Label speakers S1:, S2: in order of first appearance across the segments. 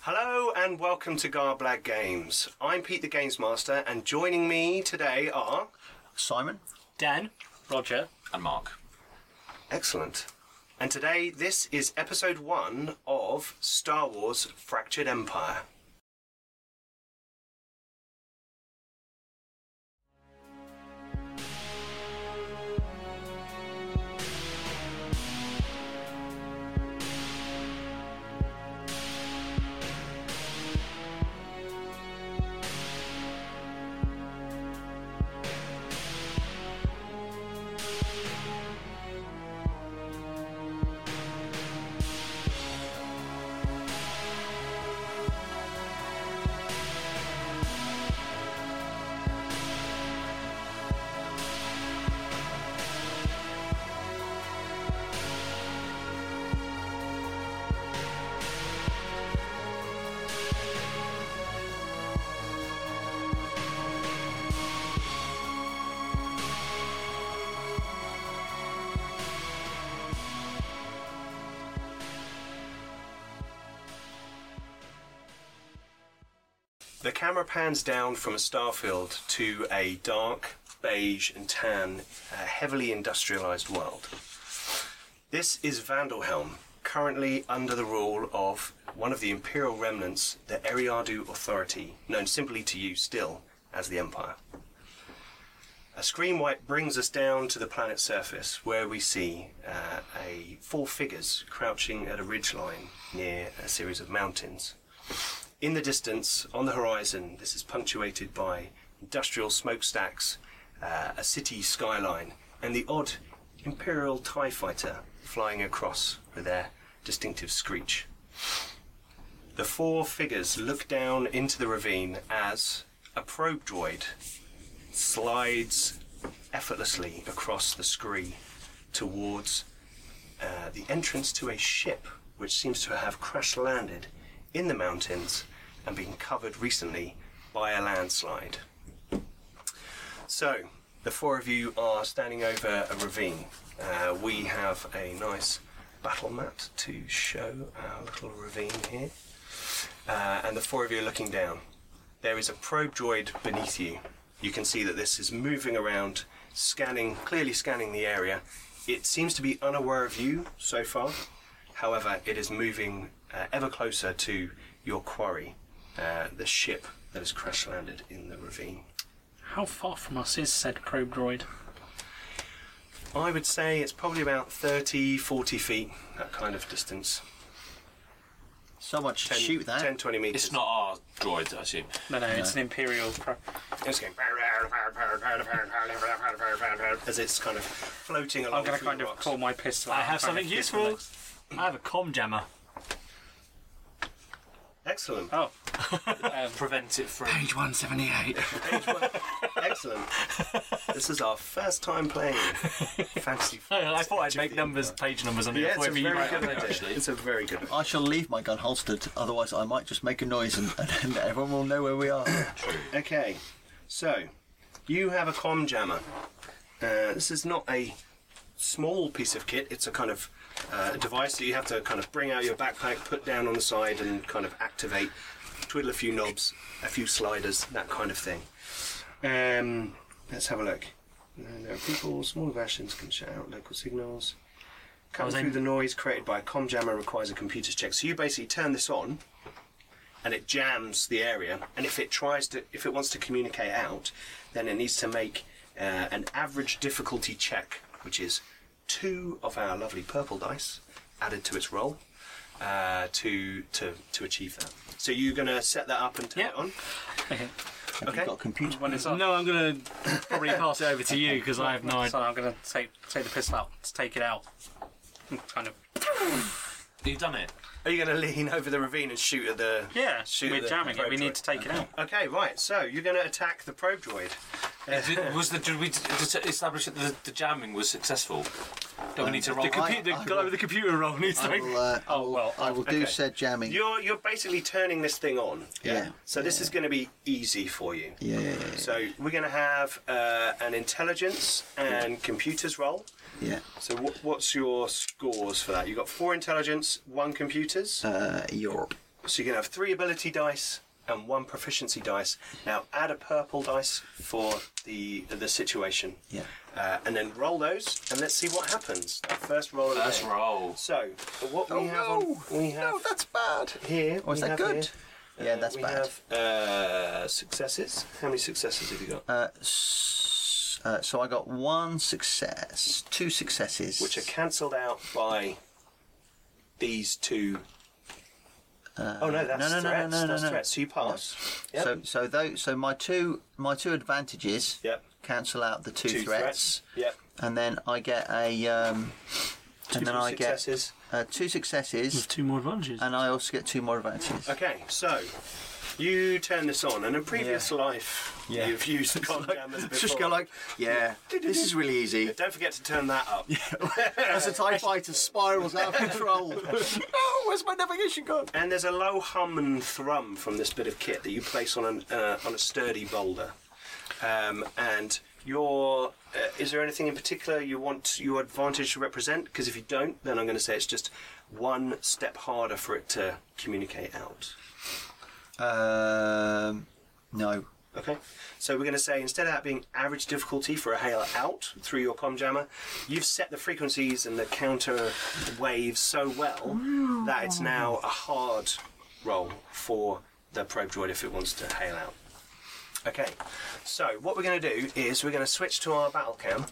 S1: Hello and welcome to Garblag Games. I'm Pete the Games Master, and joining me today are.
S2: Simon?
S3: Dan,
S4: Roger.
S2: And Mark.
S1: Excellent. And today, this is episode one of Star Wars Fractured Empire. The camera pans down from a starfield to a dark, beige, and tan, uh, heavily industrialized world. This is Vandalhelm, currently under the rule of one of the imperial remnants, the Eriadu Authority, known simply to you still as the Empire. A screen wipe brings us down to the planet's surface, where we see uh, a four figures crouching at a ridgeline near a series of mountains. In the distance, on the horizon, this is punctuated by industrial smokestacks, uh, a city skyline, and the odd Imperial TIE fighter flying across with their distinctive screech. The four figures look down into the ravine as a probe droid slides effortlessly across the scree towards uh, the entrance to a ship which seems to have crash landed in the mountains and been covered recently by a landslide. So, the four of you are standing over a ravine. Uh, we have a nice battle mat to show our little ravine here. Uh, and the four of you are looking down. There is a probe droid beneath you. You can see that this is moving around, scanning, clearly scanning the area. It seems to be unaware of you so far. However, it is moving uh, ever closer to your quarry, uh, the ship that has crash landed in the ravine.
S4: How far from us is said probe droid?
S1: I would say it's probably about 30, 40 feet, that kind of distance.
S2: So much to
S1: 10,
S2: shoot there.
S1: 10 20 metres.
S5: It's not our droids, I assume.
S4: No, no, it's an Imperial. Pro-
S1: It's going as it's kind of floating along.
S4: I'm going to
S1: through
S4: kind
S1: the
S4: of
S1: rocks.
S4: pull my pistol.
S5: I
S4: out
S5: have
S4: and
S5: something
S4: kind of
S5: useful.
S4: disconnect.
S3: I have a com jammer.
S1: Excellent,
S4: Oh,
S5: Prevent it from.
S2: Page 178.
S1: excellent. this is our first time playing Fantasy.
S3: I thought I'd
S1: Actually,
S3: make numbers, page numbers on the
S1: Yeah, it's a
S3: whatever
S1: very
S3: you
S1: good
S3: write.
S1: idea.
S5: actually.
S1: It's a very good idea.
S2: I shall leave my gun holstered, otherwise, I might just make a noise and, and then everyone will know where we are.
S1: Okay, so you have a com jammer. Uh, this is not a small piece of kit. It's a kind of uh, device that you have to kind of bring out your backpack, put down on the side, and kind of activate, twiddle a few knobs, a few sliders, that kind of thing. Um, let's have a look. Uh, There are people. Small versions can shout out local signals. Cutting
S3: was
S1: through
S3: aiming-
S1: the noise created by a com jammer requires a computer's check. So you basically turn this on, and it jams the area. And if it tries to, if it wants to communicate out, then it needs to make uh, an average difficulty check, which is two of our lovely purple dice added to its roll uh, to to to achieve that. So you're going to set that up and turn it
S4: Yeah.
S1: on.
S4: okay.
S2: Have
S1: Okay.
S2: you got a computer?
S4: When it's up.
S3: No, I'm going to probably pass it over to you because I have no
S4: So
S3: idea.
S4: I'm going to take take the pistol out. Let's take it out. Kind of.
S5: You've done it.
S1: Are you going to lean over the ravine and shoot at the?
S4: Yeah,
S1: shoot at
S4: we're
S1: the
S4: jamming it.
S1: probe
S4: We need
S1: droid?
S4: to take it out.
S1: Okay, right. So you're going to attack the probe droid.
S5: Is it- was the, did we d- d- establish that the, the jamming was successful? Don't we need to roll?
S3: The, compu- the
S2: I
S3: guy
S2: will-
S3: with the computer roll needs to
S2: I will, uh, I will,
S4: well,
S2: I will do
S1: okay.
S2: said jamming.
S1: You're you're basically turning this thing on.
S2: Yeah.
S1: So this is going to be easy for you.
S2: Yeah, yeah, yeah,
S1: So we're going to have uh, an intelligence and computers roll.
S2: yeah.
S1: So wh- what's your scores for that? You got four intelligence, one computers.
S2: Uh, Europe.
S1: So you can have three ability dice and one proficiency dice. Now add a purple dice for the the situation.
S2: Yeah.
S1: Uh, and then roll those, and let's see what happens. First roll of the
S5: Let's
S1: day.
S5: roll.
S1: So what we
S2: Oh
S1: have
S2: no!
S1: on, we have
S2: No, that's bad.
S1: here.
S2: Oh, is
S1: we have
S2: that good?
S1: here,
S2: Yeah, that's
S1: we
S2: bad.
S1: have uh, successes. How many successes have you got?
S2: Uh, s- uh, so I got one success, two successes.
S1: Which are cancelled out by these two. oh no, that's
S2: Uh, no, no, no,
S1: threats.
S2: no, no,
S1: that's
S2: no.
S1: threats. So you pass. Yep.
S2: So so those so my two my two advantages
S1: Yep.
S2: cancel out the two,
S1: two
S2: threats,
S1: Yep.
S2: and then I get a um, and then
S1: Two
S2: I
S1: successes.
S2: get uh, two successes,
S3: Two more advantages.
S2: and I also get two more advantages.
S1: Okay, so you turn this on, and in previous life,
S2: Yeah.
S1: you've used the con jammers before.
S2: Just go like, yeah, this is really easy.
S1: Don't forget to turn that up.
S2: As a TIE fighter spirals out of control. oh, where's my navigation gun?
S1: And there's a low hum and thrum from this bit of kit that you place on an uh, on a sturdy boulder. Um, and your uh, is there anything in particular you want your advantage to represent? Because if you don't, then I'm going to say it's just one step harder for it to communicate out.
S2: Um, no.
S1: Okay, so we're going to say instead of that being average difficulty for a hailer out through your com jammer, you've set the frequencies and the counter waves so well that it's now a hard roll for the probe droid if it wants to hail out. Okay, so what we're going to do is we're going to switch to our battle cam,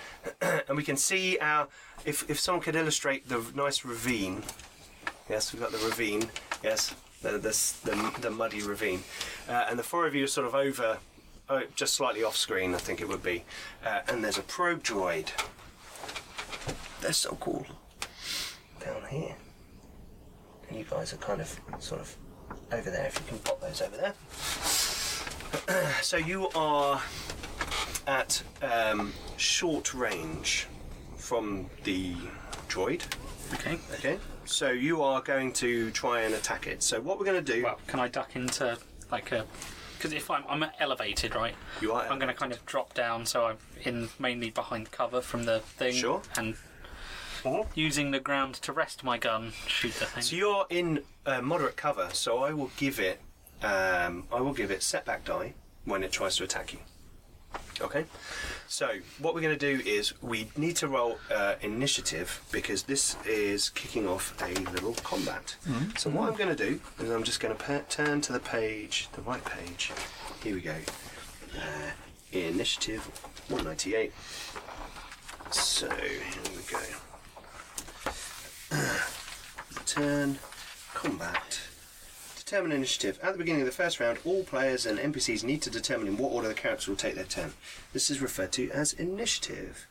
S1: and we can see our. If if someone could illustrate the nice ravine Yes, we've got the ravine. Yes, the this, the, the muddy ravine, uh, and the four of you are sort of over, oh, just slightly off screen, I think it would be. Uh, and there's a probe droid
S2: They're so cool.
S1: down here, and you guys are kind of sort of over there. If you can pop those over there. so you are at um, short range from the droid.
S4: Okay.
S1: Okay. So you are going to try and attack it. So what we're going to do?
S4: Well, can I duck into like a? Because if I'm I'm elevated, right?
S1: you are.
S4: I'm going to kind of drop down, so I'm in mainly behind cover from the thing.
S1: Sure.
S4: And using the ground to rest my gun, shoot the thing.
S1: So you're in uh, moderate cover, so I will give it. Um, I will give it setback die when it tries to attack you. Okay. So what we're going to do is we need to roll uh, initiative because this is kicking off a little combat. So what I'm going to do is I'm just going to pa- turn to the page, the right page. Here we go. Uh, initiative 198. So here we go turn, combat. Determine initiative. At the beginning of the first round, all players and NPCs need to determine in what order the characters will take their turn. This is referred to as initiative.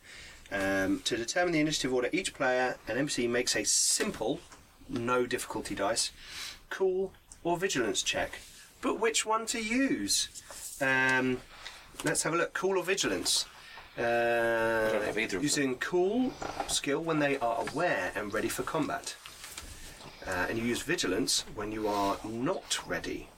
S1: Um, to determine the initiative order, each player and NPC makes a simple, no difficulty dice, cool, or vigilance check. But which one to use? Um, let's have a look. Cool or vigilance? Uh,
S5: have either of them.
S1: using cool skill when they are aware and ready for combat. Uh, and you use vigilance when you are not ready.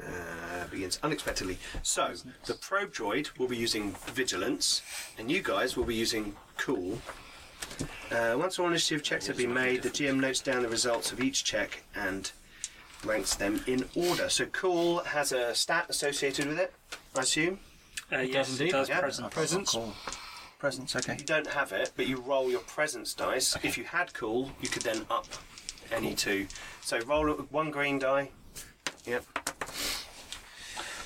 S1: Uh, begins unexpectedly. So the probe droid will be using vigilance, and you guys will be using cool. Uh, once all initiative checks have been made, the GM notes down the results of each check and ranks them in order. So cool has a stat associated with it, I assume.
S4: Uh, yes,
S3: does indeed.
S4: It does
S1: Yeah.
S4: present.
S1: Presence.
S2: Cool. Presents, okay.
S1: You don't have it, but you roll your presence dice. If you had cool, you could then up any two. So roll it with one green die. Yep.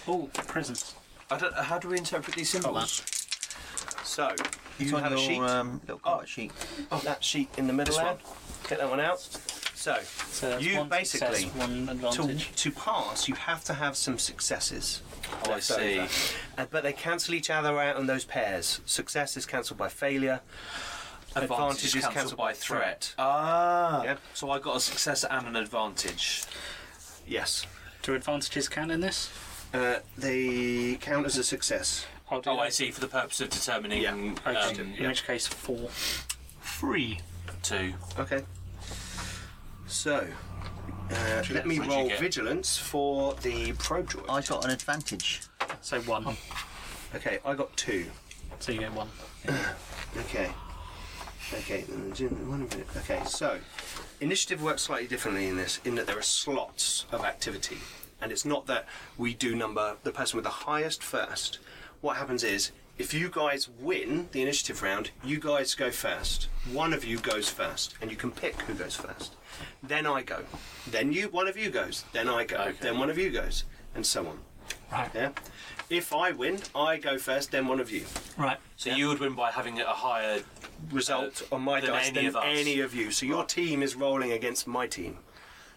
S4: Oh, presence.
S5: I don't, how do we interpret these symbols?
S1: So you
S2: It's on
S1: have
S2: your
S1: a sheet.
S2: Um, little combat sheet.
S1: oh, that sheet in the middle
S5: This
S1: there.
S5: one.
S1: Get that one out. So,
S4: So that's
S1: you
S4: one
S1: basically
S4: success, one
S1: to,
S4: advantage.
S1: to pass, you have to have some successes.
S5: Oh, I see.
S1: Uh, but they cancel each other out on those pairs. Success is cancelled by failure.
S5: Advantage is cancelled by threat. Ah.
S1: Yep.
S5: So I got a success and an advantage.
S1: Yes.
S4: Do advantages count in this?
S1: Uh, they count as a success.
S4: I'll do
S5: Oh, I
S4: that.
S5: see. For the purpose of determining
S1: Yeah.
S5: um,
S4: Okay. in
S1: yeah.
S4: which case, four.
S3: Free.
S5: two.
S1: Okay. So, uh, let me
S5: What'd you
S1: roll
S5: get?
S1: vigilance for the probe droid.
S2: I got an advantage.
S4: So one.
S1: Okay, I got two.
S4: So you get one.
S1: Okay. Okay, then the gym- one of it- okay, so initiative works slightly differently in this, in that there are slots of activity, and it's not that we do number the person with the highest first. What happens is, if you guys win the initiative round, you guys go first. One of you goes first, and you can pick who goes first. Then I go. Then you, one of you goes. Then I go.
S5: Okay.
S1: Then one of you goes, and so on.
S3: Right.
S1: Yeah. If I win, I go first. Then one of you.
S3: Right.
S5: So you would win by having a higher.
S1: result
S5: Uh,
S1: on my
S5: than
S1: dice
S5: any
S1: than
S5: of us.
S1: any of you. So your
S5: Right.
S1: team is rolling against my team.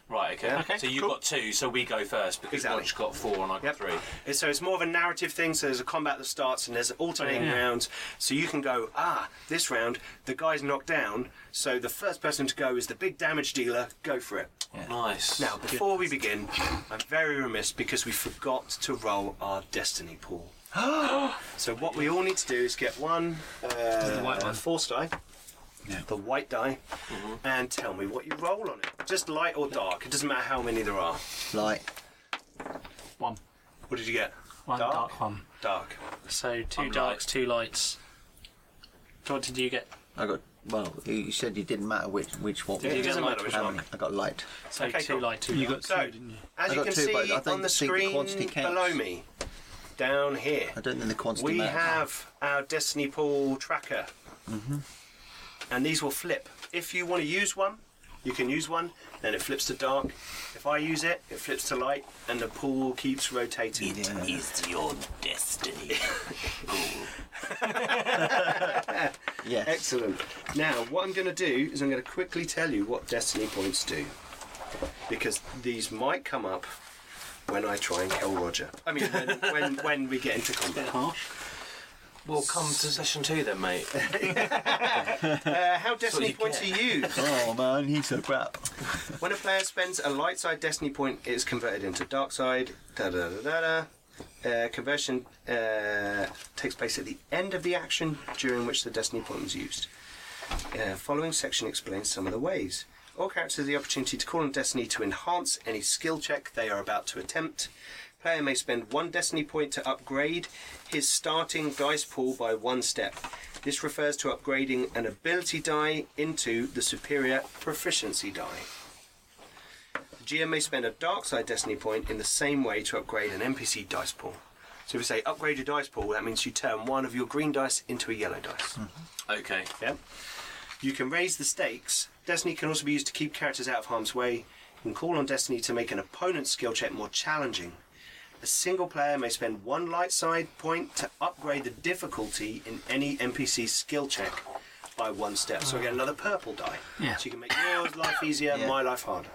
S5: Right, okay.
S1: Yeah.
S5: so you've
S1: cool.
S5: got two, so we go first because
S1: Exactly.
S5: Lodge got four and I got three.
S1: And So it's more of a narrative thing. So there's a combat that starts and there's alternating rounds. So you can go, ah, this round, the guy's knocked down. So the first person to go is the big damage dealer. Go for it.
S5: Nice.
S1: Now, before we begin, I'm very remiss because we forgot to roll our destiny pool. so what we all need to do is get one, uh,
S3: white one.
S1: force die, the white die,
S2: Mm-hmm.
S1: and tell me what you roll on it. Just light or dark. It doesn't matter how many there are.
S2: Like,
S3: One.
S1: What did you get?
S3: One
S1: Dark?
S3: dark, one.
S1: Dark.
S4: So two
S5: I'm
S4: darks, two lights. What did you get?
S2: I got. Well, you- you said it didn't matter which which
S1: It
S2: what.
S4: you
S2: was.
S4: get
S1: doesn't matter which
S4: light?
S1: one.
S2: Um, I got light.
S4: So
S1: Okay,
S4: two
S1: cool.
S4: light, two
S3: You got
S4: dark.
S3: two,
S1: So-
S3: didn't you?
S1: As
S2: I
S1: you
S2: got
S1: can
S2: two, but I
S1: see
S2: think-
S1: on the
S2: think the
S1: screen
S2: quantity counts.
S1: below me, down here,
S2: I don't think the quantity
S1: we
S2: matters.
S1: have our Destiny Pool tracker,
S2: Mm-hmm.
S1: and these will flip. If you want to use one, you can use one. Then it flips to dark. If I use it, it flips to light, and the pool keeps rotating.
S2: Yeah.
S5: your destiny.
S2: Yes.
S1: Excellent. Now, what I'm going to do is I'm going to quickly tell you what Destiny points do, because these might come up when I try and kill Roger. I mean, when when, when we get into combat.
S5: well, come to session two then, mate.
S1: Uh, how Destiny
S5: you
S1: points
S5: get.
S1: are used?
S2: Oh man, he's so crap.
S1: When a player spends a light side destiny point, it is converted into dark side. Da da da da. da. Uh, conversion uh, takes place at the end of the action during which the destiny point was used. Uh, following section explains some of the ways. All characters have the opportunity to call on destiny to enhance any skill check they are about to attempt. Player may spend one destiny point to upgrade his starting dice pool by one step. This refers to upgrading an ability die into the superior proficiency die. GM may spend a dark side destiny point in the same way to upgrade an NPC dice pool. So if we say upgrade your dice pool, that means you turn one of your green dice into a yellow dice.
S5: Okay.
S1: Yeah. You can raise the stakes. Destiny can also be used to keep characters out of harm's way. You can call on Destiny to make an opponent's skill check more challenging. A single player may spend one light side point to upgrade the difficulty in any NPC skill check by one step. So I get another purple die.
S3: Yeah.
S1: So you can make your life easier,
S2: Yeah.
S1: my life harder.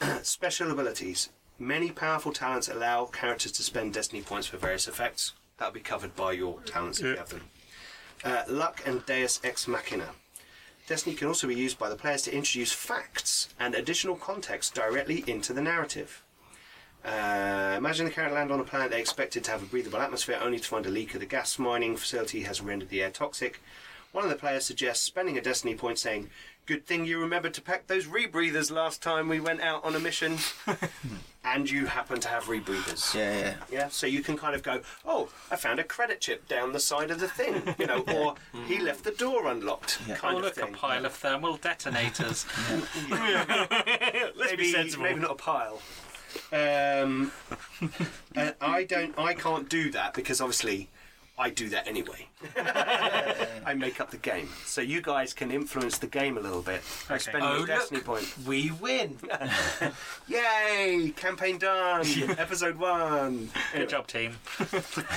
S1: Special abilities. Many powerful talents allow characters to spend destiny points for various effects. That'll be covered by your talents if you have them. Uh, luck and Deus Ex Machina. Destiny can also be used by the players to introduce facts and additional context directly into the narrative. Uh, imagine the character land on a planet they expected to have a breathable atmosphere, only to find a leak of the gas mining facility has rendered the air toxic. One of the players suggests spending a destiny point saying, Good thing you remembered to pack those rebreathers last time we went out on a mission. and you happen to have rebreathers.
S2: Yeah, yeah.
S1: Yeah, so you can kind of go, oh, I found a credit chip down the side of the thing, you know, or he left the door unlocked,
S4: Oh
S1: kind of
S4: look, a
S1: thing.
S4: pile of thermal detonators.
S1: Let's maybe,
S3: be sensible.
S1: Maybe not a pile. Um, uh, I don't. I can't do that because obviously, I do that anyway. I make up the game, so you guys can influence the game a little bit. by spending
S5: Oh,
S1: your
S5: look.
S1: destiny point.
S5: We win.
S1: Yay! Campaign done. Episode one. Anyway.
S4: Good job, team.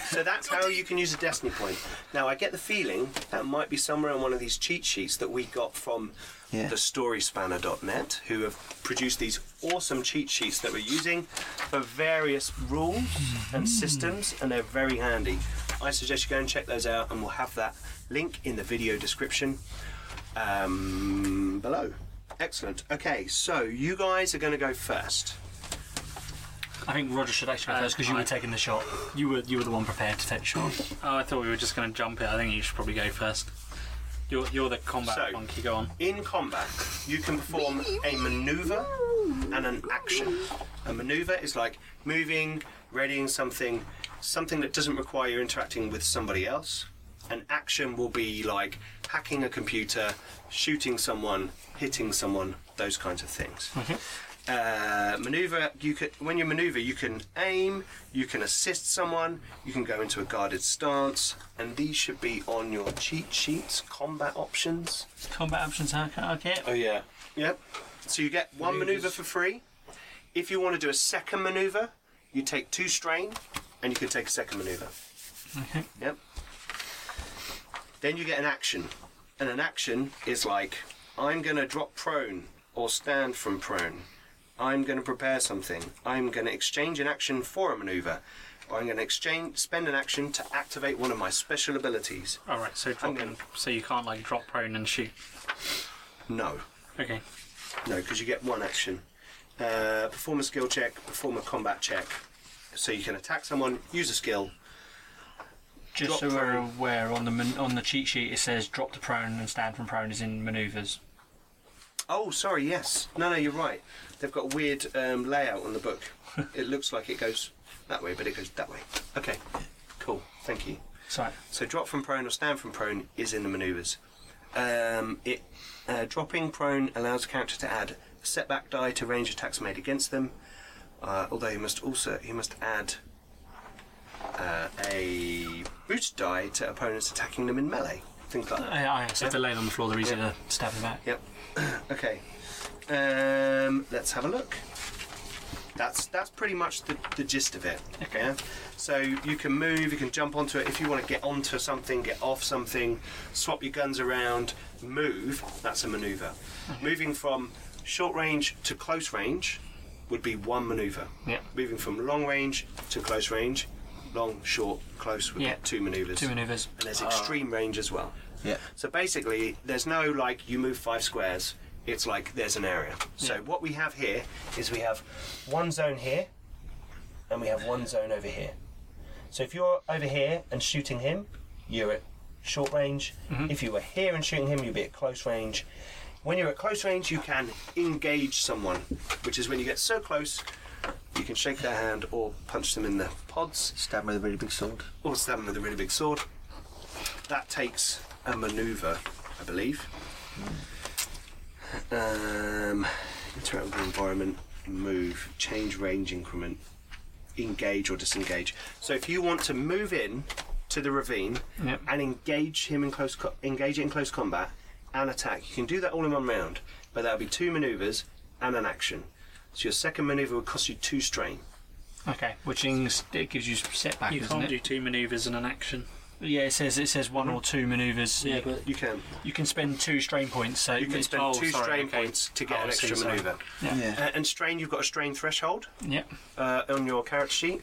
S1: So that's how you can use a destiny point. Now I get the feeling that might be somewhere on one of these cheat sheets that we got from
S2: Yeah.
S1: the storyspanner.net who have produced these awesome cheat sheets that we're using for various rules and systems and they're very handy. I suggest you go and check those out and we'll have that link in the video description um, below. Excellent. Okay, so you guys are going to go first.
S3: I think Roger should
S4: Uh,
S3: actually go first because you were taking the shot. You were you were the one prepared to take the shot.
S4: Oh, I thought we were just going to jump it. I think you should probably go first. You're, you're the combat
S1: So-
S4: monkey. Go on.
S1: In combat, you can perform a maneuver and an action. A maneuver is like moving, readying something, something that doesn't require you interacting with somebody else. An action will be like hacking a computer, shooting someone, hitting someone, those kinds of things. Uh, maneuver. You can when you maneuver, you can aim, you can assist someone, you can go into a guarded stance, and these should be on your cheat sheets, combat options.
S3: Combat options, okay.
S5: Oh yeah.
S1: Yep. So you get one maneuver for free. If you want to do a second maneuver, you take two strain, and you can take a second maneuver.
S3: Okay.
S1: Yep. Then you get an action, and an action is like I'm going to drop prone or stand from prone. I'm going to prepare something. I'm going to exchange an action for a maneuver. Or I'm going to exchange spend an action to activate one of my special abilities.
S4: All right, so drop
S1: gonna-
S4: in, so you can't like drop prone and shoot.
S1: No.
S4: Okay.
S1: No, because you get one action. Uh, perform a skill check, perform a combat check. So you can attack someone, use a skill.
S3: Just
S1: Drop
S3: so we're
S1: prone.
S3: aware, on the man- on the cheat sheet it says drop to prone and stand from prone is in manoeuvres.
S1: Oh, sorry, yes. No, no, you're right. They've got a weird um, layout on the book. it looks like it goes that way, but it goes that way. Okay, cool. Thank you.
S3: Sorry.
S1: So drop from prone or stand from prone is in the manoeuvres. Um, it uh, dropping prone allows a character to add a setback die to range attacks made against them. Uh, although he must also he must add uh, a boost die to opponents attacking them in melee. Things like that.
S3: Uh, yeah, so if they're laying on the floor, they're easier to stab them back.
S1: Yep. okay. Um, let's have a look. That's that's pretty much the, the gist of it.
S3: Okay.
S1: yeah? So you can move, you can jump onto it if you want to get onto something, get off something, swap your guns around, move. That's a maneuver. Moving from short range to close range would be one maneuver.
S3: Yeah.
S1: Moving from long range to close range, long, short, close would
S3: Yeah.
S1: be two maneuvers.
S3: Two manoeuvres.
S1: and there's extreme range as well.
S2: Yeah.
S1: So basically, there's no like you move five squares. It's like there's an area. So
S3: Yeah.
S1: what we have here is we have one zone here, and we have one zone over here. So if you're over here and shooting him, you're at short range. If you were here and shooting him, you'd be at close range. When you're at close range, you can engage someone, which is when you get so close, you can shake their hand or punch them in the pods
S2: Stab me with a really big sword.
S1: or stab him with a really big sword. That takes a maneuver, I believe. Um, interact with the environment, move, change range increment, engage or disengage. So if you want to move in to the ravine
S3: Yep.
S1: and engage him in close, co- engage it in close combat and attack, you can do that all in one round. But that'll be two maneuvers and an action. So your second maneuver would cost you two strain.
S3: Okay. Which is, it gives you setback,
S4: You
S3: doesn't
S4: can't
S3: it?
S4: do two maneuvers in an action.
S3: Yeah, it says it says one or two manoeuvres.
S4: Yeah, but
S1: You can.
S3: you can spend two strain points. So
S1: You can
S3: it's-
S1: spend
S4: oh,
S1: two
S4: sorry,
S1: strain
S4: okay.
S1: points to get
S4: Oh,
S1: an
S4: I see,
S1: extra
S4: sorry.
S1: maneuver.
S3: Yeah.
S2: Yeah.
S1: Uh, and strain, you've got a strain threshold
S3: Yep.
S1: uh, on your character sheet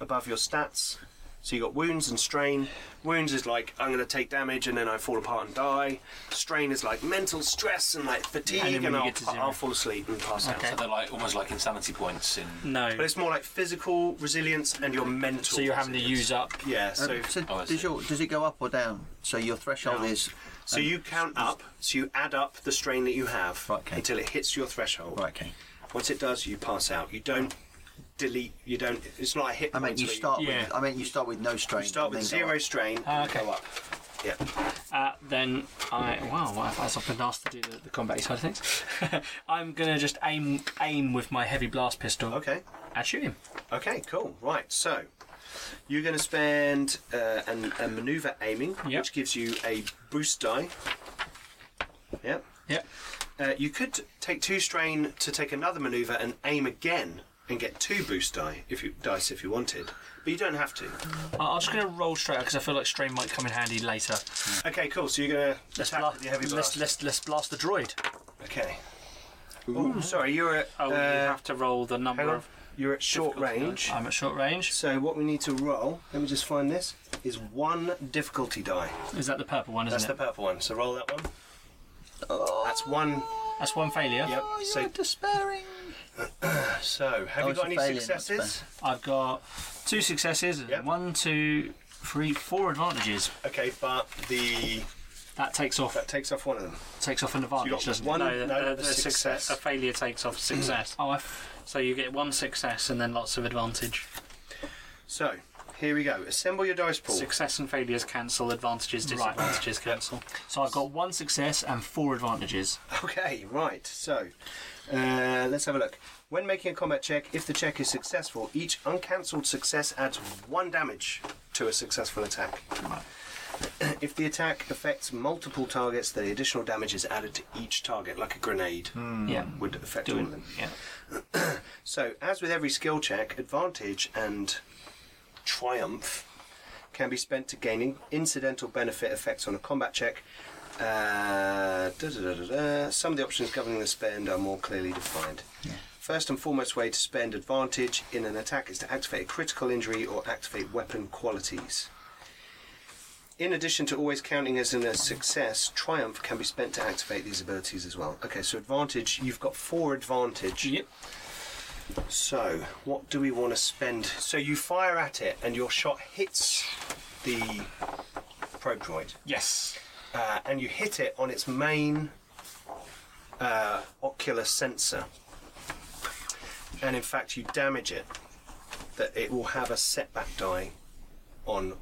S1: above your stats. So you've got wounds and strain. Wounds is like, I'm going to take damage and then I fall apart and die. Strain is like mental stress and like fatigue
S3: And then
S1: and,
S3: when you
S1: I'll,
S3: get to zero.
S1: I'll fall asleep and pass out.
S5: So they're like almost like insanity points in.
S4: no.
S1: But it's more like physical resilience and your mental.
S3: So you're having to
S1: resilience.
S3: use up.
S1: Yeah, so,
S2: Um, so
S5: Oh, I see.
S2: does, your, does it go up or down? So your threshold
S4: Down.
S2: is
S1: so you count up, so you add up the strain that you have
S2: Right, okay.
S1: until it hits your threshold.
S2: right. Okay.
S1: Once it does, you pass out. You don't delete. You don't. It's not a hit.
S2: I mean,
S1: point
S2: you
S1: where
S2: start
S3: Yeah.
S2: with. I mean, you start with no strain.
S1: You start
S2: and
S1: with
S2: then go
S1: zero
S2: up.
S1: strain.
S3: Ah,
S1: and then
S3: okay.
S1: Go up. Yeah.
S3: Uh, then I wow, well, as I've been asked to do the, the combat side of things, I'm gonna just aim aim with my heavy blast pistol
S1: Okay.
S3: and shoot him.
S1: Okay. Cool. Right. So you're going to spend uh, an, a maneuver aiming,
S3: Yep.
S1: which gives you a boost die. Yep.
S3: Yep.
S1: Uh, you could take two strain to take another maneuver and aim again and get two boost die if you dice if you wanted, but you don't have to.
S3: I- I'm just gonna roll straight because I feel like strain might come in handy later.
S1: Okay. Cool. So you're going to
S3: Let's
S1: attack
S3: bla-
S1: with your heavy
S3: let's,
S1: blast.
S3: let's let's blast the droid.
S1: Okay. Ooh, sorry. You're at.
S4: oh, you
S1: uh,
S4: have to roll the
S1: Hang
S4: number
S1: on.
S4: of.
S1: You're at short
S4: Difficulty.
S1: range.
S3: I'm at short range.
S1: So what we need to roll, let me just find this, is one difficulty die.
S3: Is that the purple one? Isn't
S1: That's the
S3: it?
S1: purple one. So roll that one. That's one.
S3: That's one failure.
S1: Yep. So,
S2: despairing.
S1: so have you
S2: it's
S1: got
S2: a
S1: any
S2: failure, not
S1: successes?
S3: I've got two successes. and
S1: Yep.
S3: One, two, three, four advantages.
S1: Okay, but the
S3: That takes off
S1: that takes off one of them.
S3: takes off an
S1: You
S3: advantage,
S1: got
S3: doesn't
S1: one.
S3: it?
S4: No,
S1: No,
S4: a,
S1: a
S4: a
S1: success.
S4: success. A failure takes off success.
S3: Oh, I f-
S4: so you get one success and then lots of advantage.
S1: So Here we go. Assemble your dice pool.
S4: Success and failures cancel, advantages,
S3: Right.
S4: disadvantages cancel.
S3: So I've got one success and four advantages.
S1: Okay, right. So, uh, let's have a look. When making a combat check, if the check is successful, each uncancelled success adds one damage to a successful attack. If the attack affects multiple targets, the additional damage is added to each target, like a grenade
S3: Yeah.
S1: would affect all
S3: Hmm. Doing
S1: of them.
S3: Yeah.
S1: So, as with every skill check, advantage and triumph can be spent to gain in- incidental benefit effects on a combat check. Uh, da, da, da, da, da. Some of the options governing the spend are more clearly defined. First and foremost way to spend advantage in an attack is to activate a critical injury or activate weapon qualities. In addition to always counting as an, a success, triumph can be spent to activate these abilities as well. Okay, so advantage, you've got four advantage.
S3: Yep.
S1: So, what do we want to spend? So, you fire at it, and your shot hits the probe droid,
S3: Yes.
S1: uh, and you hit it on its main uh, ocular sensor. And in fact, you damage it, that it will have a setback die on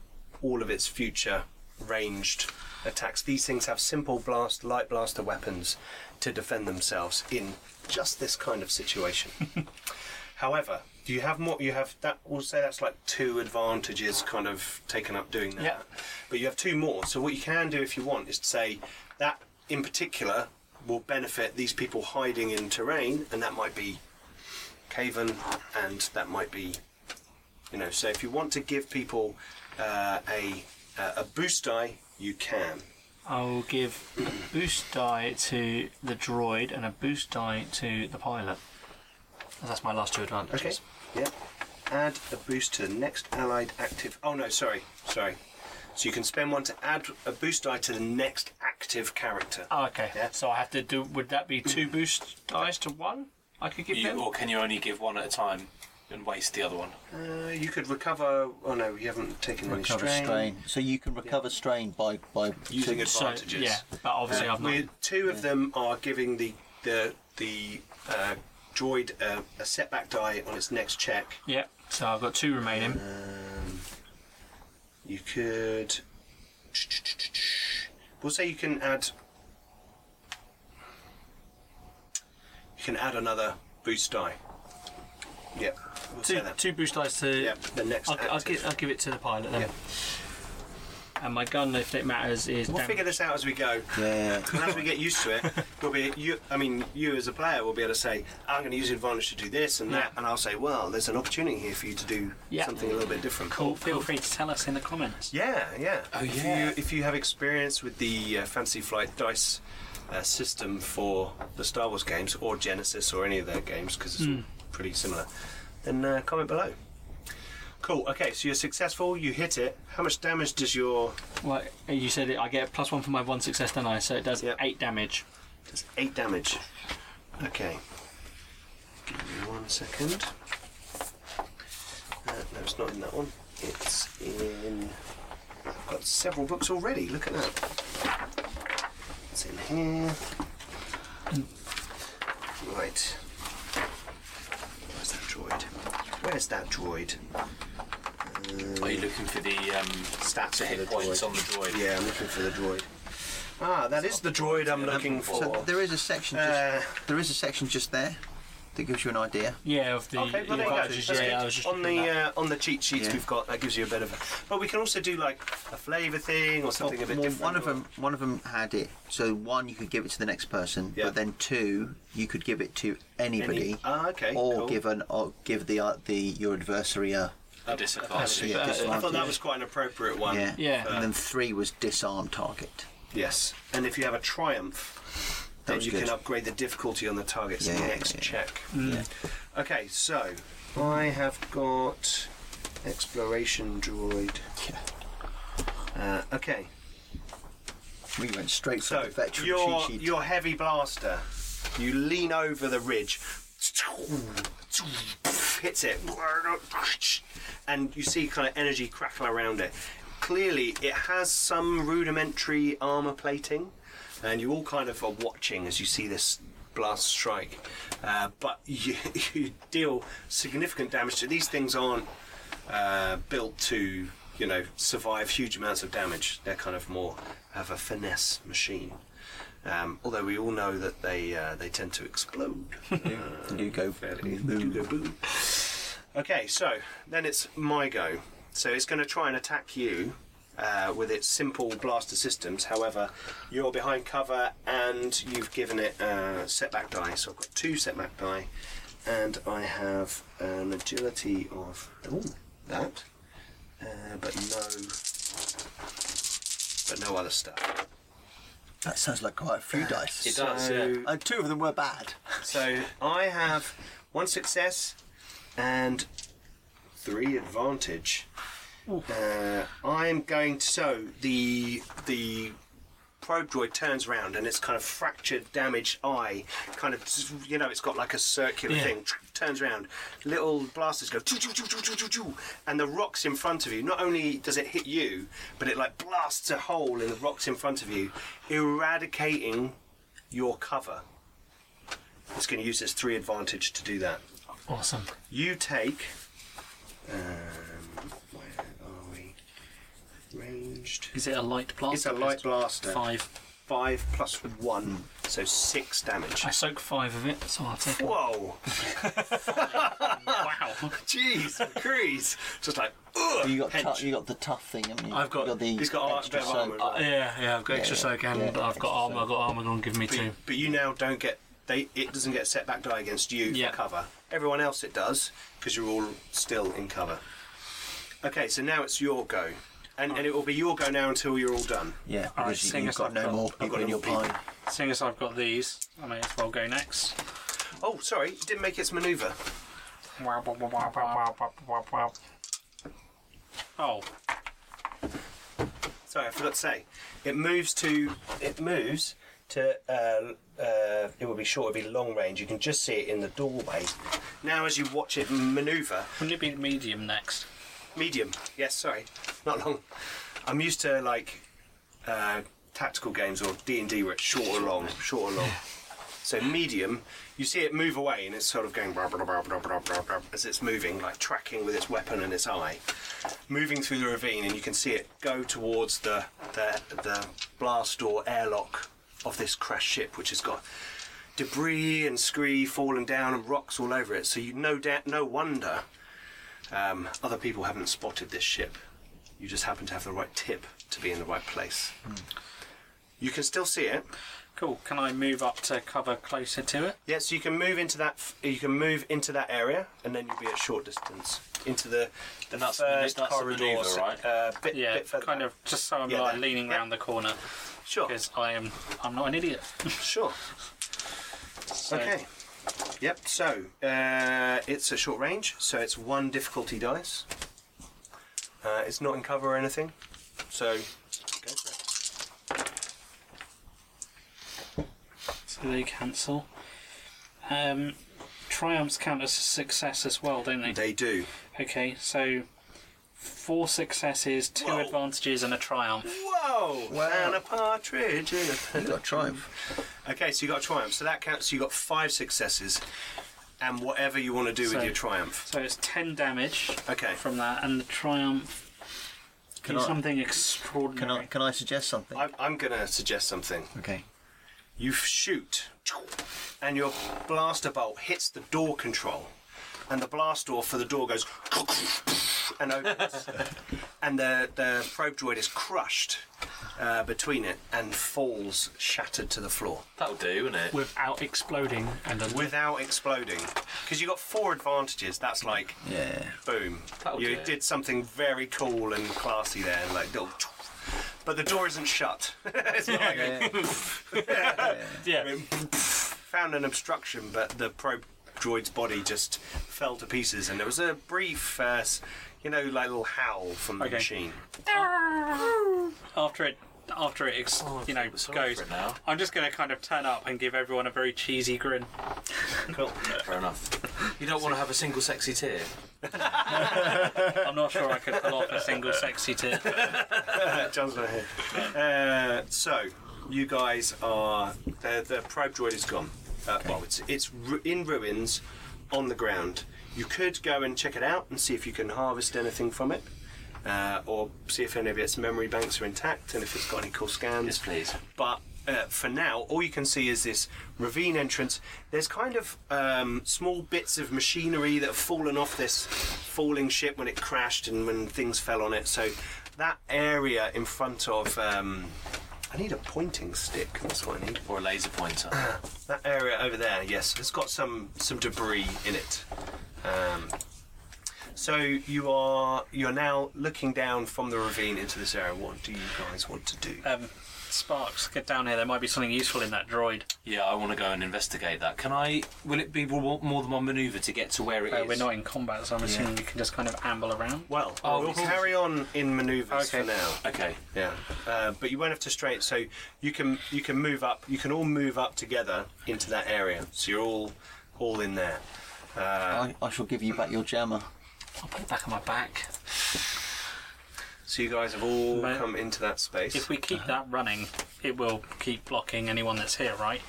S1: all of its future ranged attacks. These things have simple blast, light blaster weapons to defend themselves in just this kind of situation. However, do you have more? You have that. We'll say that's like two advantages, kind of taken up doing that.
S3: Yeah.
S1: But you have two more. So what you can do if you want is to say that in particular will benefit these people hiding in terrain, and that might be Caven, and that might be, you know. So if you want to give people uh, a a boost die, you can.
S3: I'll give a boost die to the droid and a boost die to the pilot. That's my last two advantages.
S1: Okay. Yeah. Add a boost to the next allied active. Oh no, sorry, sorry. So you can spend one to add a boost die to the next active character.
S3: Oh, okay.
S1: Yeah.
S3: So I have to do. Would that be two boost dice to one? I could give
S5: You,
S3: them.
S5: or can you only give one at a time and waste the other one?
S1: Uh, you could recover. Oh no, you haven't taken any
S2: Recover strain.
S1: strain.
S2: So you can recover strain by by
S1: Using
S2: two-
S3: So,
S1: advantages.
S3: yeah, but obviously I've not.
S1: We're- Uh, two of them are giving the the the uh, droid uh, a setback die on its next check.
S3: Yeah. So I've got two remaining.
S1: Um, You could. We'll say you can add. You can add another boost die. Yep. We'll say
S3: two
S1: that.
S3: two boost dice to.
S1: Yep. The next.
S3: I'll, I'll,
S1: active.
S3: give, I'll give it to the pilot then.
S1: Yeah.
S3: And my gun, if it matters, is.
S1: We'll
S3: dam-
S1: figure this out as we go,
S2: Yeah.
S1: and as we get used to it, we'll be you. I mean, you as a player will be able to say, "I'm going to use advantage to do this and that," and I'll say, "Well, there's an opportunity here for you to do
S3: Yeah.
S1: something a little bit different."
S4: Cool. Feel free to tell us in the comments.
S1: Yeah, yeah. Oh,
S5: yeah.
S1: If you, if you have experience with the uh, Fantasy Flight dice uh, system for the Star Wars games or Genesis or any of their games, because it's all pretty similar, then uh, comment below. Cool. Okay, so you're successful. You hit it. How much damage does your?
S3: Well, you said it, I get plus one for my one success, don't I? So it does
S1: Yep.
S3: eight damage.
S1: It's eight damage. Okay. Give me one second. Uh, no, it's not in that one. It's in. I've got several books already. Look at that. It's in here. Right. Where's that droid? Where's that droid?
S5: Are you looking for the um,
S1: Stats for
S5: the
S1: the
S5: hit points
S1: droid.
S5: on the droid?
S1: Yeah, I'm looking for the droid. Ah, that is the droid I'm looking
S2: So
S1: for.
S2: there is a section. Just,
S1: Uh,
S2: there is a section just there that gives you an idea.
S3: Yeah, of the
S1: Okay, well, there you go.
S3: advantages.
S1: That's
S3: yeah,
S1: good.
S3: I was just
S1: on the
S3: looking at
S1: uh, on the cheat sheets
S2: Yeah.
S1: we've got that gives you a bit of. A, but we can also do like a flavour thing or something a bit
S2: Well,
S1: different.
S2: one of
S1: or-
S2: them, one of them had it. So one, you could give it to the next person,
S1: Yeah.
S2: but then two, you could give it to anybody,
S1: Ah, okay.
S2: or
S1: cool.
S2: give an, or give the uh, the your adversary a
S5: A disadvantage.
S2: yeah,
S1: uh, I
S2: disarm
S1: thought that
S2: target.
S1: was quite an appropriate one.
S2: yeah.
S3: Yeah.
S2: and then three was disarm target.
S1: Yes. And if you have a triumph,
S2: That
S1: then
S2: was
S1: you
S2: good.
S1: can upgrade the difficulty on the target's
S2: Yeah, yeah,
S1: next
S2: yeah.
S1: check. Okay, so I have got exploration droid. Uh, okay.
S2: We went straight for
S1: So
S2: the veteran
S1: your
S2: cheat sheet.
S1: your heavy blaster, you lean over the ridge, hits it, and you see kind of energy crackle around it. Clearly, it has some rudimentary armor plating, and you all kind of are watching as you see this blast strike. Uh, but you, you deal significant damage to these things. Aren't uh, built to you know survive huge amounts of damage. They're kind of more of a finesse machine. Um, although we all know that they uh, they tend to explode. Uh,
S2: You go.
S1: fairly-
S2: Boom.
S1: Boom. Okay, so then it's my go. So it's going to try and attack you uh, with its simple blaster systems. However, you're behind cover and you've given it uh, setback die. So I've got two setback die, and I have an agility of ooh, that, uh, but no, but no other stuff.
S2: That sounds like quite a few dice.
S5: It does, yeah.
S2: Uh, two of them were bad.
S1: So I have one success and three advantage. Uh, I'm going to. So the the probe droid turns round and its kind of fractured, damaged eye, kind of you know, it's got like a circular thing. Turns round, little blasters go, "Choo, choo, choo, choo, choo, choo, choo," and the rocks in front of you. Not only does it hit you, but it like blasts a hole in the rocks in front of you, eradicating your cover. It's going to use its three advantage to do that.
S3: Awesome.
S1: You take. Um, where are we? Ranged.
S4: Is it a light
S1: uh,
S4: blast?
S1: It's a light blaster.
S4: Five.
S1: Five plus one, so six damage.
S3: I soak five of it, so I'll take it.
S1: Whoa!
S4: wow.
S1: Jeez, Crease! Just like, ugh!
S2: You got
S1: hench.
S2: tu- you got the tough thing, haven't you?
S3: I've got-
S2: You the
S1: He's got
S2: extra
S1: a bit of armour.
S2: soak.
S1: as well.
S3: Yeah, yeah, I've got extra
S2: yeah,
S3: soak and
S2: yeah,
S3: I've got
S2: extra
S3: armour,
S2: soak.
S3: I've got armour, go and give me
S1: but,
S3: two.
S1: but you now don't get. They, it doesn't get a setback die against you
S3: Yeah.
S1: for cover. Everyone else it does, because you're all still in cover. Okay, so now it's your go. And, and it will be your go now until you're all done.
S2: Yeah, because
S4: right,
S2: you,
S4: seeing
S2: you've
S4: as
S2: got
S4: I've
S2: no
S4: got-
S2: more
S1: got
S2: people in
S1: no
S2: your
S1: people.
S2: pie.
S4: Seeing as I've got these, I may as well go next.
S1: Oh, sorry, it didn't make its manoeuvre.
S4: Oh,
S1: Sorry, I forgot to say. It moves to. It moves to. Uh, uh, it will be short. It'll be long range. You can just see it in the doorway. Now, as you watch it manoeuvre,
S4: wouldn't it be medium next?
S1: medium. Yes, sorry, not long. I'm used to like uh, tactical games or D and D where it's short or long, short or long. So medium, you see it move away and it's sort of going brah, brah, brah, brah, brah, brah, brah, as it's moving, like tracking with its weapon and its eye, moving through the ravine, and you can see it go towards the the, the blast door airlock of this crashed ship, which has got debris and scree falling down and rocks all over it. So you no doubt, no wonder um, other people haven't spotted this ship. You just happen to have the right tip to be in the right place. You can still see it.
S4: Cool. Can I move up to cover closer to it?
S1: Yes, you can move into that. f- You can move into that area, and then you'll be at short distance into the the
S5: that's the
S1: first
S5: manu- that's the
S1: corridor,
S5: manoeuvre,
S1: s-
S5: right?
S1: Uh, bit,
S4: Yeah,
S1: bit further
S4: kind
S1: back.
S4: of just so I'm
S1: Yeah,
S4: like
S1: there.
S4: leaning
S1: Yeah.
S4: round the corner
S1: Sure,
S4: because I am I'm not an idiot.
S1: sure.
S4: So-
S1: Okay. Yep. So uh, it's a short range, so it's one difficulty dice. Uh, it's not in cover or anything, so go for it.
S4: So they cancel. Um, triumphs count as success as well, don't they?
S1: They do.
S4: Okay, so four successes, two
S1: Whoa.
S4: advantages, and a triumph.
S1: Whoa! And a partridge in a
S2: You've got a triumph.
S1: Okay, so you got a triumph. So that counts. So you got five successes, and whatever you want to do with
S4: So-
S1: your triumph.
S4: So it's ten damage
S1: Okay.
S4: from that, and the triumph
S2: Can
S4: is
S2: I-
S4: something
S2: Can
S4: extraordinary.
S2: I can I suggest something?
S1: I'm, I'm gonna suggest something.
S2: Okay.
S1: You shoot, and your blaster bolt hits the door control, and the blast door for the door goes and opens, and the the probe droid is crushed uh, between it and falls shattered to the floor.
S5: That'll do, won't it?
S3: Without exploding and a
S1: without exploding because you got four advantages that's like
S2: Yeah.
S1: boom
S5: That'll
S1: you
S5: do it.
S1: did something very cool and classy there and like little but the door isn't shut it's not like
S4: yeah,
S1: found an obstruction but the probe droid's body just fell to pieces and there was a brief uh, s- you know like little howl from the
S4: Okay.
S1: machine
S4: after it. After it, ex- you know,
S5: sorry
S4: goes.
S5: for it now.
S4: I'm just going to kind of turn up and give everyone a very cheesy grin.
S1: cool
S5: Fair enough. You don't want to have a single sexy tear.
S4: I'm not sure I could pull off a single sexy tear.
S1: John's not here. Uh, so, you guys are the, the probe droid is gone. Uh, Well, it's it's ru- in ruins, on the ground. You could go and check it out and see if you can harvest anything from it, uh, or see if any of its memory banks are intact and if it's got any cool scans.
S5: Yes, please.
S1: But uh, for now, all you can see is this ravine entrance. There's kind of um, small bits of machinery that have fallen off this falling ship when it crashed and when things fell on it. So that area in front of. Um, I need a pointing stick, that's what I need.
S5: Or a laser pointer.
S1: That area over there, yes, it's got some some debris in it. Um, so you are you're now looking down from the ravine into this area. What do you guys want to do?
S4: Um, Sparks, get down here. There might be something useful in that droid.
S5: yeah, I want to go and investigate that. Can I? Will it be more, more than one manoeuvre to get to where it
S4: Uh,
S5: is?
S4: we're not in combat, so I'm assuming we can just kind of amble around.
S1: Well,
S5: Oh,
S1: we'll
S5: we can-
S1: carry on in manoeuvres
S4: Okay.
S1: for now.
S5: Okay.
S1: Yeah, uh, but you won't have to straight. So you can you can move up. You can all move up together into that area. So you're all all in there.
S2: I, I shall give you back your jammer.
S4: I'll put it back on my back.
S1: So you guys have all
S4: Mate.
S1: come into that space.
S4: If we
S3: Uh-huh.
S4: keep that running, it will keep blocking anyone that's here, right?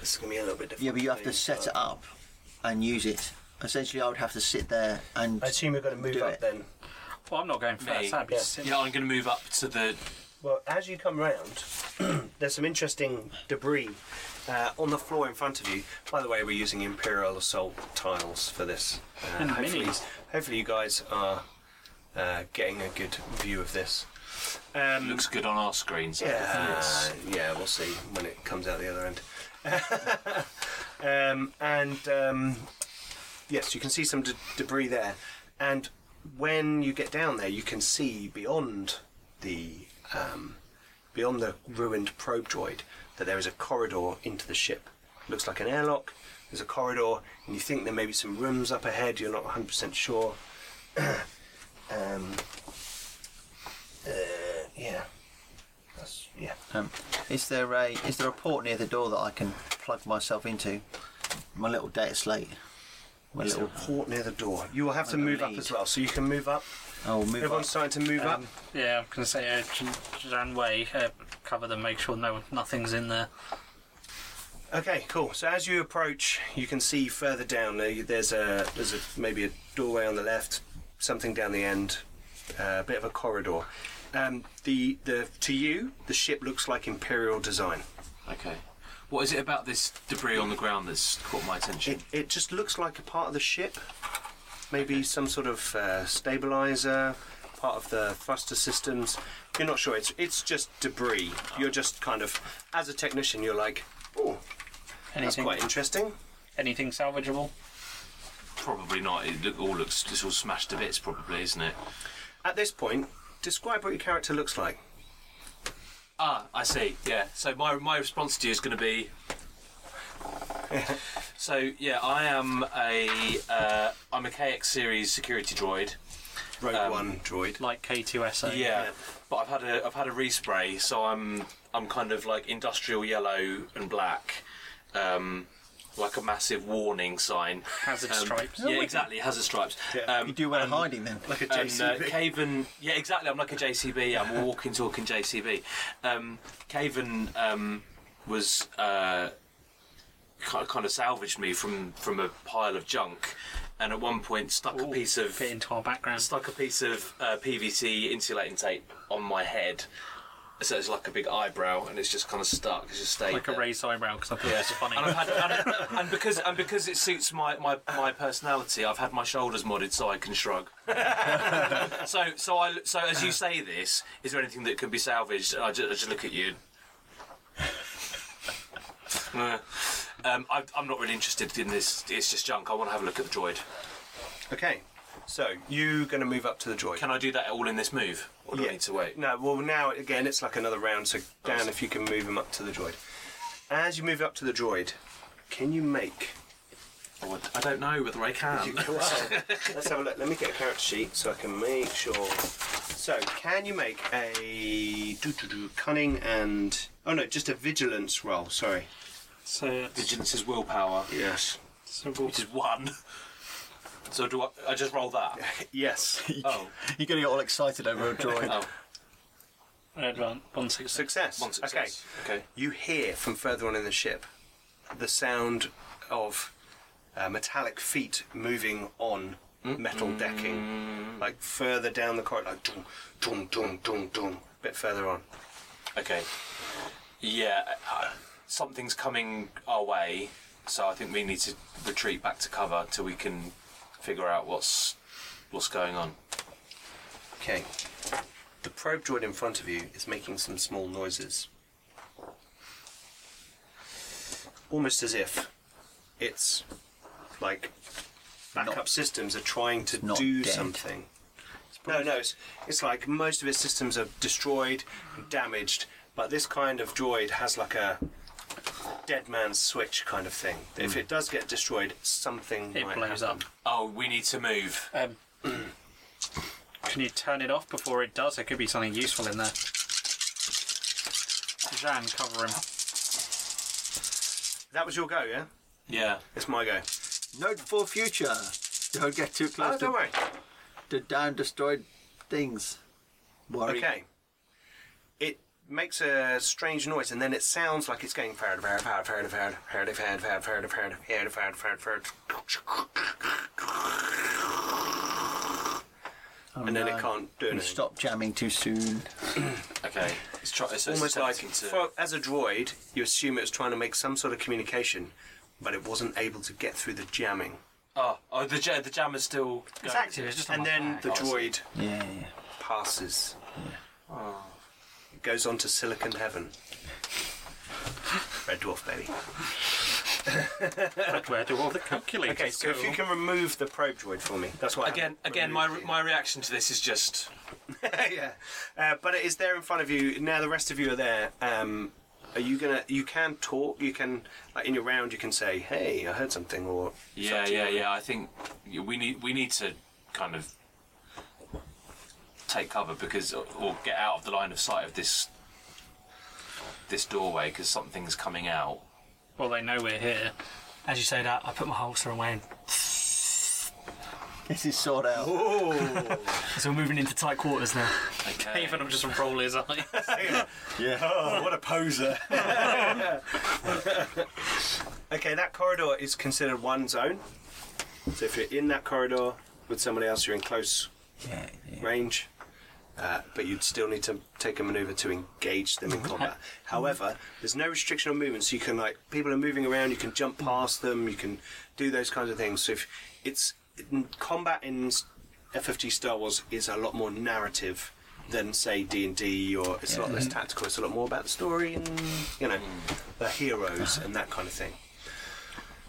S1: this is gonna be a little bit difficult.
S2: Yeah, but you have to
S1: thing,
S2: set
S1: but-
S2: it up and use it. Essentially, I would have to sit there and
S1: I assume you're gonna move
S2: Do
S1: up
S2: it.
S1: then.
S4: Well, I'm not going
S5: Me.
S4: first. That'd be
S1: Yeah.
S4: silly.
S5: Yeah, I'm going to move up to the.
S1: Well, as you come round, there's some interesting debris uh, on the floor in front of you. By the way, we're using Imperial Assault tiles for this. Uh,
S4: And
S1: hopefully,
S4: minis.
S1: hopefully, you guys are uh, getting a good view of this. Um,
S5: Looks good on our screens.
S1: yeah, uh, yeah, we'll see when it comes out the other end. um, and um, yes, you can see some d- debris there. And when you get down there, you can see beyond the um, beyond the ruined probe droid that there is a corridor into the ship. Looks like an airlock. There's a corridor, and you think there may be some rooms up ahead. You're not 100% sure. um, uh, yeah. That's, yeah.
S2: Um, is there a is there a port near the door that I can plug myself into? My little data slate. My
S1: There's a
S2: little.
S1: port near the door. You will have to
S2: Like a
S1: move up
S2: lead.
S1: as well, so you can move up.
S2: Oh, move
S1: Everyone's
S2: up. Um,
S1: starting to move up.
S4: Yeah, I'm gonna say uh, Jan- Janway, uh, cover them, make sure no nothing's in there.
S1: Okay, cool. So as you approach, you can see further down. uh, you- There's a there's a maybe a doorway on the left, something down the end, uh, a bit of a corridor. Um, the the to you the ship looks like imperial design.
S5: Okay. What is it about this debris on the ground that's caught my attention?
S1: It it just looks like a part of the ship, maybe some sort of uh, stabilizer, part of the thruster systems. You're not sure. It's it's just debris. You're just kind of as a technician, you're like, oh, that's
S4: Anything,
S1: quite interesting.
S4: anything salvageable?
S5: Probably not. It look, all looks. It's all smashed to bits, probably, isn't it?
S1: At this point, describe what your character looks like.
S5: Ah, I see. Yeah. So my my response to you is going to be. so yeah, I am a uh, I'm a KX series security droid.
S1: Rogue One droid.
S4: Like K2SO.
S5: Yeah, but I've had a I've had a respray, so I'm I'm kind of like industrial yellow and black, um, like a massive warning sign.
S4: Hazard
S5: Um,
S4: stripes.
S5: Yeah, exactly. Hazard stripes.
S1: Yeah.
S2: You
S5: Um,
S2: do well in hiding then.
S1: Like a
S5: and uh,
S1: JCB.
S5: Caven, yeah, exactly. I'm like a JCB. I'm a walking, talking JCB. Um, Caven um, was uh, ki- kind of salvaged me from from a pile of junk, and at one point stuck a piece of
S4: Fit into our background.
S5: stuck a piece of uh, PVC insulating tape on my head. So it's like a big eyebrow, and it's just kind of stuck. It's just stayed
S4: Like a
S5: there.
S4: raised eyebrow, because I thought it was funny.
S5: And, I've had, and, and because and because it suits my, my, my personality, I've had my shoulders modded so I can shrug. so so I so as you say this, is there anything that can be salvaged? I just, I just look at you. Uh, um, I, I'm not really interested in this. It's just junk. I want to have a look at the droid.
S1: Okay, so you're going to move up to the droid.
S5: Can I do that all in this move, or do I need to wait?
S1: No, well, now again, it's like another round, so Dan, if you can move him up to the droid. As you move up to the droid, can you make.
S5: Oh, I- I don't know whether I can.
S1: Let's have a look. Let me get a character sheet so I can make sure. So, can you make a doo-doo-doo cunning and. Oh no, just a vigilance roll, sorry.
S4: so,
S5: Vigilance is willpower,
S1: Yes.
S4: so we'll,
S5: which is one. So do I? I just roll that.
S1: Yes.
S5: Oh,
S2: You're going to get all excited over a droid.
S5: oh,
S4: advance, one six six.
S1: Success.
S5: one
S1: Okay.
S5: success. Okay.
S1: you hear from further on in the ship the sound of uh, metallic feet moving on metal decking, like further down the corridor, like dum, dum, dum, dum, dum, a bit further on.
S5: Okay. Yeah, uh, something's coming our way, so I think we need to retreat back to cover till we can figure out what's what's going on.
S1: Okay. The probe droid in front of you is making some small noises. Almost as if it's like backup
S2: Not-
S1: systems are trying to
S2: not
S1: do
S2: dead.
S1: something. No, no, it's, it's like most of its systems are destroyed and damaged, but this kind of droid has like a dead man's switch kind of thing. If it does get destroyed, something
S4: It
S1: might
S4: blows
S1: happen.
S4: up.
S5: Oh, we need to move.
S4: Um, can you turn it off before it does? There could be something useful in there. Jean, cover him.
S1: That was your go, yeah?
S5: Yeah.
S1: It's my go.
S2: Note for future: Don't get too
S1: Oh,
S2: close
S1: don't worry.
S2: to, to down destroyed things. Worry.
S1: Okay. It makes a strange noise, and then it sounds like it's going fad, fad, fad, fad, fad, fad, fad, fad, fad, fad, fad, fad, fad, fad. Oh, And then it can't do anything.
S2: Stop jamming too soon.
S5: Okay. It's, try- it's it's
S1: Almost like,
S5: attempting to.
S1: for- as a droid, you assume it was trying to make some sort of communication, but it wasn't able to get through the jamming.
S5: oh, oh, the ja- the jam is still. Going.
S3: active, it's just on
S1: And
S3: my
S1: then
S3: back.
S1: the
S5: I see.
S1: droid
S2: Yeah, yeah.
S1: passes. Oh. It goes on to Silicon Heaven. Red Dwarf, baby.
S4: Where do all the calculators
S1: Okay, so if you can remove the probe droid for me, that's why. I
S5: Again,
S1: haven't
S5: again, my
S1: removed
S5: my reaction to this is just
S1: you. yeah, uh, but it is there in front of you now. The rest of you are there. Um, are you gonna? You can talk. You can like in your round. You can say, "Hey, I heard something," or
S5: yeah, yeah, yeah. I think we need we need to kind of take cover because uh, or get out of the line of sight of this this doorway because something's coming out.
S4: Well, they know we're here.
S3: As you say that, I put my holster away, and
S2: This is sort out.
S3: so we're moving into tight quarters now.
S5: Okay.
S4: Even I'm just roll his eyes.
S1: Oh, what a poser! okay, that corridor is considered one zone. So if you're in that corridor with somebody else, you're in close
S2: Yeah, yeah.
S1: range, uh, but you'd still need to take a maneuver to engage them in
S5: Mm-hmm.
S1: combat. However, there's no restriction on movement, so you can like people are moving around, you can jump past them, you can do those kinds of things. So if it's in- combat in s- FFG Star Wars is a lot more narrative than say D and D, or it's a lot less tactical. It's a lot more about the story and you know the heroes and that kind of thing.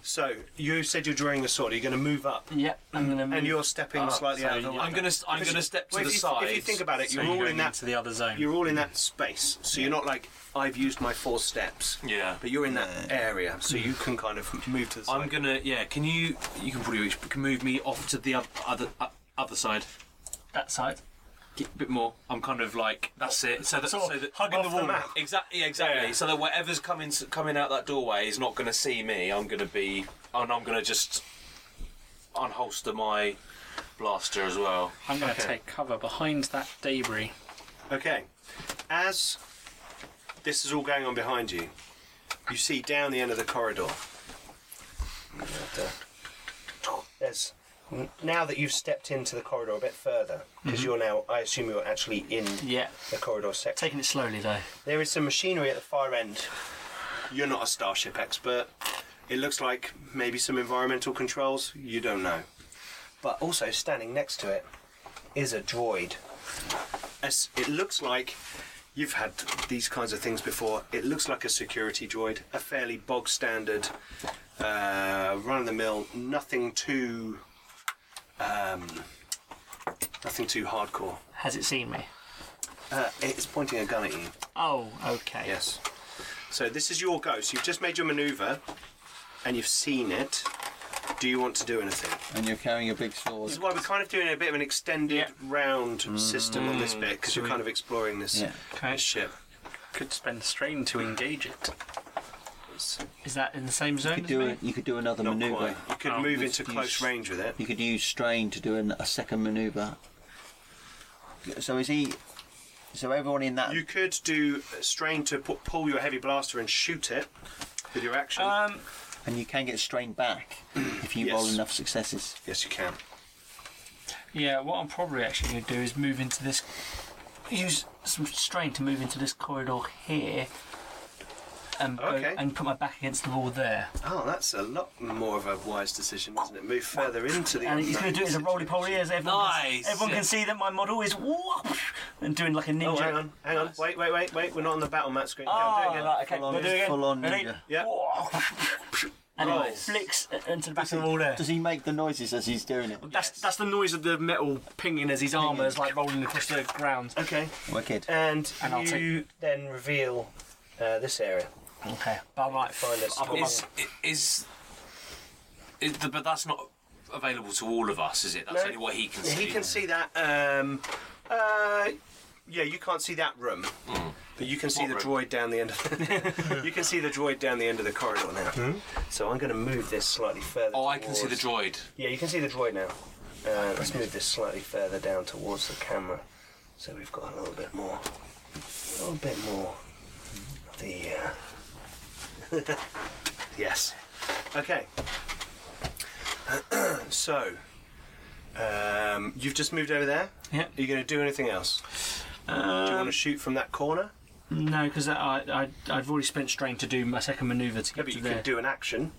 S1: So you said you're drawing a sword. Are you going to move up?
S3: Yep, I'm gonna. Move.
S1: And you're stepping
S3: up,
S1: slightly
S3: so
S1: out of the
S3: yeah.
S1: way.
S5: Ah, I'm gonna I'm
S1: Because
S5: gonna
S1: you-
S5: step to
S1: well,
S5: the
S1: if you,
S5: side.
S1: If you think about it,
S4: So
S1: you're all
S4: going
S1: in that.
S4: into the other zone.
S1: You're all in that space, so you're not like I've used my four steps.
S5: Yeah.
S1: But you're in that area, so you can kind of move to the side.
S5: I'm gonna yeah. Can you you can probably reach, can move me off to the other other, uh, other side
S3: that side.
S5: a bit more. I'm kind of like that's it. So that so, that
S1: hugging the Off the wall. map.
S5: Exactly yeah, exactly.
S1: Yeah.
S5: So that whatever's coming s- coming out that doorway is not gonna see me. I'm gonna be and I'm gonna just unholster my blaster as well.
S4: I'm going to
S1: Okay.
S4: take cover behind that debris.
S1: Okay. As this is all going on behind you, you see down the end of the corridor. There's now that you've stepped into the corridor a bit further, because
S5: Mm-hmm.
S1: you're now, I assume you're actually in
S3: Yeah,
S1: the corridor section.
S3: taking it slowly though.
S1: There is some machinery at the far end. You're not a starship expert. It looks like maybe some environmental controls. You don't know. But also standing next to it is a droid. As it looks like you've had these kinds of things before. It looks like a security droid, a fairly bog standard, uh, run of the mill, nothing too, um, nothing too hardcore.
S3: Has it seen me?
S1: Uh, it's pointing a gun at you.
S3: Oh, okay.
S1: Yes. So this is your go. So you've just made your maneuver, and you've seen it. Do you want to do anything?
S2: And you're carrying a big
S1: This
S2: sword.
S1: is why we're kind of doing a bit of an extended
S4: Yeah.
S1: round system on this bit because you're kind of exploring this,
S2: Yeah.
S1: this ship.
S4: Could spend strain to engage it.
S3: Is that in the same zone?
S2: You could
S3: as
S2: do
S3: me?
S2: a, You could do another
S1: Not
S2: maneuver.
S1: quite. You could
S4: Oh,
S1: move
S2: let's
S1: into
S2: use-
S1: close range with it.
S2: You could use strain to do an, a second maneuver. So is he? So everyone in that.
S1: You could do strain to pu- pull your heavy blaster and shoot it with your action.
S3: Um,
S2: and you can get strained back if you roll
S1: Yes.
S2: enough successes.
S1: Yes, you can.
S3: Yeah, what I'm probably actually going to do is move into this. Use some strain to move into this corridor here. And, go-
S1: Okay.
S3: and put my back against the wall there.
S1: Oh, that's a lot more of a wise decision, isn't it? Move further into the.
S3: And he's going to do it as a
S1: unknown
S3: roly poly as everyone,
S5: Nice.
S3: can, everyone can see that my model is whoosh, and doing like a ninja. Ah,
S1: Oh, hang on, hang on. Wait, wait, wait, wait. We're not on the battle mat screen. Go, do it again.
S3: right, okay.
S2: Full on-
S3: we'll do it again.
S2: full on
S3: Ready?
S2: ninja.
S1: Yeah.
S3: Whoosh. And it
S1: Nice.
S3: flicks into the back of the wall there.
S2: Does he make the noises as he's doing it?
S3: That's, that's the noise of the metal pinging as his armour is like rolling across the ground.
S1: Okay.
S2: Wicked.
S1: And,
S3: And I'll
S1: you then reveal uh, this area.
S3: Okay. But I'm like,
S1: Find us.
S3: I've got my-
S5: Is, is, is the, but that's not available to all of us, is it? That's
S1: No.
S5: only what he can see.
S1: He can see that. Um, uh, yeah, you can't see that room, but you can see
S5: What
S1: the
S5: room?
S1: droid down the end. Of you can see the droid down the end of the corridor now. So I'm going to move this slightly further.
S5: Hmm? Oh, I can see the
S1: towards-
S5: droid.
S1: Yeah, you can see the droid now. Uh, let's move this slightly further down towards the camera, so we've got a little bit more, a little bit more. of The uh... yes, okay. so um, you've just moved over there.
S3: Yeah. Um,
S1: Are you going to do anything else? do you want to shoot from that corner?
S3: No, because I, I, I've already spent strain to do my second manoeuvre to
S1: Yeah,
S3: get
S1: but
S3: to
S1: you
S3: there.
S1: can do an action.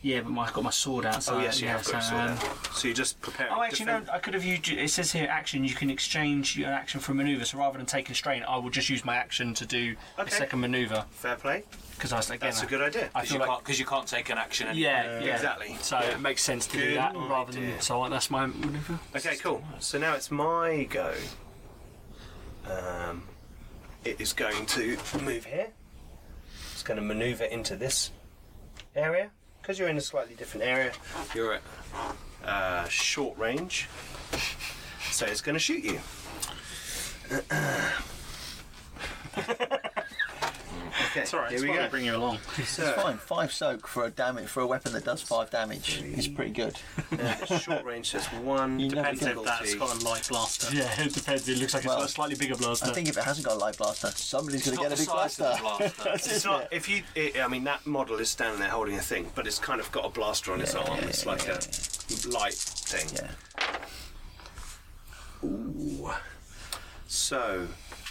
S3: yeah, but my, I've got my sword outside.
S1: Oh yes, you
S3: yeah,
S1: have got
S3: so,
S1: so,
S3: um,
S1: so you're just preparing.
S3: Oh, actually,
S1: defend-
S3: no. I could have used. It says here action. You can exchange your action for manoeuvre. So rather than taking strain, I will just use my action to do a
S1: Okay.
S3: second manoeuvre.
S1: Fair play.
S3: Because I was again.
S1: That's a good idea.
S3: I
S5: Because
S3: feel
S5: you,
S3: like.
S5: can't- 'cause you can't take an action. Anymore.
S3: Yeah, yeah,
S1: exactly.
S3: So it makes sense to
S1: Good
S3: do that rather
S1: idea.
S3: than. So like, that's my manoeuvre.
S1: Okay, cool. So now it's my go. Um, it is going to move here. It's going to maneuver into this area because you're in a slightly different area. You're at uh, short range, so it's going to shoot you. okay,
S4: It's alright,
S1: here
S4: it's
S1: we
S4: why
S1: go.
S4: we bring you along.
S1: So,
S2: Fine, five soak for a damage for a weapon that does five damage is pretty good.
S1: uh, short range says one.
S2: You never
S4: Depends if
S1: difficulty.
S4: that's got a light blaster.
S3: Yeah, it depends. It looks like
S2: Well,
S3: it's got a slightly bigger blaster.
S2: I think if it hasn't got a light blaster, somebody's going to
S5: Not
S2: get
S5: the
S2: a big
S5: size
S2: blaster.
S5: of the blaster.
S1: It's not if you. It, I mean, that model is standing there holding a thing, but it's kind of got a blaster on its arm. it's like a light thing.
S2: Yeah.
S1: Ooh. So,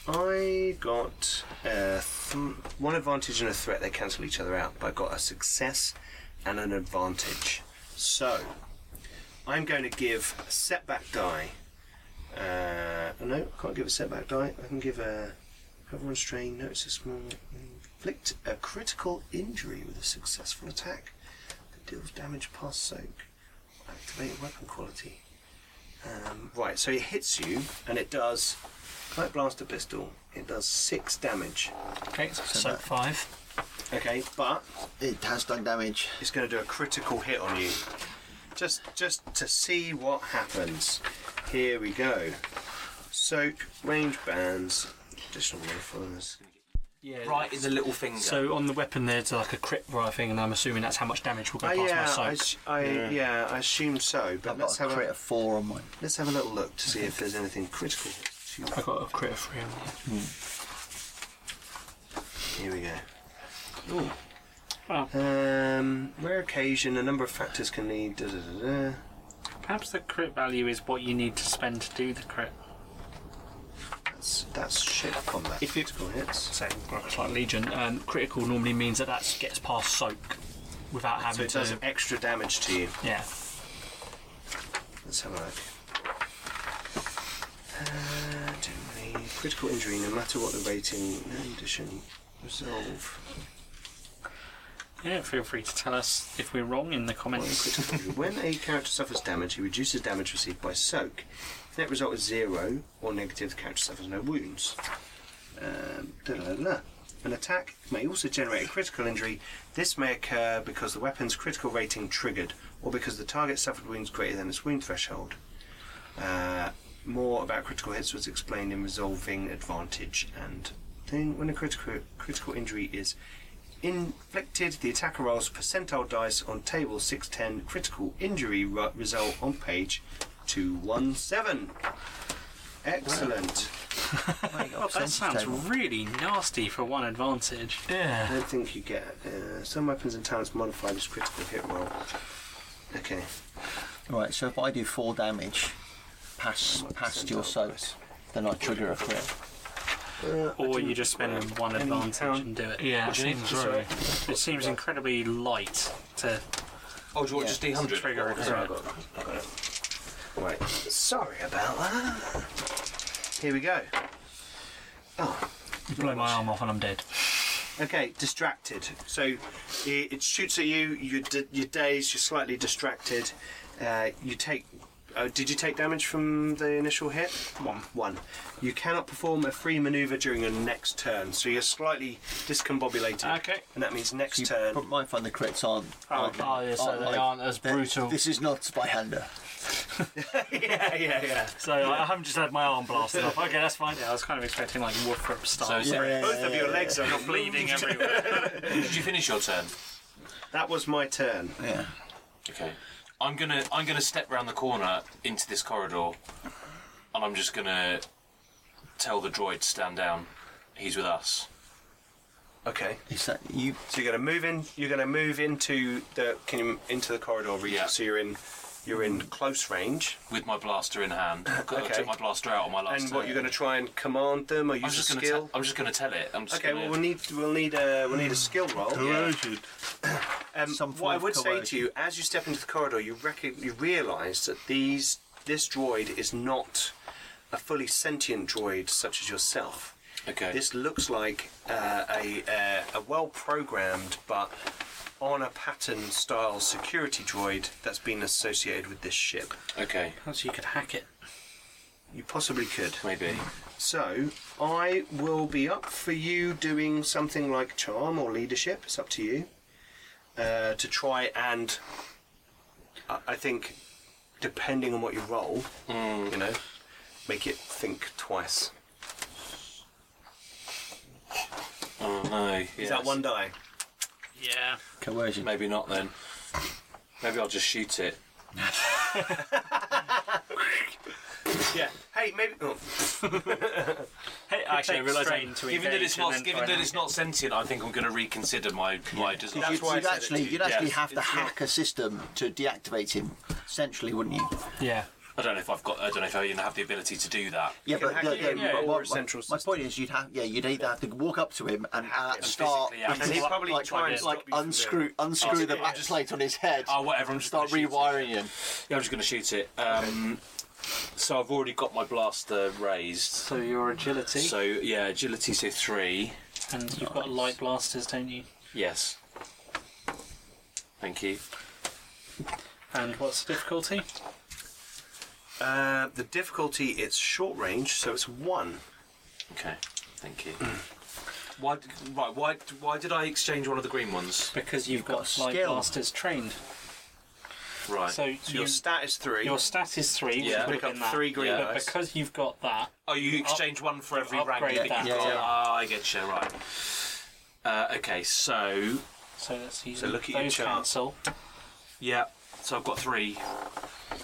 S1: I got uh, th- one advantage and a threat. They cancel each other out, but I got a success and an advantage. So, I'm going to give a setback die. Uh, no, I can't give a setback die. I can give a everyone strain. Notice a small inflict a critical injury with a successful attack that deals damage past soak. Activate weapon quality. Um, right, so it hits you and it does light blaster pistol. It does six damage.
S3: okay, so, so
S2: that-
S3: five.
S1: Okay, but
S2: It has done damage.
S1: it's going to do a critical hit on you. Just, just to see what happens. Here we go. Soak, range bands, additional modifiers.
S3: Yeah.
S5: right in the little finger.
S3: So on the weapon there's like a crit rifling, and I'm assuming that's how much damage will go past my
S1: Oh, yeah, I,
S3: sight.
S1: s- I- yeah. I assume so. But
S2: I've
S1: let's
S2: got a
S1: have
S2: crit
S1: a
S2: of four on mine.
S1: let's have a little look to see if there's anything critical.
S3: I got a crit of three on
S1: Here
S3: there.
S1: we go.
S4: Well,
S1: Um, rare occasion, a number of factors can lead. Da, da, da, da.
S4: perhaps the crit value is what you need to spend to do the crit.
S1: That's that's ship combat.
S3: If it-
S1: Critical hits.
S3: Same, it's like Legion. Um, critical normally means that that gets past soak without
S1: So
S3: having
S1: it does
S3: to.
S1: extra damage to you.
S3: Yeah.
S1: Let's have a look. Uh, do a critical injury, no matter what the rating, no condition, resolve.
S4: Yeah, feel free to tell us if we're wrong in the comments.
S1: Critical injury. When a character suffers damage, he reduces damage received by soak. If net result is zero or negative, the character suffers no wounds. Um, da, da, da, da. An attack may also generate a critical injury. This may occur because the weapon's critical rating triggered, or because the target suffered wounds greater than its wound threshold. Uh, more about critical hits was explained in resolving advantage and thing. When a critical critical injury is inflicted, the attacker rolls percentile dice on table 610 critical injury ru- result on page 217. Excellent.
S2: Well, you got a
S4: Well, Oh, that
S2: percentage
S4: sounds
S2: table.
S4: really nasty for one advantage.
S1: I
S3: Yeah.
S1: don't think you get uh, some weapons and talents modified as critical hit roll. Okay.
S2: Right, so if I do four damage past past your soak, then I trigger a crit.
S1: Uh, I
S4: Or
S1: didn't
S4: you just spend
S1: grab
S4: one
S1: any
S4: advantage
S1: talent.
S4: and do it.
S3: Yeah.
S5: do you
S3: seems
S5: need?
S3: right.
S1: Sorry.
S4: It seems incredibly light to
S5: Oh, do you want just D hundred?
S4: trigger it.
S1: Sorry, I got, I got it. Right. Sorry about that. Here we go. Oh,
S3: You blow my arm off and I'm dead.
S1: okay. Distracted. So it, it shoots at you. You're, d- you're dazed. You're slightly distracted. Uh, you take. Oh, did you take damage from the initial hit?
S4: One.
S1: One. You cannot perform a free maneuver during your next turn, so you're slightly discombobulated.
S4: Okay.
S1: And that means next
S2: You
S1: turn.
S2: put- might find the crits aren't. aren't
S3: Oh, yeah, so
S2: aren't
S3: they
S2: like-
S3: aren't as
S2: they're-
S3: brutal.
S2: This is not Spyhander.
S1: yeah, yeah, yeah.
S3: So I haven't just had my arm blasted off. Okay, that's fine.
S4: Yeah, I was kind of expecting like Wolfram style.
S5: So- Sorry,
S1: Both of your legs are
S4: bleeding everywhere.
S5: Did you finish your turn?
S1: That was my turn.
S2: Yeah.
S5: Okay. I'm gonna I'm gonna step round the corner into this corridor, and I'm just gonna tell the droid to stand down. He's with us.
S1: Okay.
S2: Is that you?
S1: So you're gonna move in. You're gonna move into the can you, into the corridor region.
S5: Yeah.
S1: So you're in you're in close range.
S5: with my blaster in hand. I
S1: Okay.
S5: took my blaster out on my last
S1: and what
S5: turn.
S1: you're gonna try and command them or
S5: I'm
S1: use a
S5: just gonna
S1: skill?
S5: te- I'm just gonna tell it. I'm just
S1: okay.
S5: gonna,
S1: Well, we'll need we'll need a we'll need a skill roll. Um,
S2: Some
S1: what I
S2: form
S1: would
S2: of
S1: say to you, as you step into the corridor, you reckon, you realise that these this droid is not a fully sentient droid such as yourself.
S5: okay.
S1: This looks like uh, a, a, a well programmed but on a pattern style security droid that's been associated with this ship.
S5: okay.
S4: So you could hack it.
S1: You possibly could.
S5: Maybe.
S1: So, I will be up for you doing something like charm or leadership, it's up to you, uh, to try and, I I think, depending on what you roll, you know, make it think twice.
S5: Oh no.
S1: Is that one die?
S4: Yeah.
S2: Coercion.
S5: Maybe not then. Maybe I'll just shoot it.
S1: Yeah. Hey, maybe. Oh,
S4: Hey, actually, I
S3: takes
S4: realise
S3: strain
S4: I-
S3: to
S5: Given that
S4: engage
S5: it's
S4: and
S5: not,
S4: then
S5: given
S4: try
S5: that
S4: and
S5: it's
S4: hack
S5: not sentient, I think I'm going to reconsider my my decision.
S1: That's
S2: You'd,
S1: why I
S2: you'd
S1: said it
S2: actually,
S1: to you.
S2: you'd actually
S5: Yes,
S2: have to
S1: it's not-
S2: hack a system to deactivate him, essentially, wouldn't you?
S3: Yeah.
S5: I don't know if I've got. I don't know if I even have the ability to do that.
S2: Yeah,
S1: can hack
S2: yeah,
S1: it in
S2: yeah,
S1: or
S2: my-
S1: a central
S2: my, my
S1: system.
S2: point is, you'd have yeah, you'd either have to walk up to him and uh, start
S5: physically, yeah.
S1: And he'd
S2: like-
S1: probably
S2: like,
S1: try and
S2: like,
S1: stop you from
S2: unscrew unscrew the
S5: yeah,
S2: back
S5: just-
S2: plate on his head
S5: Oh, whatever. I'm
S2: and
S5: just
S2: start
S5: gonna shoot it.
S2: rewiring him.
S5: Yeah, I'm just going to shoot it. Um, so I've already got my blaster raised.
S4: So your agility,
S5: So yeah, agility to three.
S4: and you've got light blasters, don't you?
S5: Yes. Thank you.
S4: And what's the difficulty?
S1: Uh, the difficulty, it's short range, so it's one.
S5: Okay. Thank you. why? d- Right. Why? Why did I exchange one of the green ones?
S4: Because you've, got,
S2: got
S4: light
S2: skill.
S4: blasters trained.
S5: Right.
S4: So,
S1: So
S4: you,
S1: your stat is three.
S4: your stat is three.
S5: Yeah.
S1: Pick
S4: which would have
S1: up
S4: been that.
S1: three green
S5: Yeah,
S4: But
S1: dice.
S4: because you've got that,
S5: oh, you exchange one for every rank.
S4: upgrade
S5: that
S4: that.
S5: you've got.
S2: Yeah, yeah.
S5: Ah, I get you. Right. Uh, okay. So
S4: so let's use
S1: So look at your
S4: those
S1: chart.
S4: cancel.
S5: yeah. So I've got three.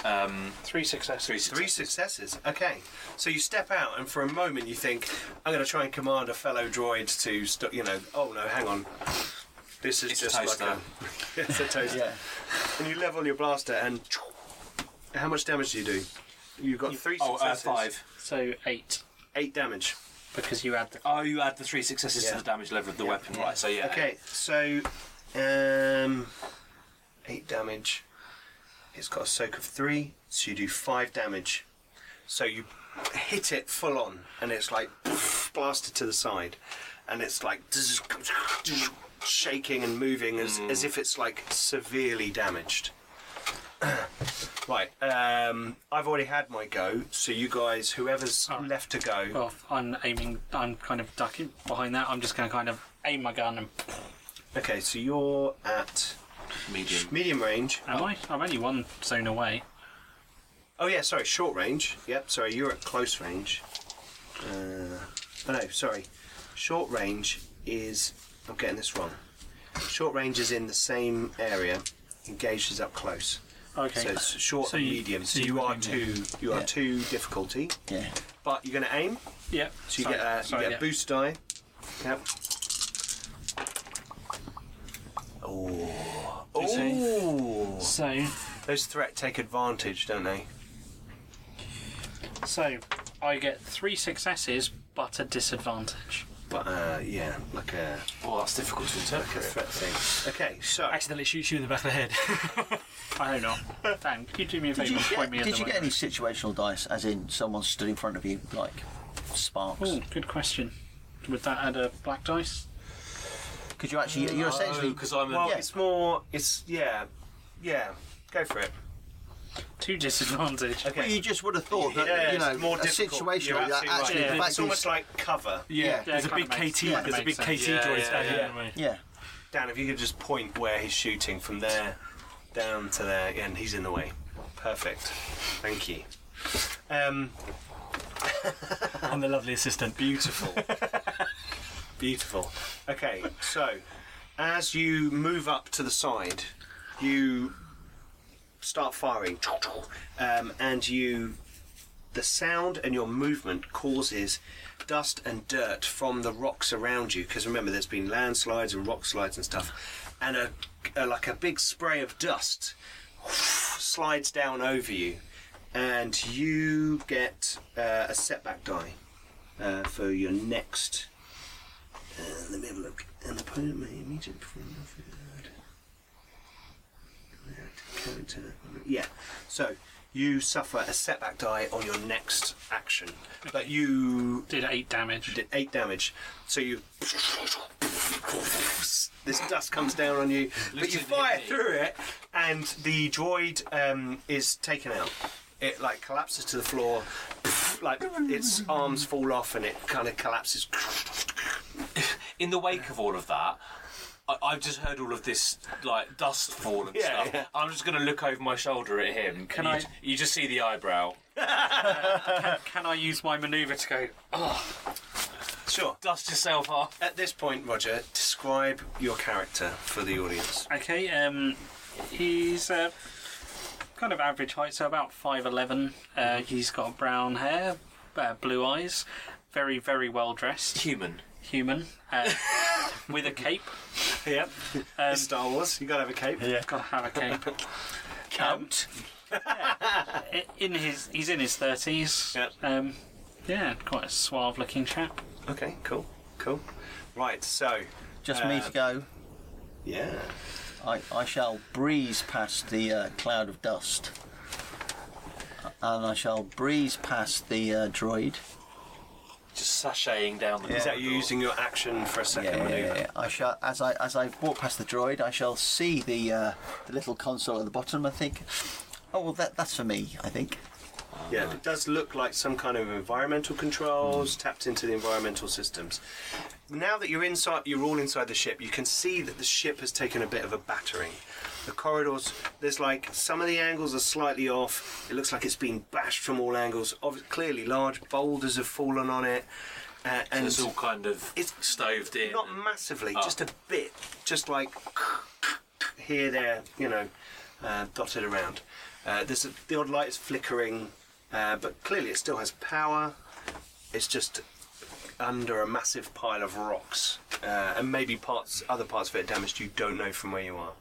S5: Um,
S4: Three successes.
S5: three.
S1: Three successes. Okay. So you step out, and for a moment you think, "I'm going to try and command a fellow droid to stop." You know, oh no, hang on. This is
S5: It's a
S1: just like a.
S5: toaster.
S1: it's a toaster.
S2: Yeah,
S1: And you level your blaster, and how much damage do you do? You got three
S5: Oh, uh,
S1: successes.
S5: five.
S4: So eight,
S1: Eight damage.
S4: because you add the.
S5: Oh, you add the three successes
S1: Yeah.
S5: to the damage level of the weapon, right? So yeah.
S1: Okay. So, um, eight damage. It's got a soak of three, so you do five damage. So you hit it full on, and it's like blasted to the side, and it's like shaking and moving as,
S5: Mm.
S1: as if it's like severely damaged. right, um, I've already had my go, so you guys, whoever's
S4: Alright.
S1: left to go,
S4: Well, Oh, I'm aiming. I'm kind of ducking behind that. I'm just going to kind of aim my gun and.
S5: Oh.
S1: okay, so you're at
S5: Medium.
S1: medium range.
S4: Am I? I'm only one zone away.
S1: Oh yeah, sorry, short range. Yep, sorry, you're at close range. Uh, oh no, sorry. Short range is I'm getting this wrong. Short range is in the same area. Engaged is up close.
S4: Okay.
S1: So it's short
S4: So
S1: and
S4: you-
S1: medium. So
S4: so you
S1: you are
S4: would aim,
S1: two. You are
S2: Yeah.
S1: two difficulty,
S2: Yeah.
S1: but you're going to aim.
S4: Yep.
S1: So you
S4: Sorry,
S1: get a, you
S4: sorry,
S1: get
S4: yeah.
S1: a boost die. Yep. Oh. Oh.
S4: So,
S1: Those threat take advantage, don't they?
S4: so I get three successes, but a disadvantage.
S1: But uh, yeah, like a
S5: Well, that's difficult to
S1: like a
S5: interpret.
S1: threat thing. Okay, so
S4: Accidentally shoots you in the back of the head. I don't know. Dan, could you do me a
S2: Did
S4: favour
S2: you
S4: and point
S2: get,
S4: me at
S2: did
S4: the
S2: you get
S4: right-
S2: any situational dice, as in someone stood in front of you, like sparks?
S4: Oh, good question. Would that add a black dice?
S2: Because you actually,
S1: Oh,
S2: you're essentially.
S5: because I'm a
S1: well,
S2: Yeah.
S1: it's more. It's yeah, yeah. Go for it.
S4: Two disadvantage.
S1: Okay.
S2: Well, you just would have thought that
S1: Yeah,
S2: you know
S1: it's more
S2: a
S1: difficult.
S2: situation
S1: You're
S2: like that
S1: absolutely
S2: actually
S1: right.
S4: Yeah.
S2: the fact
S1: It's
S2: is-
S1: almost like cover.
S6: Yeah,
S2: Yeah,
S6: there's a
S4: kinda
S6: big
S4: makes-
S6: KT.
S4: yeah,
S6: there's a big
S4: makes
S6: KT
S4: sense.
S5: Yeah,
S6: droid
S5: yeah,
S6: standing
S5: yeah.
S6: in the way.
S2: yeah.
S1: Dan, if you could just point where he's shooting from there down to there, and he's in the way. Perfect. Thank you. Um,
S6: I'm the lovely assistant.
S1: beautiful. beautiful. Okay, so as you move up to the side, you start firing, um, and you the sound and your movement causes dust and dirt from the rocks around you because remember there's been landslides and rock slides and stuff and a, a like a big spray of dust slides down over you and you get uh, a setback die uh, for your next uh, let me have a look an opponent may immediately perform character. Yeah. So you suffer a setback die on your next action, but you
S4: Did eight damage.
S1: did eight damage. So you. This dust comes down on you, but you
S5: Literally
S1: fire
S5: hit me.
S1: through it, and the droid um, is taken out. It like collapses to the floor, like its arms fall off, and it kind of collapses.
S5: in the wake of all of that, I, I've just heard all of this like dust fall and
S1: Yeah,
S5: stuff.
S1: yeah.
S5: I'm just gonna look over my shoulder at him. Can
S4: I-
S5: you, You just see the eyebrow.
S4: Can I use my manoeuvre to go?
S1: Sure.
S5: Dust yourself off.
S1: At this point, Roger, describe your character for the audience.
S4: Okay, um, he's uh, kind of average height, so about 5'11. Uh, he's got brown hair, uh, blue eyes, very, very well dressed,
S5: Human.
S4: human, uh, with a cape. Um,
S1: Yep. Star Wars. You gotta have a cape.
S4: Gotta have a cape. Count. in his, he's in his 30s.
S1: Yep.
S4: Um, yeah, quite a suave looking chap.
S1: Okay, cool, cool. Right, so
S2: Just me
S1: Uh,
S2: to go.
S1: yeah,
S2: I, I shall breeze past the uh, cloud of dust, and I shall breeze past the uh, droid.
S5: Just sashaying down the
S1: is that
S5: corridor.
S1: you using your action for a second
S2: Yeah, yeah,
S1: maneuver?
S2: yeah, yeah. Uh, I shall as I as I walk past the droid, I shall see the uh, the little console at the bottom. I think. Oh well, that that's for me. I think.
S1: Yeah, it does look like some kind of environmental controls tapped into the environmental systems. Now that you're inside, you're all inside the ship. You can see that the ship has taken a bit of a battering. The corridors, there's like some of the angles are slightly off. It looks like it's been bashed from all angles. Obvi- clearly, large boulders have fallen on it, uh, and
S5: It's all kind of
S1: It's-
S5: stoved in.
S1: Not
S5: and-
S1: massively,
S5: Oh.
S1: just a bit, just like here, there, you know, uh, dotted around. Uh, there's a, the odd light is flickering, uh, but clearly it still has power. It's just under a massive pile of rocks, uh, and maybe parts, other parts of it damaged. You don't know from where you are.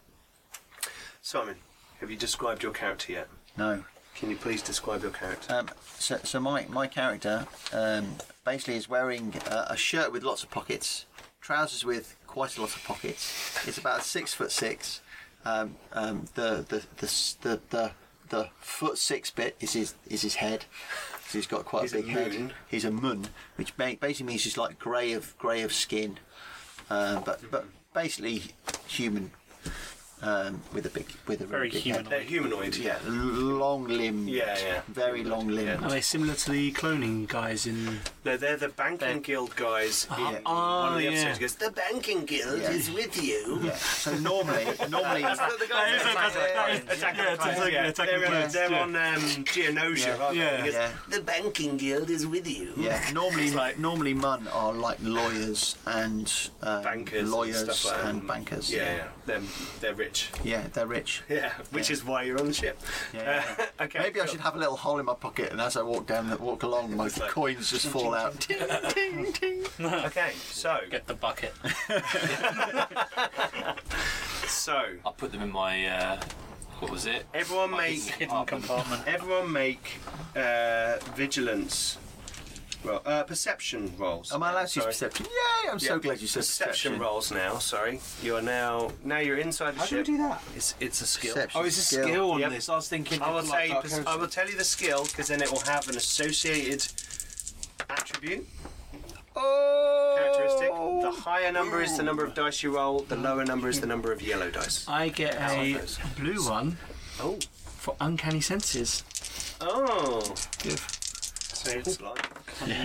S1: Simon, have you described your character yet?
S2: No.
S1: Can you please describe your character?
S2: Um, so, so my my character um, basically is wearing uh, a shirt with lots of pockets, trousers with quite a lot of pockets. It's about six foot six. Um, um, the, the, the s- the the the foot six bit is his is his head. So he's got quite
S1: He's a
S2: a big head.
S1: moon.
S2: He's a mun, which ba- basically means he's like grey of grey of skin, uh, but but basically human um, with a big with a
S4: Very
S2: really big
S4: human.
S2: head.
S1: They're humanoid.
S2: Uh, Yeah, l- long limbed.
S1: Yeah, yeah.
S2: Very long limbed.
S6: Are they similar to the cloning guys in?
S1: No, they're the banking guild guys. in one of the
S3: Oh,
S6: yeah.
S1: episodes. He Goes, the banking guild
S2: Oh, Yeah.
S1: is with you.
S2: Yeah. So normally, normally,
S1: the guys
S6: that
S1: Attack
S6: is a- that is-
S1: on Titan.
S6: yeah,
S1: Attack on
S6: Attack-
S1: Titan, yeah.
S6: Attack on
S1: They're on-
S6: Titan,
S1: They're
S6: yeah.
S1: on um, Geonosia,
S2: Yeah.
S1: aren't they?
S6: Yeah.
S1: He goes,
S2: Yeah.
S1: The banking guild is with you.
S2: yeah, normally, normally, mun are like lawyers and um,
S1: Bankers and
S2: lawyers
S1: stuff like that.
S2: and bankers.
S1: Yeah, yeah. they're, they're rich.
S2: Yeah, they're rich.
S1: Yeah, which is why you're on the ship.
S2: Yeah.
S1: Uh, okay.
S2: Maybe I should have a little hole in my pocket, and as I walk down, the, walk along, my
S1: It's like-
S2: coins just fall out.
S1: have. Okay, so
S4: Get the bucket.
S1: so
S5: I put them in my. Uh, what was it?
S1: everyone
S5: My
S1: make
S5: hidden compartment.
S1: everyone make uh, vigilance. Well, uh, perception rolls.
S2: Am I allowed to use
S1: Sorry.
S2: perception? Yay! I'm so
S1: Yeah.
S2: glad you said
S1: perception
S2: perception.
S1: rolls now. Sorry, you are now now you're inside the
S5: How do we
S1: ship.
S5: do that?
S1: It's it's a skill.
S2: Perception
S5: Oh, it's a skill, on
S1: Yep.
S5: this. I was thinking.
S1: I will
S5: it's like
S1: say
S5: Dark
S1: pers-
S5: Heresy.
S1: I will tell you the skill because then it will have an associated attribute characteristic. The higher number is the number of dice you roll. The lower number is the number of yellow dice.
S3: I get a
S1: Alphas.
S3: blue one
S1: Oh,
S3: for uncanny senses.
S1: oh.
S4: So it's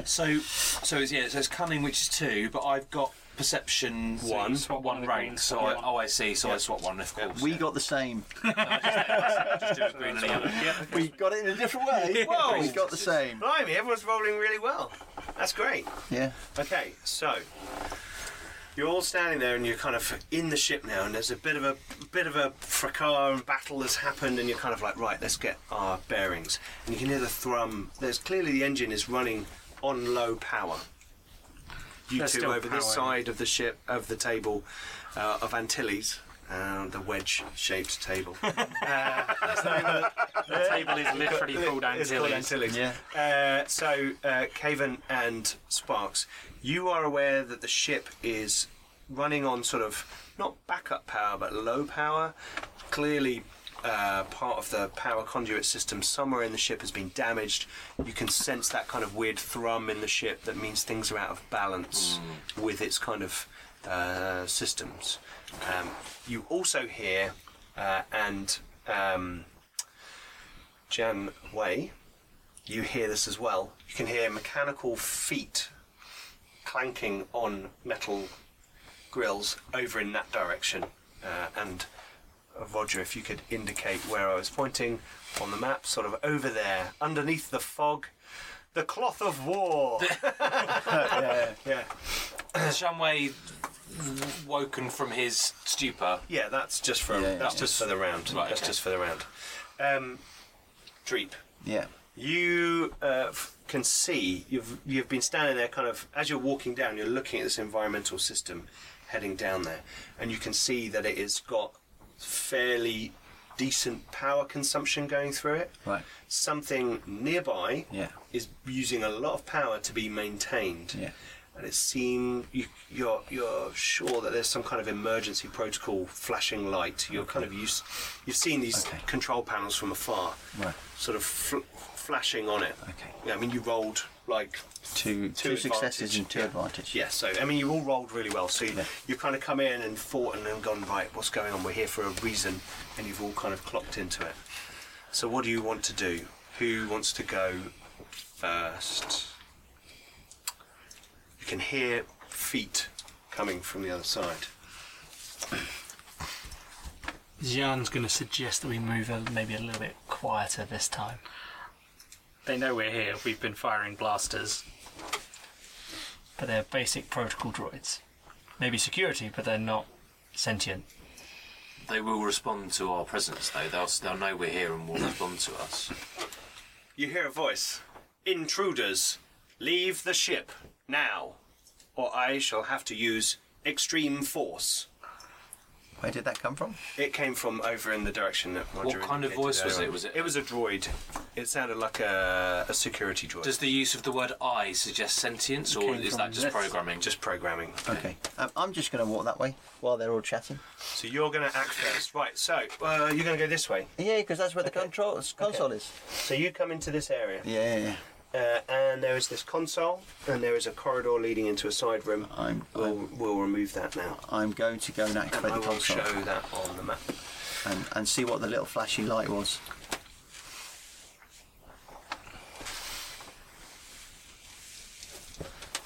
S5: So, so it's, yeah, so it's cunning, which is two, but I've got perception
S1: One.
S5: swap one
S4: One of the
S5: rank.
S4: greens,
S5: So
S4: swap
S5: I,
S4: one.
S5: oh, I see. So I swap one, of course.
S2: We got the same.
S5: Just do a green and a yellow.
S2: We got it in a different way.
S1: Whoa.
S2: we got the same.
S1: Blimey, everyone's rolling really well. That's great.
S2: Yeah.
S1: Okay, so you're all standing there and you're kind of in the ship now, and there's a bit of a bit of a fracas and battle has happened, and you're kind of like, right, let's get our bearings. And you can hear the thrum. There's clearly the engine is running on low power. You
S6: There's
S1: two
S6: still
S1: over this
S6: power.
S1: side of the ship, of the table, uh, of Antilles. Uh, the wedge-shaped table. uh, that's the name of the-
S4: the table is literally called
S1: it's called
S4: Antilles.
S1: Antilles.
S2: Yeah.
S1: Uh, so, uh, Caven and Sparks, you are aware that the ship is running on sort of not backup power but low power. Clearly, uh, part of the power conduit system somewhere in the ship has been damaged. You can sense that kind of weird thrum in the ship that means things are out of balance with its kind of uh, systems. Um, you also hear uh, and. Um, Jan Wei, you hear this as well. You can hear mechanical feet clanking on metal grills over in that direction. Uh, and uh, Roger, if you could indicate where I was pointing on the map, sort of over there, underneath the fog, the cloth of war. yeah, yeah,
S5: Shamway woken from his stupor.
S1: yeah. That's just for
S2: Yeah, yeah,
S1: that's
S2: yeah.
S1: just for the round.
S5: Right,
S1: that's
S5: okay.
S1: just for the round. Um, Dreep.
S2: Yeah.
S1: you uh, f- can see you've you've been standing there kind of as you're walking down you're looking at this environmental system heading down there and you can see that it has got fairly decent power consumption going through it
S2: Right.
S1: something nearby
S2: Yeah.
S1: is using a lot of power to be maintained
S2: Yeah.
S1: and it seems you, you're you're sure that there's some kind of emergency protocol flashing light. You're kind of used, you've seen these
S2: Okay.
S1: control panels from afar,
S2: Right.
S1: sort of fl- flashing on it.
S2: Okay.
S1: Yeah, I mean, you rolled like
S2: Two, two successes
S1: advantage,
S2: and two
S1: yeah.
S2: advantage.
S1: Yeah, so I mean, you all rolled really well. So you,
S2: Yeah.
S1: you've kind of come in and fought and then gone right. What's going on? We're here for a reason, and you've all kind of clocked into it. So what do you want to do? Who wants to go first? You can hear feet coming from the other side.
S3: Xian's going to suggest that we move a, maybe a little bit quieter this time.
S4: They know we're here. We've been firing blasters.
S3: But they're basic protocol droids. Maybe security, but they're not sentient.
S5: They will respond to our presence, though. They'll, they'll know we're here and will respond to us.
S1: You hear a voice. Intruders, leave the ship now, or I shall have to use extreme force.
S2: Where did that come from?
S1: It came from over in the direction that Roger
S5: What kind of
S1: indicated
S5: voice was
S1: earlier.
S5: it? Was it-
S1: It was a droid. It sounded like a, a security droid.
S5: Does the use of the word "I" suggest sentience, or
S3: Came
S5: is
S3: from
S5: that just
S3: this.
S5: programming? Just
S1: just programming.
S2: Okay. Um, I'm just going to walk that way while they're all chatting.
S1: So you're going to act first, right? So uh, you're going to go this way.
S2: Yeah, because that's where the control console is.
S1: So you come into this area,
S2: Yeah, yeah, yeah.
S1: uh, and there is this console, and there is a corridor leading into a side room.
S2: I'm-
S1: we'll, we'll remove that now.
S2: I'm going to go and
S1: And
S2: activate
S1: Oh. I
S2: the
S1: will
S2: console
S1: show that on the map.
S2: and, and see what the little flashy light was.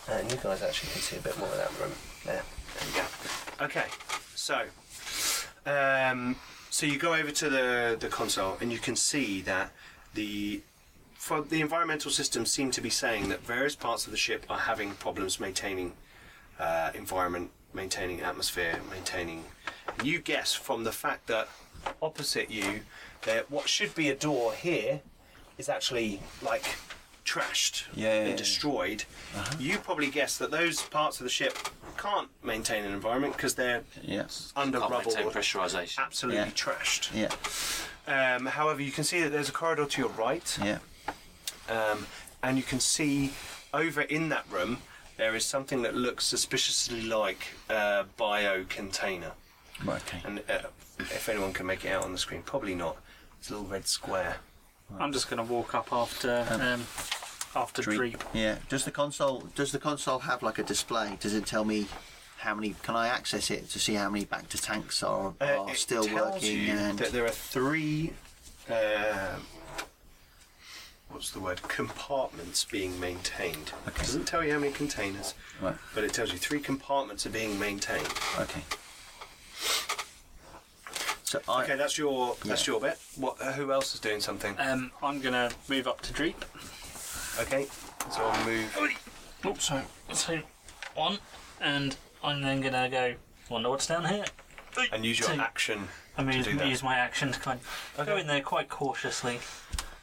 S1: And Uh, you guys actually can see a bit more of that room. There, there you go. Okay, so um, so you go over to the the console and you can see that the for the environmental systems seem to be saying that various parts of the ship are having problems maintaining uh, environment maintaining atmosphere, maintaining. You guess from the fact that opposite you, there what should be a door here is actually like trashed
S2: Yeah, yeah,
S1: and
S2: yeah.
S1: destroyed.
S5: Uh-huh.
S1: You probably guess that those parts of the ship can't maintain an environment because they're
S2: Yeah.
S1: under
S5: Can't
S1: rubble,
S5: maintain pressurisation.
S1: absolutely
S2: Yeah.
S1: trashed.
S2: Yeah.
S1: Um, however, you can see that there's a corridor to your right,
S2: Yeah.
S1: um, and you can see over in that room there is something that looks suspiciously like a bio container.
S2: Right, okay.
S1: And uh, if anyone can make it out on the screen, probably not. It's a little red square.
S4: I'm just going to walk up after um, after Dreep.
S2: Yeah. Does the console does the console have like a display? Does it tell me how many can I access it to see how many back to tanks are,
S1: Uh,
S2: are
S1: it
S2: Oh, still
S1: tells
S2: working
S1: you
S2: and
S1: that there are three. Uh, what's the word? Compartments being maintained. It doesn't tell you how many containers,
S2: Right.
S1: but it tells you three compartments are being maintained.
S2: Okay. So I
S1: Okay, that's your that's
S2: Yeah.
S1: your bit. What? Uh, who else is doing something?
S4: Um, I'm going to move up to Dreep.
S1: Okay, so I'll move.
S3: Oops, sorry.
S4: So one, and I'm then going to go. Wonder what's down here.
S1: and use your
S4: So-
S1: action.
S4: I'm going
S1: do that.
S4: to use my action to kind of go
S1: Okay.
S4: in there quite cautiously.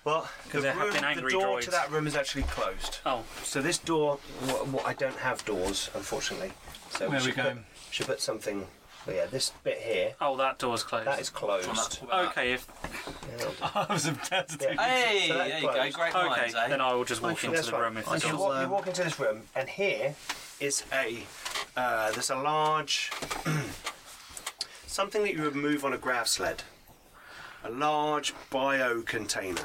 S1: Well, the,
S4: there have
S1: room,
S4: been
S1: the
S4: angry
S1: door
S4: droids.
S1: to that room is actually closed.
S4: Oh,
S1: So this door, what, what, I don't have doors, unfortunately. So
S3: Where are we
S1: should
S3: going?
S1: Put, should put something. Well, yeah, this bit here
S4: oh, that door's closed.
S1: that is closed.
S4: okay. If
S1: Yeah.
S5: Hey,
S1: So that
S5: there you go.
S1: closed.
S5: Great
S4: okay,
S5: minds, eh?
S4: then I will just walk
S2: shall-
S4: into
S1: That's
S4: the
S1: fine.
S4: room if
S2: I
S4: the
S1: You
S2: shall-
S4: door's.
S1: walk, you
S2: um,
S1: walk into this room, and here is a uh, there's a large something that you would move on a grav sled, a large bio container.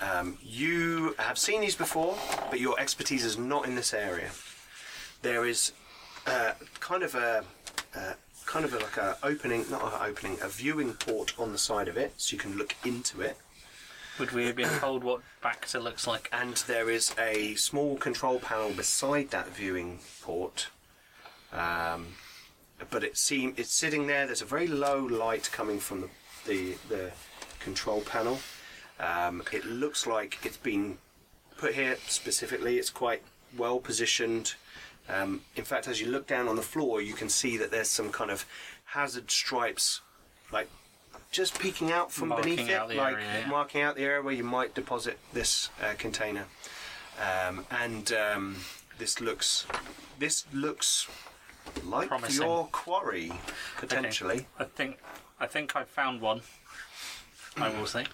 S1: Um, you have seen these before, but your expertise is not in this area. There is uh, kind of a uh, kind of a, like a opening, not an opening, a viewing port on the side of it, so you can look into it.
S4: Would we have been told what Baxter looks like?
S1: and there is a small control panel beside that viewing port. Um, but it seem it's sitting there. There's a very low light coming from the the, the control panel. Um, it looks like it's been put here specifically. It's quite well positioned. Um, in fact, as you look down on the floor, you can see that there's some kind of hazard stripes, like just peeking out from
S4: Marking
S1: beneath
S4: out
S1: it,
S4: the
S1: like
S4: area, yeah.
S1: marking out the area where you might deposit this uh, container. Um, and um, this looks, this looks like
S4: Promising.
S1: your quarry potentially.
S4: I think I think I found one. I will say.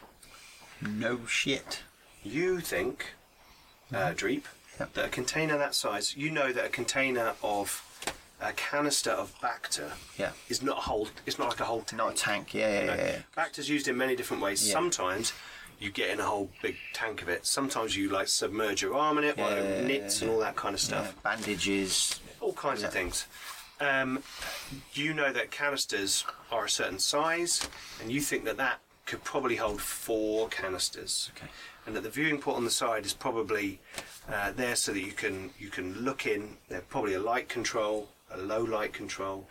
S2: no shit.
S1: You think, uh, Dreep,
S2: Mm-hmm. Yep.
S1: that a container that size, you know that a container of a canister of Bacta
S2: Yeah.
S1: is not a whole, it's not like a whole tank.
S2: Not a tank. Yeah, yeah, yeah.
S1: Bacta's used in many different ways.
S2: Yeah.
S1: Sometimes you get in a whole big tank of it. Sometimes you like submerge your arm in it, while
S2: Yeah.
S1: it knits and all that kind of
S2: yeah.
S1: stuff.
S2: yeah. Bandages.
S1: all kinds of
S2: Yeah.
S1: things. Um, you know that canisters are a certain size, and you think that that could probably hold four canisters.
S2: Okay.
S1: And that the viewing port on the side is probably uh, there so that you can you can look in. There's probably a light control, a low light control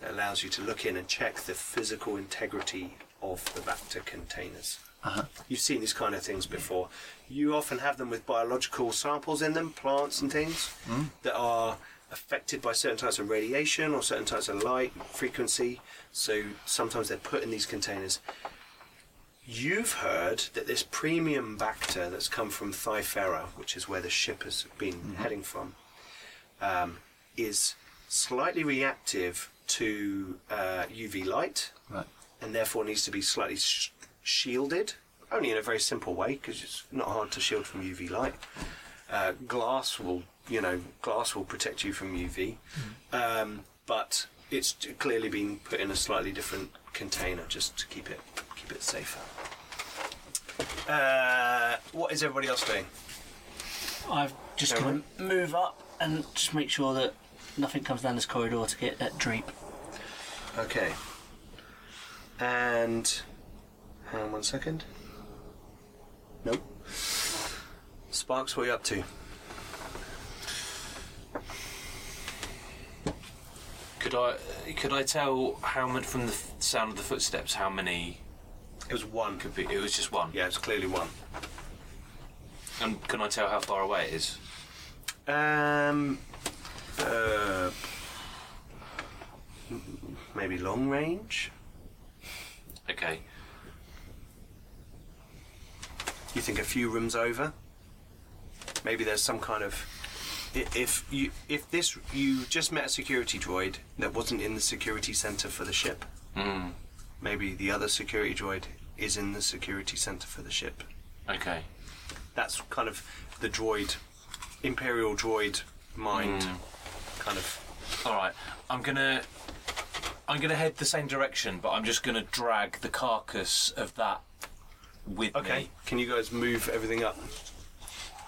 S1: that allows you to look in and check the physical integrity of the Bacta containers.
S2: Uh-huh.
S1: You've seen these kind of things before. You often have them with biological samples in them, plants and things that are affected by certain types of radiation or certain types of light frequency. So sometimes they're put in these containers. You've heard that this premium bacter that's come from Thyfera, which is where the ship has been heading from, um, is slightly reactive to uh, UV light
S2: Right.
S1: and therefore needs to be slightly sh- shielded, only in a very simple way because it's not hard to shield from UV light. Uh, glass will, you know, glass will protect you from UV, um, but it's t- clearly been put in a slightly different container just to keep it keep it safer. Uh, what is everybody else doing?
S3: I've just
S1: Go
S3: going to move up and just make sure that nothing comes down this corridor to get at Dreep.
S1: Okay. And hang on one second. Nope. Sparks, what are you up to?
S5: Could I could I tell how many from the f- sound of the footsteps how many
S1: It was one.
S5: could be? It was just one.
S1: Yeah, it's clearly one.
S5: And can I tell how far away it is?
S1: Um. Uh, maybe long range.
S5: Okay.
S1: You think a few rooms over? Maybe there's some kind of i- if you if this you just met a security droid that wasn't in the security center for the ship.
S5: Mm.
S1: Maybe the other security droid is in the security center for the ship.
S5: Okay.
S1: That's kind of the droid, imperial droid mind,
S5: Mm.
S1: kind of.
S5: All right. I'm gonna. I'm gonna head the same direction, but I'm just gonna drag the carcass of that with me,
S1: Can you guys move everything up?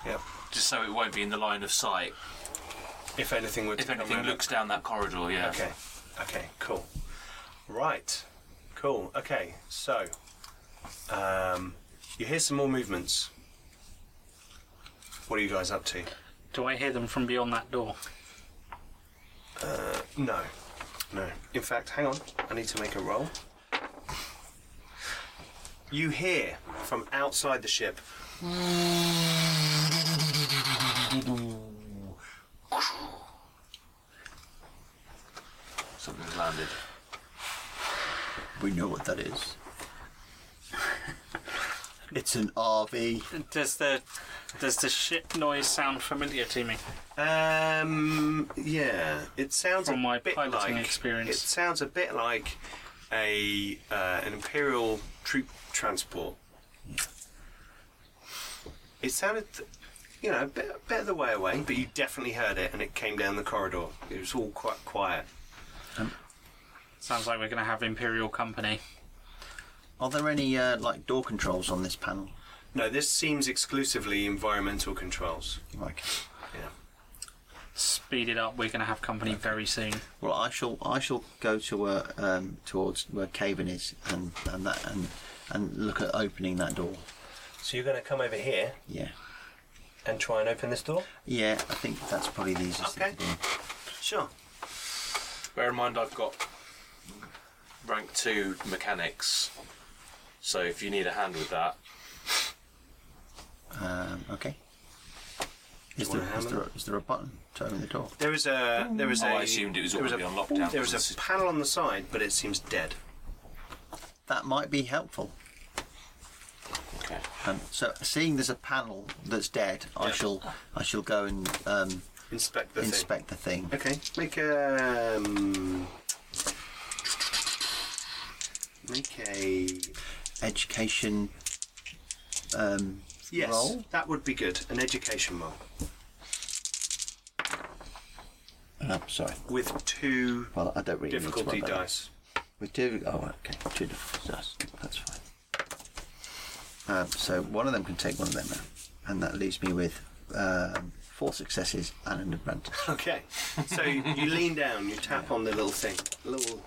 S1: Yep.
S5: just so it won't be in the line of sight.
S1: If anything were to
S5: If
S1: come
S5: anything
S1: round.
S5: looks down that corridor, yeah.
S1: Okay. Okay. Cool. Right. Cool. Okay. So, um, you hear some more movements. What are you guys up to?
S4: Do I hear them from beyond that door?
S1: No. No. In fact, hang on. I need to make a roll. You hear from outside the ship.
S5: Something's landed.
S2: We know what that is. it's an RV.
S4: Does the does the ship noise sound familiar to me?
S1: Um. Yeah. It sounds
S4: From
S1: a
S4: my
S1: bit
S4: piloting
S1: like,
S4: experience.
S1: It sounds a bit like a uh, an imperial troop transport. It sounded, you know, a bit, a bit of the way away, but you definitely heard it, and it came down the corridor. It was all quite quiet.
S4: Sounds like we're going to have Imperial company.
S2: Are there any uh, like door controls on this panel?
S1: No, this seems exclusively environmental controls.
S2: Like,
S1: Yeah.
S4: Speed it up. We're going to have company very soon.
S2: well, I shall I shall go to where um, towards where Caven is and and that and and look at opening that door.
S1: So you're going to come over here
S2: Yeah,
S1: and try and open this door?
S2: yeah. I think that's probably the easiest thing to do.
S1: Sure.
S5: Bear in mind, I've got rank two mechanics, so if you need a hand with that,
S2: Um, okay. Is
S1: You wanna
S2: there, is,
S1: hammer?
S2: there, is there a button to open the door?
S1: There is a. There is
S5: Oh,
S1: a.
S5: I assumed it was
S1: there
S5: already
S1: a,
S5: on lockdown
S1: There
S5: for
S1: was
S5: this-
S1: a panel on the side, but it seems dead.
S2: That might be helpful.
S5: okay.
S2: Um, so, seeing there's a panel that's dead, I
S1: Yeah.
S2: shall I shall go and um,
S1: Inspect the
S2: inspect the thing.
S1: thing. Okay. Make a. Um, make a.
S2: Education. Um,
S1: Yes.
S2: Roll?
S1: That would be good. An education roll
S2: oh, sorry.
S1: with two
S2: Well, I don't really need to
S1: difficulty
S2: worry about that.
S1: dice.
S2: We do. Oh, okay. Two difficulty dice. That's fine. Um, so one of them can take one of them now, and that leaves me with um, four successes and an advantage.
S1: Okay. So you you lean down, you tap on the little thing. Little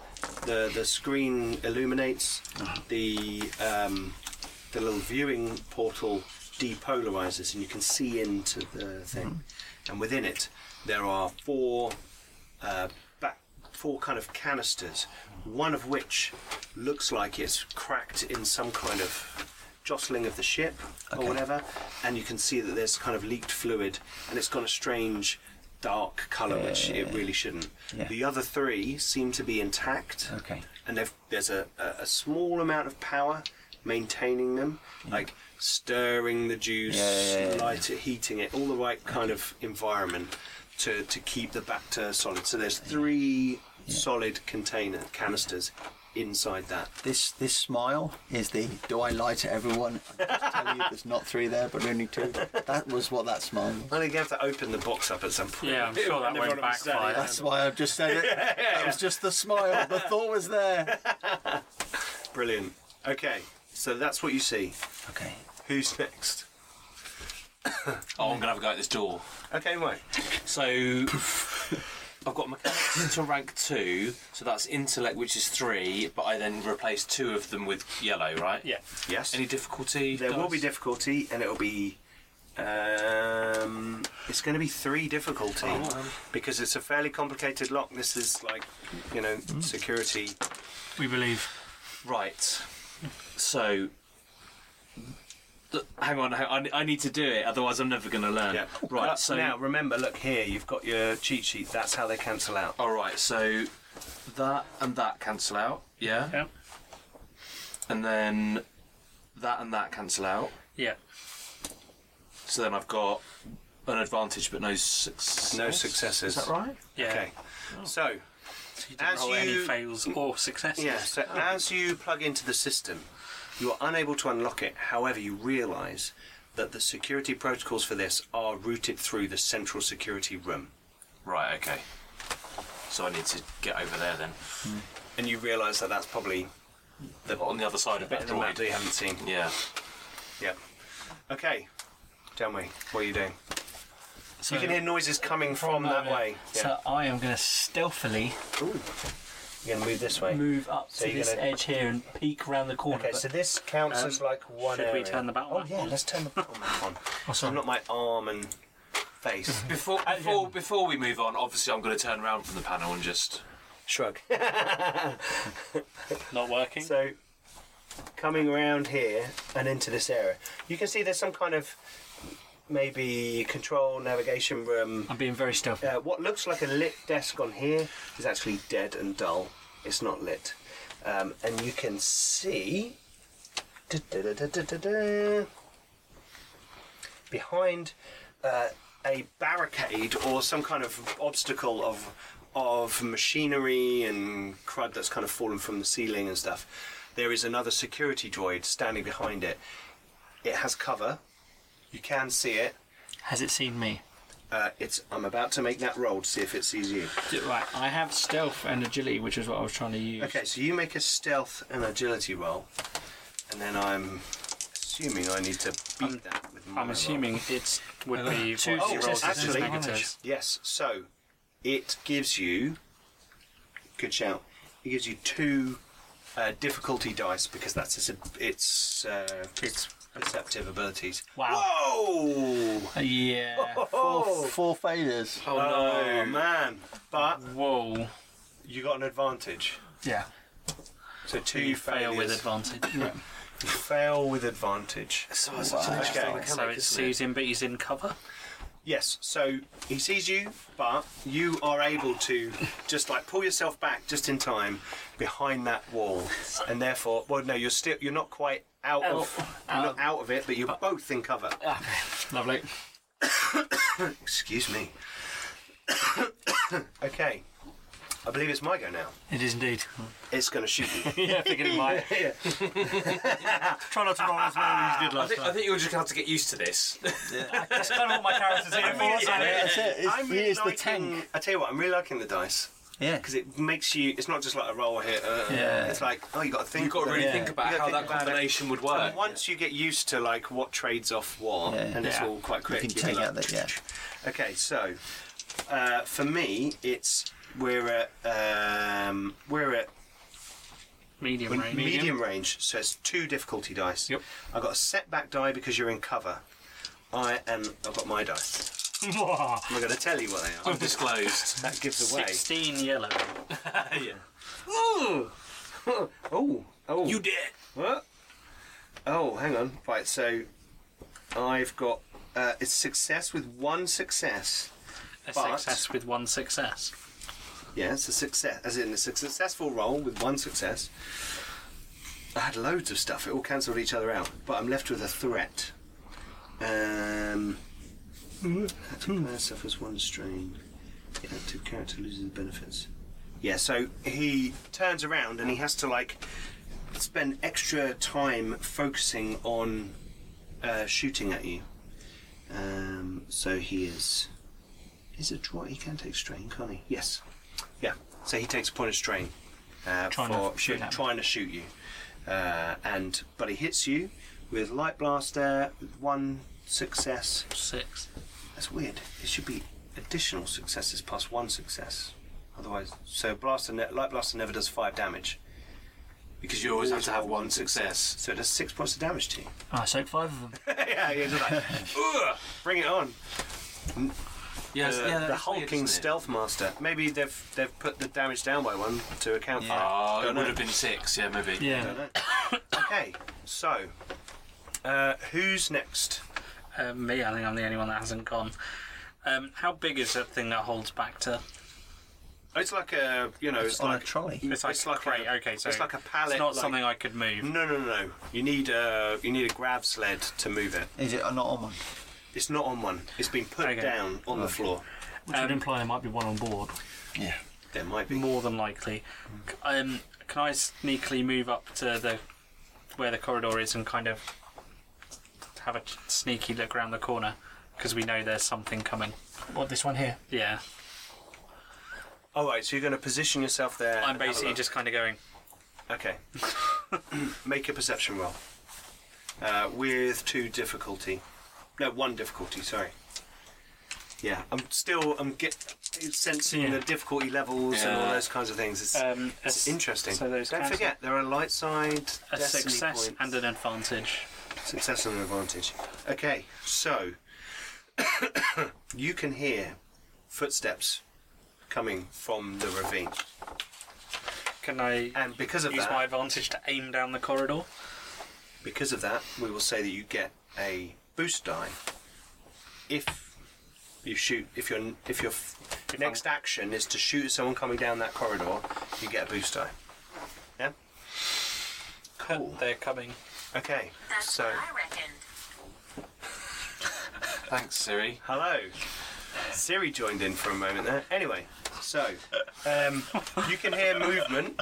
S1: the the screen illuminates, the um, the little viewing portal depolarizes and you can see into the thing.
S2: Hmm.
S1: And within it there are four uh, back, four kind of canisters, one of which looks like it's cracked in some kind of jostling of the ship or
S2: Okay.
S1: whatever, and you can see that there's kind of leaked fluid and it's got a strange dark colour, which it really shouldn't.
S2: Yeah.
S1: The other three seem to be intact,
S2: Okay.
S1: and they've- there's a, a, a small amount of power maintaining them, like stirring the juice,
S2: Yeah, yeah, yeah, yeah.
S1: light it, heating it, all the right kind of environment to, to keep the bacter solid. So there's three solid container canisters inside that.
S2: This this smile is the do I lie to everyone? I just tell you there's not three there, but only two. That was what that smile. was.
S1: I think you have to open the box up at some point.
S4: Yeah, I'm sure that
S1: And
S4: won't
S1: everyone will be standing
S4: backfire.
S1: around.
S2: That's why I've just said it. That was just the smile. The thought was there.
S1: Brilliant. Okay, so that's what you see.
S2: Okay.
S1: Who's next?
S5: Oh, I'm gonna have a go at this door.
S1: Okay, wait.
S5: So I've got mechanics to rank two, so that's intellect, which is three, but I then replace two of them with yellow, right?
S4: Yeah.
S1: Yes.
S5: Any difficulty?
S1: There will
S5: guys?
S1: be difficulty, and it'll be. Um, it's going to be three difficulty because it's a fairly complicated lock. This is like, you know, security.
S6: We believe.
S5: Right. So. th- Hang on, hang on, I- I need to do it, otherwise I'm never going to learn.
S1: Yeah.
S5: Right.
S1: But
S5: So
S1: now remember, look here. You've got your cheat sheet. That's how they cancel out.
S5: All right, so that and that cancel out. Yeah.
S4: Yeah.
S5: And then that and that cancel out.
S4: Yeah.
S5: So then I've got an advantage but no success.
S1: No successes.
S5: Is that right?
S4: Yeah.
S1: Okay. Oh. So,
S4: So you didn't
S1: As
S4: roll any
S1: you-
S4: fails or successes.
S1: yeah, so as you plug into the system, you are unable to unlock it. However, you realize that the security protocols for this are routed through the central security room.
S5: Right. Okay. So I need to get over there then.
S1: And you realize that that's probably
S5: On the other side
S1: a
S5: of
S1: bit of
S5: that
S1: the map that
S5: droid.
S1: you haven't seen.
S5: Yeah.
S1: Yep. Okay. Tell me, what are you doing?
S3: So,
S1: you can hear noises coming from that way. Yeah.
S3: So I am going to stealthily
S1: You're going to move this way.
S3: move up
S1: So
S3: to
S1: you're
S3: this
S1: gonna-
S3: edge here and peek round the corner.
S1: Okay,
S3: but-
S1: so this counts
S4: Um,
S1: as like one
S4: should we
S1: area.
S4: turn the battle
S1: Oh,
S4: map
S1: yeah,
S4: on?
S1: let's turn the battle map on.
S3: Oh,
S1: So
S3: sorry.
S1: not my arm and face.
S5: Before before before we move on, obviously I'm going to turn around from the panel and just.
S1: Shrug.
S4: Not working.
S1: so, coming around here and into this area, you can see there's some kind of maybe control navigation room.
S3: I'm being very stealthy.
S1: Uh, what looks like a lit desk on here is actually dead and dull. It's not lit. Um, and you can see. Du-du-du-du-du-du-du. behind uh, a barricade or some kind of obstacle of of machinery and crud that's kind of fallen from the ceiling and stuff. There is another security droid standing behind it. It has cover. You can see it.
S3: Has it seen me?
S1: Uh, it's. I'm about to make that roll to see if it sees you.
S3: Right, I have stealth and agility, which is what I was trying to use.
S1: Okay, so you make a stealth and agility roll, and then I'm assuming I need to beat that with my
S4: I'm assuming it's would be
S3: Two
S4: what you rolled
S1: successes
S4: as
S1: and an
S4: negatives.
S1: roll. Yes. So it gives you. Good shout. It gives you two uh, difficulty dice because that's its its, uh, its perceptive abilities.
S3: Wow.
S1: Whoa!
S3: Uh, Yeah.
S2: Four, four failures.
S5: Oh,
S1: Oh man! But
S3: Whoa.
S1: you got an advantage.
S3: Yeah.
S1: So two
S4: You fail with
S1: failures.
S4: advantage.
S1: fail with advantage.
S5: So it's such an interesting
S1: Okay.
S5: mechanic,
S4: So it
S5: isn't it?
S4: sees him, but he's in cover.
S1: Yes, so he sees you, but you are able to just like pull yourself back just in time behind that wall, and therefore, well, no, you're still you're not quite out
S5: Oh,
S1: of you're
S5: um,
S1: not out of it, but you're both in cover.
S3: Lovely.
S1: Excuse me. okay, I believe it's my go now.
S6: It is indeed.
S1: It's going to shoot you.
S6: yeah, thinking it might.
S1: Yeah.
S6: Try not to roll as well as you did
S5: I
S6: last
S5: think,
S6: time.
S5: I think you're just going to have to get used to this.
S6: That's kind of what my character's here for. isn't it?
S2: That's it. It's,
S1: I'm really
S2: it's
S1: liking,
S2: the tank.
S1: I tell you what, I'm really liking the dice
S2: Yeah.
S1: because it makes you. It's not just like a roll here. Uh,
S2: Yeah.
S1: It's like oh, you got to think.
S5: You've got to really
S2: Yeah.
S5: think about
S1: You
S5: how
S1: gotta
S5: that
S1: think about it.
S5: combination would work.
S1: And once you get used to like what trades off what,
S2: Yeah.
S1: and it's
S3: Yeah.
S1: all quite quick.
S2: can
S1: you'd be
S2: take
S1: like,
S2: out that, yeah.
S1: Okay, so uh, for me, it's we're at um, we're at
S4: Medium range.
S1: medium. range, so it's two difficulty dice. Yep. I've got a setback die because you're in cover. I and I've got my dice. I'm going to tell you what they are.
S5: Undisclosed.
S1: That gives away.
S4: Sixteen yellow.
S1: Ooh. Hmm. oh, oh.
S5: you did.
S1: What? Oh, hang on. Right, so I've got uh, it's success with one success.
S4: A
S1: But-
S4: success with one success.
S1: Yeah, it's a success, as in it's a successful roll with one success. I had loads of stuff. It all cancelled each other out, but I'm left with a threat. Um, player suffers one strain. The active character loses the benefits. Yeah, so he turns around and he has to like spend extra time focusing on uh, shooting at you. Um, so he is. Is it droid? He can take strain, can't he? Yes. Yeah. So he takes a point of strain uh,
S3: Trying
S1: for
S3: to shoot
S1: for
S3: at me.
S1: trying to shoot you. Uh, and but he hits you with light blaster. One success.
S4: Six.
S1: That's weird. It should be additional successes plus one success. Otherwise, so blaster ne- light blaster never does five damage.
S5: Because you always have to have one success.
S1: So it does six points of damage to you.
S3: I soaked Ah, five of them.
S1: yeah, you're just like,
S5: Ugh.
S1: bring it on.
S5: Yes,
S1: The-
S5: yeah,
S1: Uh, the
S5: that's weird,
S1: hulking
S5: isn't it?
S1: stealth master. Maybe they've they've put the damage down by one to account for.
S5: Oh,
S1: that.
S5: it
S1: Don't
S5: would
S1: know.
S5: have been six, yeah, maybe.
S1: Don't
S3: Yeah.
S1: know. okay, so uh, who's next?
S4: Um, me, I think I'm the only one that hasn't gone. Um, how big is that thing that holds back to?
S1: It's like a you know, it's,
S2: on
S1: like
S2: a trolley.
S4: It's like,
S1: It's like
S4: great,
S1: a-
S4: okay, so
S1: it's like a pallet,
S4: It's not
S1: like-
S4: something I could move.
S1: No, no, no, no. You need a you need a grab sled to move it.
S2: Is it or not on one?
S1: It's not on one. It's been put
S4: Okay.
S1: down on the floor.
S3: Which would imply there might be one on board.
S2: Yeah.
S1: There might be.
S4: Um, More than likely. C- Um, can I sneakily move up to the where the corridor is and kind of have a sneaky look around the corner because we know there's something coming.
S3: What, this one here?
S4: Yeah,
S1: All right, so you're going to position yourself there. and
S4: I'm
S1: have a
S4: basically
S1: look.
S4: just kind of going.
S1: okay. Make a perception roll uh, with two difficulty. No, one difficulty. Sorry. Yeah, I'm still I'm get sensing
S4: Yeah.
S1: the difficulty levels and all
S5: Yeah.
S1: those kinds of things. It's,
S4: Um, a
S1: it's
S4: s-
S1: interesting.
S4: So those
S1: Don't
S4: cancel.
S1: forget there are light side
S4: a
S1: destiny
S4: success
S1: points.
S4: and an advantage.
S1: Success and an advantage. Okay, so you can hear footsteps coming from the ravine,
S4: Can I
S1: and because of
S4: use
S1: that,
S4: my advantage to aim down the corridor?
S1: because of that, we will say that you get a boost die if you shoot. If your if your
S4: If
S1: next action is to shoot at someone coming down that corridor, you get a boost die. Yeah. Cool.
S4: They're coming.
S1: Okay.
S7: That's
S1: So
S7: what I reckoned.
S5: Thanks, Siri.
S1: Hello. Siri joined in for a moment there. Anyway, so um, you can hear movement.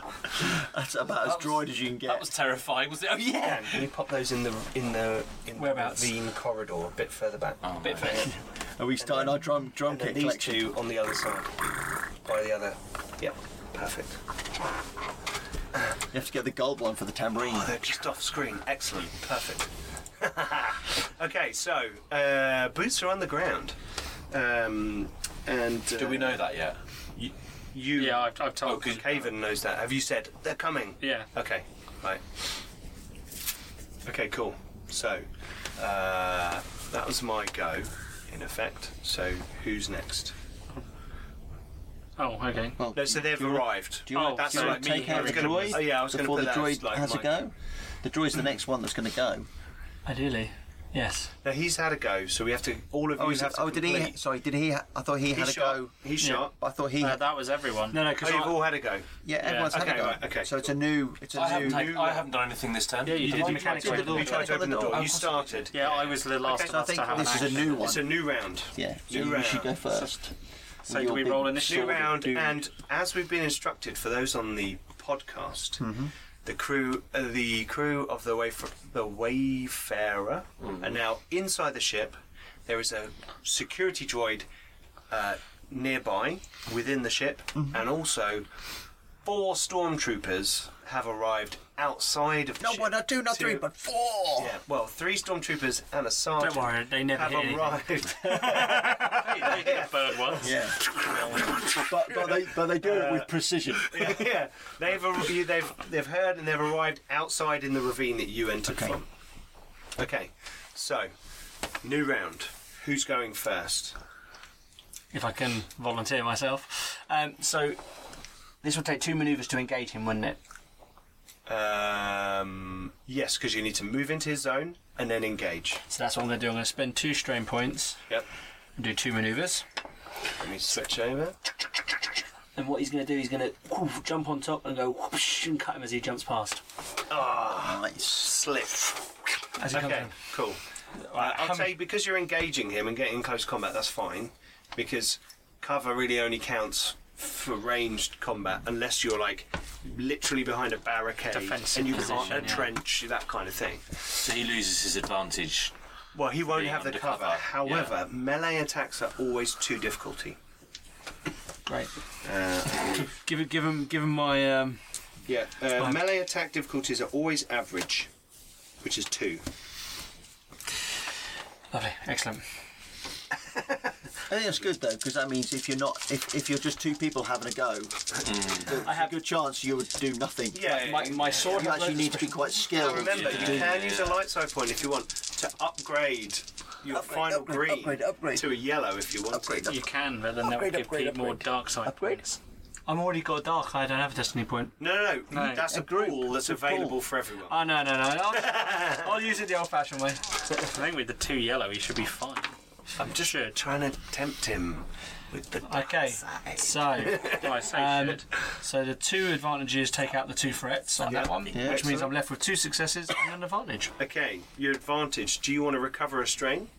S2: That's about as droid as you can get.
S5: That was terrifying, was it? Oh yeah.
S1: Dan, can you pop those in the in the in
S3: Whereabouts?
S1: the ravine corridor a bit further back?
S5: Oh,
S3: Bit further.
S2: Are we starting our drum drum
S1: And then
S2: kit
S1: these
S2: collection?
S1: two on the other side, by the other. Yep, perfect.
S2: You have to get the gold one for the tambourine.
S1: They're just off screen. Excellent, perfect. okay, so uh, boots are on the ground, um, and uh,
S5: Do we know that yet?
S1: you?
S4: Yeah, I've, I've told.
S1: Because Caven knows that. Have you said they're coming?
S4: Yeah.
S1: Okay. Right. Okay. Cool. So uh, that was my go, in effect. So who's next?
S4: Oh, okay.
S2: Well,
S1: No, so they've arrived.
S2: do you want
S4: Oh,
S1: that's
S2: to
S1: right.
S2: take
S1: me. I
S2: out
S1: was
S2: the
S1: gonna-
S2: droid
S1: oh, yeah, I was gonna
S2: before
S1: put
S2: the
S1: that as,
S2: droid
S1: like,
S2: has
S1: my-
S2: a go? The droid's the next one that's going to go.
S3: Ideally. Yes.
S1: Now he's had a go, so we have to. All of you
S2: Oh, is
S1: have
S2: it,
S1: to.
S2: oh did he?
S1: complete-
S2: Sorry, did he? ha- I thought he,
S1: He
S2: had a
S1: shot.
S2: go.
S1: He shot.
S2: I thought he.
S4: Uh,
S2: had,
S4: that was everyone.
S3: No, no, because
S1: Oh, you've all had a go.
S2: yeah, everyone's had
S1: okay,
S2: a go.
S1: right, okay,
S2: So it's a new. It's a
S5: I
S2: new.
S5: haven't, take-
S1: you-
S5: I haven't done anything this turn.
S4: Yeah, you
S3: Oh,
S4: did. the
S3: you
S4: mechanic
S3: tried to
S4: opened
S3: do
S4: the
S1: You
S4: door.
S1: tried to open the door. You started.
S4: Yeah, I was the last
S1: Okay.
S4: of
S2: so I
S4: us
S2: think
S4: to have
S2: this
S4: an
S2: is a
S4: action.
S2: new one.
S1: It's a new round.
S2: yeah,
S1: new
S2: you
S1: round.
S2: should go first.
S4: So
S2: your
S4: do we
S2: big-
S4: roll initiative?
S1: New round,
S4: Do-
S1: and as we've been instructed for those on the podcast, the crew, uh, the crew of the Wayf- the Wayfarer,
S3: Mm.
S1: are now inside the ship. There is a security droid uh, nearby within the ship, and also four stormtroopers have arrived outside of the
S2: No
S1: ship.
S2: one, not two, not
S1: to-
S2: three, but four.
S1: yeah, well, three stormtroopers and a sergeant
S3: Don't worry, they never
S1: have
S3: hit anything.
S1: arrived.
S4: They did a bird once.
S2: Yeah. Uh, but, but they but they do it with precision.
S1: yeah, they've ar- you- they've they've heard and they've arrived outside in the ravine that you entered
S2: Okay.
S1: from. Okay, so new round. Who's going first?
S3: if I can volunteer myself. Um, so this will take two manoeuvres to engage him, wouldn't it?
S1: Um, yes, because you need to move into his zone and then engage.
S3: So that's what I'm going to do. I'm going to spend two strain points
S1: Yep.
S3: and do two manoeuvres.
S1: Let me switch over.
S3: And what he's going to do, he's going to jump on top and go whoosh, and cut him as he jumps past.
S2: Nice.
S1: Slip.
S3: As he comes
S1: Okay,
S3: in.
S1: cool. Uh, I'll say because you're engaging him and getting in close combat, that's fine. Because cover really only counts for ranged combat unless you're like literally behind a barricade
S4: Defensive
S1: and you can't
S4: position,
S1: a
S4: yeah.
S1: trench that kind of thing.
S5: So he loses his advantage.
S1: Well, he won't
S5: Being
S1: have the cover.
S5: undercover,
S1: However, melee attacks are always two difficulty.
S2: Great.
S3: Give it, give him, give him my. Um,
S1: Yeah, uh, melee attack difficulties are always average, which is two.
S3: lovely, excellent.
S2: I think that's good though, because that means if you're not, if, if you're just two people having a go, there's
S3: I have-
S2: a good chance you would do nothing.
S1: Yeah,
S3: My, my sword.
S2: You
S3: has
S2: actually
S3: loads
S2: need
S3: of
S2: to be quite skilled.
S1: Remember,
S2: to
S1: you
S2: do
S1: can use a light side point if you want to upgrade your
S2: Upgrade,
S1: final
S2: upgrade,
S1: green
S2: upgrade, upgrade.
S1: to a yellow if you want
S2: Upgrade,
S1: to.
S4: You can, but then that would
S2: Upgrade,
S4: give
S2: upgrade,
S4: Pete more
S2: upgrade.
S4: dark side
S2: Upgrade.
S4: points.
S3: I'm already got a dark. I don't have a destiny point.
S1: No, no, no.
S4: No.
S1: That's a,
S2: A group.
S1: pool that's
S2: It's a pool.
S1: available for everyone.
S3: Oh no no no! I'll, I'll use it the old-fashioned way.
S4: I think with the two yellow, he should be fine.
S1: I'm just
S4: Should.
S1: trying to tempt him with the dark
S3: Okay,
S1: side.
S3: so
S4: Well, I say
S3: um,
S4: should.
S3: so the two advantages take out the two threats on that one,
S2: Yeah.
S3: which means I'm left with two successes and an advantage.
S1: Okay, your advantage. Do you want to recover a strain?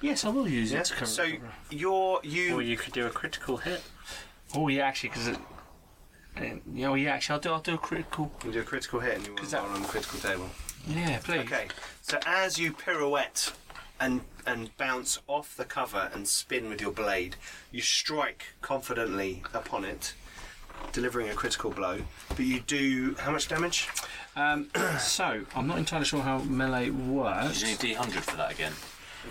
S3: Yes, I will use it to cover.
S1: So
S3: cover.
S1: you're you.
S4: Or you could do a critical hit.
S3: Oh yeah, actually, because it. um, Yeah, well, yeah, actually, I'll do, I'll do a critical.
S1: You do a critical hit and you want to
S3: that-
S1: roll on the critical table.
S3: Yeah, please.
S1: Okay, so as you pirouette and and bounce off the cover and spin with your blade, you strike confidently upon it, delivering a critical blow. But you do how much damage?
S3: Um, so I'm not entirely sure how melee works.
S5: You need D100 for that again.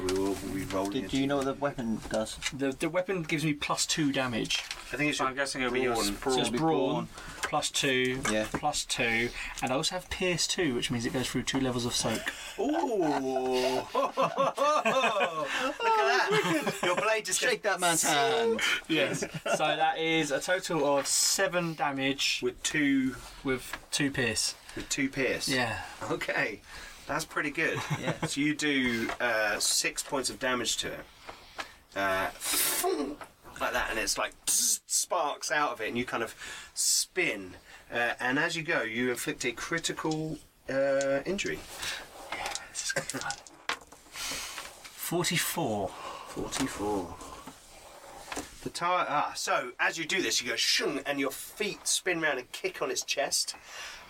S1: We will be rolling.
S2: Do, do you know what the weapon does?
S3: The the weapon gives me plus two damage.
S1: I think it's.
S4: So I'm guessing it'll be your
S1: brawn.
S4: sprawl.
S3: So it's
S2: It'll be
S3: brawn,
S2: brawn.
S3: plus two,
S2: Yeah.
S3: plus two, and I also have pierce two, which means it goes through two levels of soak.
S1: Ooh! Look at that! Your blade just
S2: Oh, Shake that man's hand.
S3: Yes. so that is a total of seven damage
S1: with two
S3: with two pierce.
S1: with two pierce.
S3: Yeah.
S1: Okay, that's pretty good.
S2: Yeah.
S1: So you do uh, six points of damage to it, uh, like that, and it's like sparks out of it, and you kind of spin. Uh, and as you go, you inflict a critical uh, injury.
S3: This is good fun. Forty-four.
S1: Forty-four. The tire. Ah, so as you do this, you go shung, and your feet spin round and kick on its chest,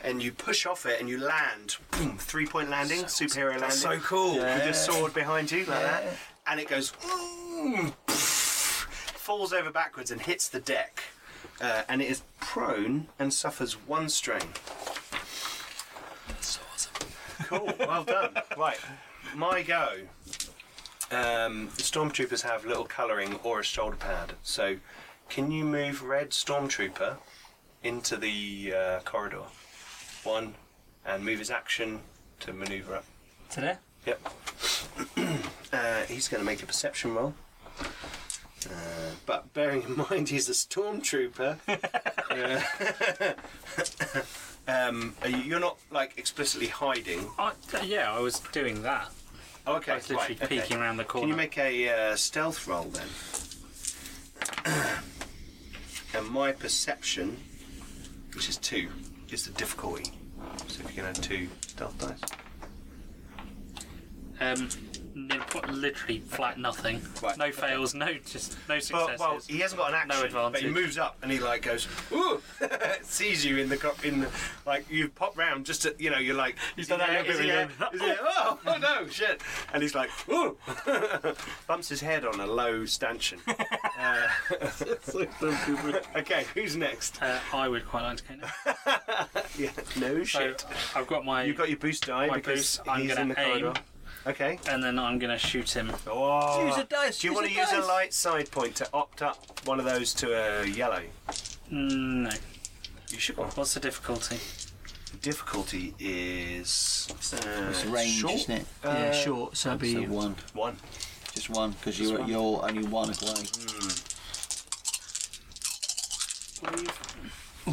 S1: and you push off it, and you land. Boom! Three-point landing, superhero landing.
S5: so cool.
S1: with your sword behind you like that, and it goes "Mm," falls over backwards and hits the deck, uh, and it is prone and suffers one strain.
S3: That's awesome.
S1: Cool, well done. Right, my go. Um, the stormtroopers have little colouring or a shoulder pad, so can you move red stormtrooper into the uh, corridor? One, and move his action to manoeuvre up.
S3: To there.
S1: Yep. uh, he's going to make a perception roll. Uh, but bearing in mind he's a stormtrooper, uh, um, are you, you're not like explicitly hiding.
S4: I, yeah, I was doing that.
S1: Oh, okay,
S4: I was literally
S1: right, okay.
S4: peeking around the corner.
S1: Can you make a uh, stealth roll then? and my perception, which is two, is the difficulty. So if you can add two stealth dice.
S4: um, n- literally flat nothing.
S1: Right,
S4: No
S1: okay.
S4: fails. No just no
S1: Well,
S4: successes.
S1: well, he hasn't got an
S4: No
S1: action, but he
S4: advantage.
S1: moves up and he like goes, ooh, sees you in the co- in the like you pop round just to, you know you're like he's
S4: done that little bit where he
S1: oh, oh no shit, and he's like ooh, bumps his head on a low stanchion. Uh, okay, who's next?
S4: uh, I would quite like to go now.
S1: Yeah, no
S4: So
S1: shit.
S4: I've got my
S1: You've got your boost die
S4: my
S1: because
S4: boost. I'm
S1: he's
S4: gonna
S1: in the
S4: aim.
S1: corridor. Okay.
S4: and then I'm gonna shoot him.
S1: Oh.
S2: Use a dice,
S1: Do you
S2: use
S1: want
S2: a
S1: to use a
S2: dice.
S1: light side point to opt up one of those to a yellow?
S4: Mm, No.
S1: You should.
S4: What's the difficulty?
S1: difficulty is uh,
S2: It's range,
S1: short. Uh,
S2: isn't it?
S3: yeah, sure. So it'd
S2: So
S3: be
S2: one,
S1: One.
S2: just one, because you're you're only one away.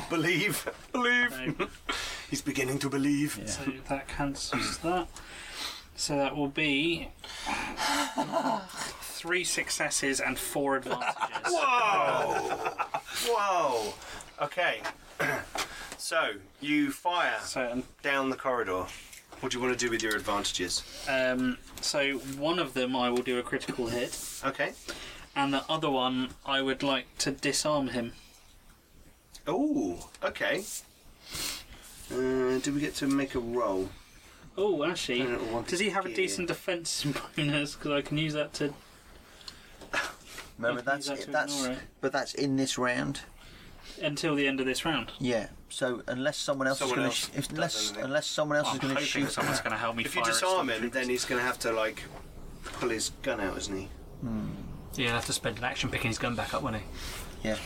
S1: Believe. Believe.
S4: No.
S1: He's beginning to believe.
S4: So that cancels that. So that will be three successes and four advantages.
S1: Whoa. Okay. so you fire
S4: So
S1: down the corridor. What do you want to do with your advantages?
S4: um, so one of them I will do a critical hit,
S1: Okay.
S4: and the other one I would like to disarm him.
S1: Oh. Okay. Uh, do we get to make a roll?
S4: Oh, actually,
S1: I don't want
S4: does he have a
S1: to-
S4: decent defense bonus? Because I can use that to.
S2: Remember
S4: I can
S2: that's
S4: use that to
S2: that's
S4: ignore it.
S2: but that's in this round.
S4: until the end of this round.
S2: Yeah. So unless someone else
S1: Someone
S2: is
S1: else
S2: going to sh-
S1: does
S2: unless
S1: anything.
S2: unless someone else
S4: Oh, I'm
S2: is going to
S4: hoping
S2: shoot,
S4: someone's going to help me.
S1: If you
S4: fire a
S1: disarm him,
S4: stormtrooper.
S1: then he's going to have to like pull his gun out, isn't he?
S3: yeah. I'll have to spend an action picking his gun back up, won't he?
S2: yeah,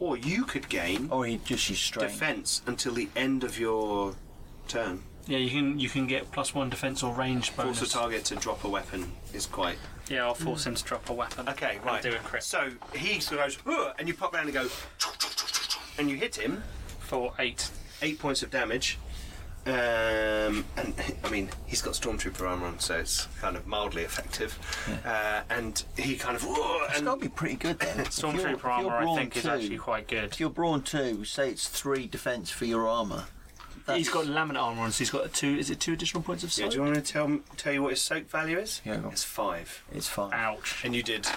S1: Or you could gain
S2: or Oh, he just uses strength.
S1: defense until the end of your turn.
S3: Yeah, you can you can get plus one defense or range bonus.
S1: Force a target to drop a weapon is quite
S4: yeah, I'll force him to drop a weapon.
S1: okay.
S4: and
S1: Right.
S4: do a crit
S1: So he sort of goes, "Huh," and you pop round and go, and you hit him
S4: for eight.
S1: eight points of damage, Um, and I mean, he's got stormtrooper armor on, so it's kind of mildly effective. Uh, and he kind of "Whoa,"
S2: It's
S1: and
S2: got to be pretty good then. If you're- if
S4: Stormtrooper
S2: you're
S4: armor, I
S2: brawn
S4: think, is
S2: two-
S4: actually quite good.
S2: If you're brawn two, say it's three defense for your armor.
S3: He's got laminate armour on, so he's got two. Is it two additional points of
S1: Yeah,
S3: sight?
S1: do you want me to tell tell you what his soak value is?
S2: Yeah, go on.
S1: it's five.
S2: It's fine.
S4: Ouch.
S1: And you did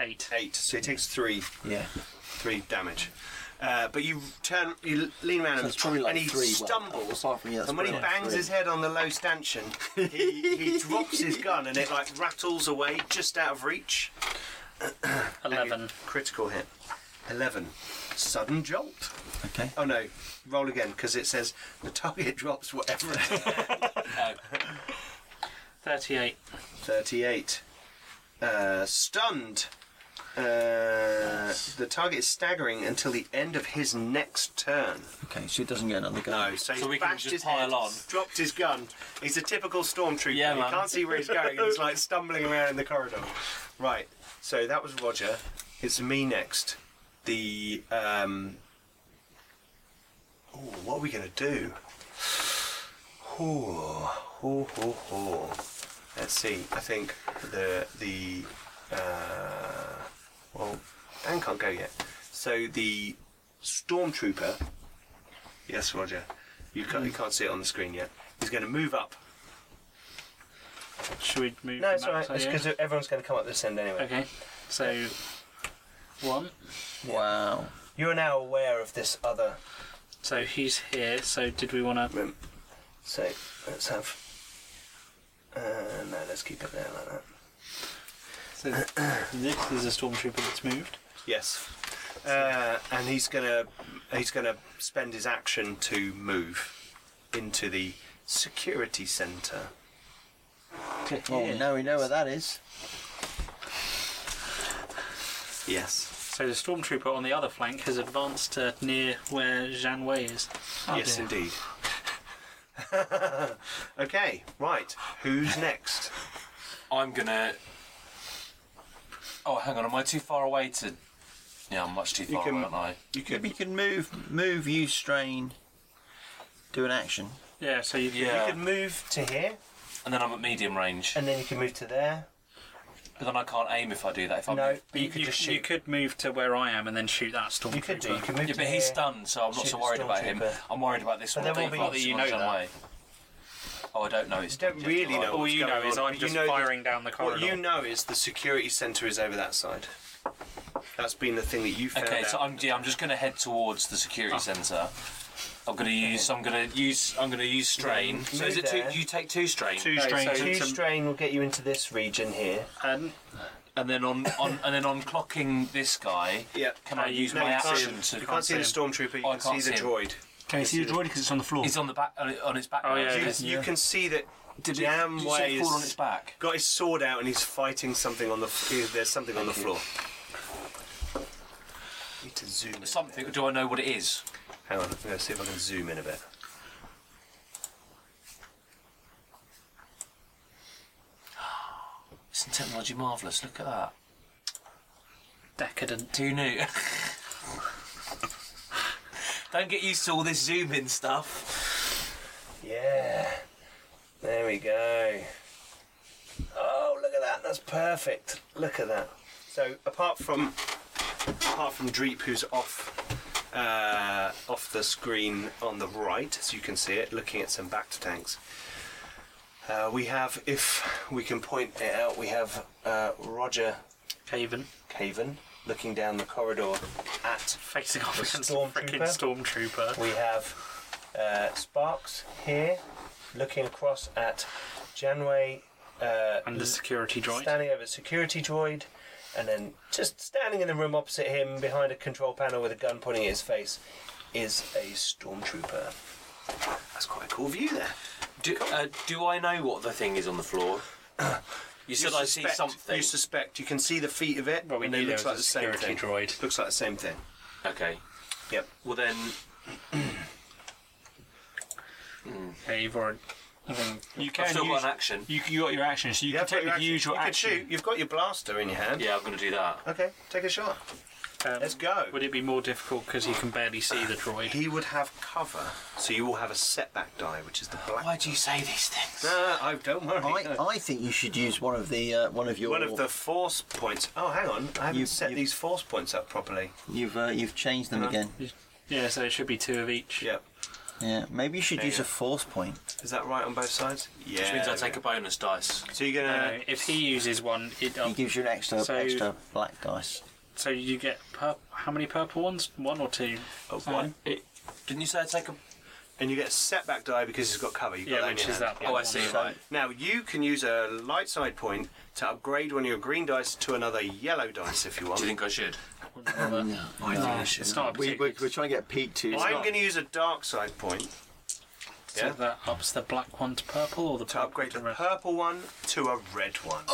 S4: Eight.
S1: eight, so he takes three
S2: Yeah.
S1: three damage. Uh, but you turn, you lean around,
S2: So
S1: and,
S2: it's probably like
S1: and he
S2: three, well,
S1: stumbles.
S2: apart from- yeah, that's
S1: and when he
S2: probably like
S1: bangs
S2: three.
S1: his head on the low stanchion, he, he drops his gun, and it like rattles away just out of reach.
S4: Eleven.
S1: Critical hit. Eleven. Sudden jolt.
S2: Okay.
S1: Oh no! Roll again because it says the target drops whatever. it is.
S5: Uh,
S4: Thirty-eight.
S1: Thirty-eight. Uh, stunned. Uh, the target is staggering until the end of his next turn.
S2: Okay. So he doesn't get another go.
S1: No, so, he's
S5: So we can
S1: bashed
S5: just
S1: his head,
S5: pile on.
S1: Dropped his gun. He's a typical stormtrooper.
S5: Yeah,
S1: you
S5: man.
S1: can't see where he's going. He's like stumbling around in the corridor. Right. So that was Roger. It's me next. The um. Oh, what are we gonna do? Oh, oh, oh, oh. Let's see. I think the the uh, well, Dan can't go yet. So the stormtrooper. Yes, Roger. You can't, you can't see it on the screen yet. He's going to move up.
S4: Should we move?
S1: No,
S4: them
S1: it's all
S4: out
S1: right.
S4: to
S1: It's
S4: the end?
S1: because everyone's going to come up this end anyway.
S4: Okay. So one.
S2: Wow.
S1: You're now aware of this other.
S4: So he's here. So did we want to?
S1: room. So let's have. Uh, no, let's keep it there like that.
S4: So this is a stormtrooper that's moved.
S1: Yes. Uh, and he's gonna he's gonna spend his action to move into the security centre.
S2: Well, now Oh, we know where that is.
S1: Yes.
S4: So the stormtrooper on the other flank has advanced to near where Zhang Wei is.
S1: Oh, yes,
S3: dear.
S1: indeed. okay, right. Who's next?
S5: I'm gonna. Oh, hang on. Am I too far away to? Yeah, I'm much too far
S1: can-
S5: away, aren't I?
S1: You
S2: If you can move, move, use strain, do an action.
S4: Yeah. So you
S5: Yeah.
S1: You could move to here,
S5: And then I'm at medium range.
S1: and then you can move to there.
S5: But then I can't aim if I do that. If I'm
S1: No,
S5: Yeah,
S1: but you could
S4: you,
S1: just
S4: you
S1: shoot.
S4: could move to where I am and then shoot that stormtrooper.
S1: You could do. You could move. to
S5: but he's
S1: here.
S5: stunned, so I'm not
S1: Shoot
S5: so
S1: the
S5: worried about him.
S1: stormtrooper.
S5: I'm worried about this
S1: But
S5: one.
S1: there will
S5: They've
S1: be-
S5: got
S1: that
S5: the
S4: you know
S5: Shenzhen
S4: that.
S5: Way. Oh, I don't know. It's
S1: You don't really know.
S4: All
S1: what's
S4: you know
S1: going
S4: is
S1: on,
S4: I'm
S1: but
S4: just
S1: you know that-
S4: firing down the corridor.
S1: What you know is the security centre is over that side. That's been the thing that Ah. you found
S5: Okay,
S1: out.
S5: so I'm yeah, I'm just gonna head towards the security centre. I'm gonna use. I'm gonna use. I'm gonna use strain. so is it two?
S1: there.
S5: You take two strain.
S3: Two strains.
S4: so
S3: and
S1: Two
S4: to-
S3: some-
S1: strain will get you into this region here.
S4: And
S5: And then on, on and then on clocking this guy.
S1: Yeah.
S5: Can I use
S1: No,
S5: my
S1: you can't,
S5: action
S1: you
S5: to?
S1: can't, see the stormtrooper. You
S5: Oh, I
S1: can see,
S5: can't
S1: the
S5: see him.
S1: droid.
S3: Can you see the droid because it's on the floor?
S5: He's on the back on, on its back.
S4: Oh,
S5: now.
S4: yeah,
S1: You,
S4: it is.
S1: you can see that
S5: Did it,
S1: Jam
S5: did you say
S1: Way
S5: fall
S1: is-
S5: on its back?
S1: got his sword out and he's fighting something on the. f- There's something on the floor. Need to zoom. in a
S5: Something.
S1: bit.
S5: Do I know what it is?
S1: Hang on. Let's see if I can zoom in a bit.
S5: Isn't technology marvelous? Look at that.
S4: decadent.
S5: Who knew? Don't get used to all this zoom in stuff.
S1: Yeah. There we go. Oh, look at that. That's perfect. Look at that. So apart from apart from Dreep, who's off uh, off the screen on the right, as you can see it, looking at some back to tanks. Uh, we have, if we can point it out, we have uh, Roger
S4: Caven
S1: Caven looking down the corridor at
S4: facing off
S1: The
S4: against a freaking stormtrooper.
S1: we have uh, Sparks here, looking across at Janway, uh,
S4: And the security droid.
S1: standing over security droid, and then just standing in the room opposite him, behind a control panel with a gun pointing at his face, is a stormtrooper. That's quite a cool view there.
S5: Do, uh, do I know what the thing is on the floor? You said I see something.
S1: You suspect. You can see the feet of it.
S4: Well, we
S1: and it
S4: knew there
S1: looks
S4: was
S1: like
S4: a
S1: the same
S4: security
S1: thing.
S4: droid.
S1: Looks like the same thing.
S5: okay.
S1: Yep.
S5: Well then,
S4: Yeah, you've already.
S3: you
S5: I've
S3: can
S5: still got
S3: use.
S5: an action.
S3: You, you got your action, so you
S1: You
S3: can
S1: have got your
S3: technically
S1: action.
S3: use your
S1: you
S3: action.
S1: Can shoot. You've got your blaster in your hand.
S5: Yeah, I'm gonna do that.
S1: Okay, take a shot.
S4: Um,
S1: Let's go.
S4: Would it be more difficult because he can barely see the droid?
S1: He would have cover, so you will have a setback die, which is the black.
S5: Why do you say these things?
S1: No, I don't worry.
S2: I, I think you should use one of the uh, one of your
S1: One of the force points. Oh, hang on, I haven't
S2: You-
S1: set
S2: you-
S1: these force points up properly.
S2: you've uh, you've changed
S1: Uh-huh.
S2: them again.
S4: Yeah, so it should be two of each.
S1: Yep.
S2: Yeah, maybe you should
S1: Yeah,
S2: use
S1: yeah.
S2: a force point.
S1: Is that right on both sides? Yeah.
S5: Which means I take a bonus dice.
S1: So you're
S4: No,
S1: gonna.
S4: no, Uh, if he uses one, it
S1: Oh.
S2: He gives you an extra
S4: So-
S2: extra black dice.
S4: so you get pur- how many purple ones? One or two?
S1: Oh, one.
S5: It, didn't you say I take a?
S1: And you get a setback die because he's got cover. You've got
S4: Yeah,
S1: that in
S4: which
S1: your
S4: is
S1: hand.
S4: that.
S5: Oh, I
S4: one.
S5: see.
S2: So-
S5: Right.
S1: Now you can use a light side point to upgrade one of your green dice to another yellow dice if you want.
S5: Do Oh, you think I should?
S1: I think I should.
S4: It's not a
S2: We,
S4: particular.
S2: we're, we're trying to get Pete to.
S1: I'm going to use a dark side point
S4: So
S1: Yeah.
S4: that ups the black one to purple or the
S1: to
S4: purple
S1: upgrade
S4: to
S1: the
S4: red.
S1: purple one to a red one.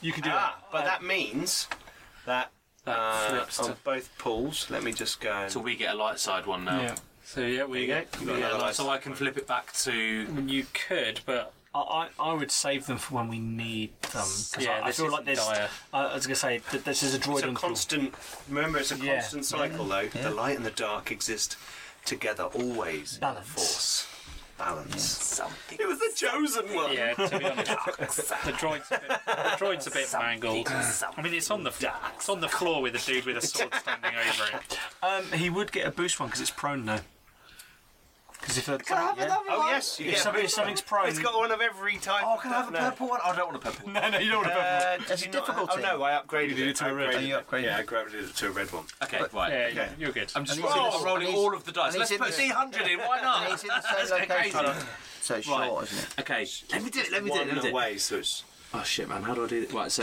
S6: You can do
S1: Ah, but that means that
S4: That
S1: uh,
S4: flips
S1: on
S4: to.
S1: both pools. Let me just go. And,
S5: So we get a light side one now.
S3: Yeah.
S4: So yeah,
S1: There you
S4: we get.
S1: go. You've got
S4: yeah,
S1: another
S4: like-
S5: So I can flip it back to.
S4: you could, but
S3: I, I, I would save them for when we need them. 'cause
S4: Yeah,
S3: I, I
S4: this
S3: feel like
S4: isn't
S3: this.
S4: dire.
S3: I, I was gonna say that this is a droid
S1: it's a
S3: on constant.
S1: constant. Remember, it's a
S3: Yeah.
S1: constant cycle, though. The light and the dark exist together always. in the
S3: Balance.
S1: Force. Balance.
S5: Something.
S1: It was the chosen one.
S4: yeah, to be honest, the droid's a bit, the droid's a bit mangled. I mean, it's on the it's on the floor with a dude with a sword standing over it.
S3: Um, he would get a boost one because it's prone now. Because if, that's- yeah.
S1: Oh yes, you
S3: if
S1: get a
S3: somebody,
S1: boost
S3: something's
S1: one.
S3: prone,
S1: It's got one of every type.
S2: Oh, can I have a
S1: No.
S2: purple one? I don't want a purple.
S3: no, no, you don't want a purple.
S1: Uh,
S2: It's
S1: did
S2: a
S1: you not-
S2: difficulty.
S1: Oh no, I upgraded
S3: did
S1: it.
S3: it to a red.
S1: I
S3: Oh,
S2: you upgraded
S1: Yeah, I
S2: it.
S1: upgraded it to a red one.
S5: Okay, right.
S4: Yeah,
S1: Okay.
S4: you're good.
S5: I'm just
S2: And he's
S5: rolling,
S2: in this-
S5: rolling
S2: and he's-
S5: all of the dice.
S2: and
S5: Let's
S2: he's
S5: put
S2: in
S5: D100 in. Why
S2: And
S5: not?
S2: he's in the same
S5: Let's go
S2: location.
S5: crazy.
S2: So it's
S5: Right.
S2: short, isn't it?
S5: Okay, let me do it. Let me do it. Let me do it.
S1: away, so it's.
S5: Oh shit, man! How do I do this? Right, so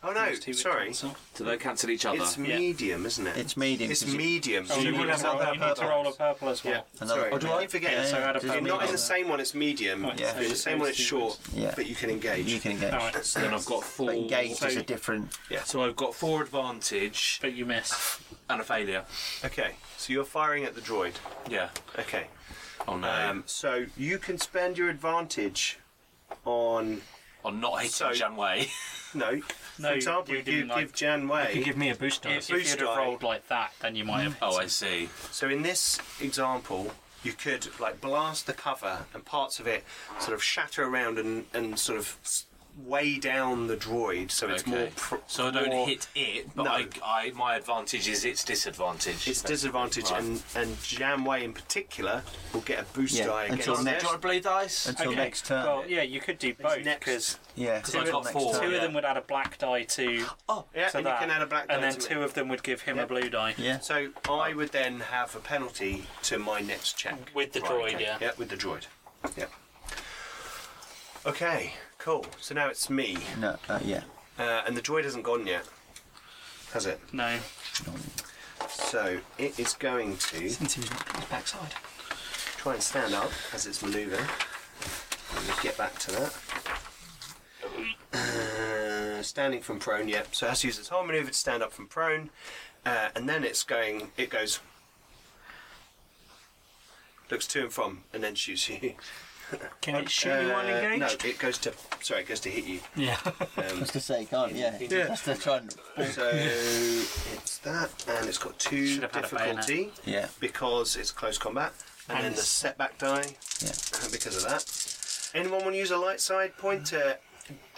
S1: Oh no, sorry.
S5: do they cancel each other?
S1: It's medium, isn't it?
S2: It's medium.
S1: It's
S2: 'cause you-
S1: medium. So
S4: Oh, You,
S1: you
S4: need,
S1: would have
S4: to roll,
S1: another
S4: you need to
S1: purple.
S4: roll a purple as well.
S2: Another-
S1: Sorry,
S2: oh, do I?
S1: you forget,
S2: Yeah,
S1: so
S4: add a
S2: just
S4: purple.
S1: You're not in
S2: medium.
S1: the same one. It's medium.
S2: Yeah.
S1: In the same one, it's short,
S2: Yeah.
S1: but you can engage.
S2: You can engage.
S4: All right,
S5: So then I've got four.
S2: But engaged is
S4: So-
S2: a different.
S5: So I've got four advantage
S4: but you miss.
S5: and a failure.
S1: Okay, so you're firing at the droid.
S5: Yeah.
S1: Okay.
S5: On um,
S1: Um, so you can spend your advantage on.
S5: on not hitting
S1: so-
S5: Janway.
S1: No.
S4: No,
S1: for example,
S4: you
S1: you,
S4: didn't
S1: give
S4: like-
S1: Jan
S3: You
S1: Wei.
S3: give me a boost dice.
S4: If, if you'd
S1: die.
S4: have rolled like that, then you might have.
S5: oh, I see.
S1: So in this example, you could like blast the cover and parts of it sort of shatter around and, and sort of s- weigh down the droid, so it's
S5: Okay.
S1: more. Pr-
S5: so I don't
S1: more-
S5: hit it, but
S1: No.
S5: I, I, my advantage is its disadvantage.
S1: It's disadvantage,
S5: Right.
S1: and and Janway in particular will get a boost
S2: Yeah,
S1: die
S2: until
S1: against
S2: next-
S1: this.
S5: Do I blue dice?
S2: Until
S4: Okay,
S2: next turn.
S4: Well, yeah, you could do both
S1: next.
S4: because
S2: Oh, yeah.
S5: Because I've got
S2: next
S5: four.
S4: two
S2: turn.
S4: of
S5: yeah.
S4: them would add a black die to,
S5: Oh,
S1: Yeah,
S4: to
S1: and
S4: that,
S1: you can add a black die.
S4: and then
S1: to
S4: two
S1: it.
S4: of them would give him a blue die
S2: Yeah.
S1: So I would then have a penalty to my next check.
S4: with the
S5: Right,
S4: droid.
S5: okay.
S4: Yeah.
S1: Yeah, with the droid. Yeah. Okay, cool. So now it's me,
S2: No. Uh, yeah.
S1: uh, and the droid hasn't gone yet, has it?
S4: No.
S1: So it is going to
S3: Since he was not on his backside.
S1: try and stand up as it's manoeuvring. Let me get back to that. Uh, standing from prone, yep. So it has to use its whole manoeuvre to stand up from prone, uh, and then it's going. It goes. Looks to and from, and then shoots you.
S3: Can it shoot you while
S1: Uh,
S3: engaged?
S1: no, it goes to. Sorry, it goes to hit you.
S3: Yeah.
S2: Just to say, can't. Yeah.
S1: Yeah.
S2: Just to try and.
S1: So it's that, and it's got two
S4: Should have had a bayonet.
S1: difficulty
S2: Yeah.
S1: because it's close combat, and, then the setback die
S2: Yeah.
S1: because of that. Anyone want to use a light side point to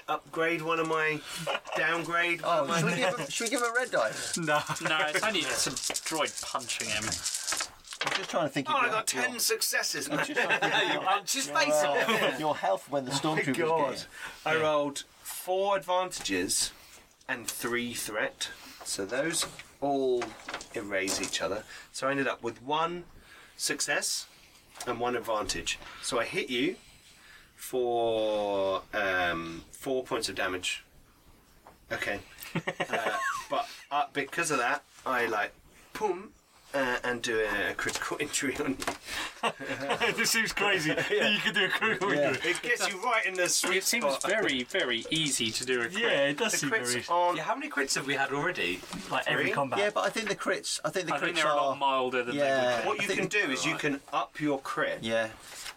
S1: upgrade one of my downgrade? one of
S2: Oh,
S1: my-
S2: should we, give him, should we give him a red dice?
S3: no.
S4: No, it's only it's a droid punching him.
S2: I'm just trying to think.
S1: Oh,
S2: of
S1: I
S2: your-
S1: got
S2: your-
S1: ten successes. man.
S5: just face it.
S2: your- Your health when the stormtrooper
S1: God,
S2: was
S1: I rolled four advantages and three threat. So those all erase each other. So I ended up with one success and one advantage. So I hit you for um, four points of damage. Okay. Uh, but uh, because of that, I like, boom, uh, and do a critical injury on you.
S3: this seems crazy. that You could do a critical
S2: Yeah.
S3: injury.
S1: It gets you right in the sweet
S4: It seems
S1: spot.
S4: very, very easy to do a crit.
S3: Yeah, it does
S1: The
S3: seem
S1: crits
S3: very
S1: on
S5: Yeah, how many crits have we had already?
S3: like every
S1: three?
S3: combat.
S2: Yeah, but I think the crits. I think the
S4: I
S2: crits
S4: think they're
S2: are.
S4: a lot milder than
S2: yeah.
S1: What you
S2: I think-
S1: can do is you can up your crit.
S4: Mm.
S2: Yeah.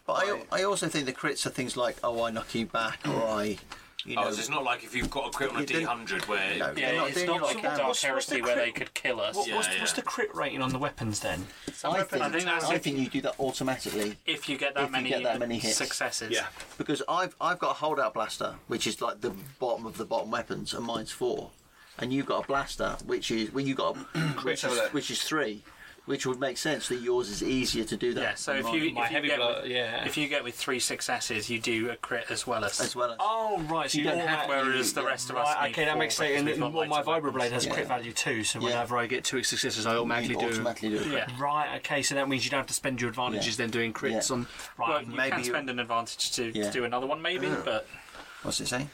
S2: But I, I also think the crits are things like, oh, I knock you back, or I You
S5: Oh, so it's not like if you've got a crit on a
S2: You didn't-
S5: D100 where.
S2: no,
S4: Yeah,
S2: they're not
S4: it's
S2: doing
S4: not
S2: you like
S4: sort
S2: that.
S4: of
S3: What's-
S4: dark
S3: what's the
S4: heresy where they
S3: crit-
S4: could kill us.
S3: What,
S5: Yeah,
S3: what's,
S5: yeah.
S3: what's the crit rating on the weapons then?
S2: I
S4: I think
S2: think,
S4: that's
S2: I
S4: if-
S2: think you do that automatically
S4: If you get that,
S2: If you
S4: many,
S2: get that many hits.
S4: successes.
S1: Yeah.
S2: because I've I've got a holdout blaster, which is like the bottom of the bottom weapons, and mine's four, and you've got a blaster, which is well, you got a, which,
S1: have
S2: is,
S1: a look.
S2: which is three, which would make sense that yours is easier to do that.
S4: Yeah, so
S2: than
S4: if
S2: mine.
S4: you,
S3: My
S4: if you,
S3: heavy
S4: get,
S3: blow,
S4: with,
S3: yeah.
S4: if you get with three successes, you do a crit as well as.
S2: as well as
S3: Oh right, so you,
S2: don't
S3: all
S2: have-
S4: whereas the rest of us.
S3: Right,
S4: need
S3: okay, that
S4: four
S3: makes sense.
S4: because
S3: And
S4: we've got
S3: well, my
S4: lighter
S3: vibroblade
S4: weapons.
S3: has
S2: Yeah.
S3: crit value too, so whenever I get two successes, I
S2: you
S3: automatically do.
S2: automatically do. it.
S4: Yeah.
S3: Right, okay, so that means you don't have to spend your advantages
S2: Yeah.
S3: then doing crits
S2: Yeah.
S3: on. Right, Oh,
S4: Well, you
S2: maybe
S4: can
S2: you-
S4: spend an advantage to, to
S2: Yeah.
S4: do another one, maybe, but
S2: What's it saying?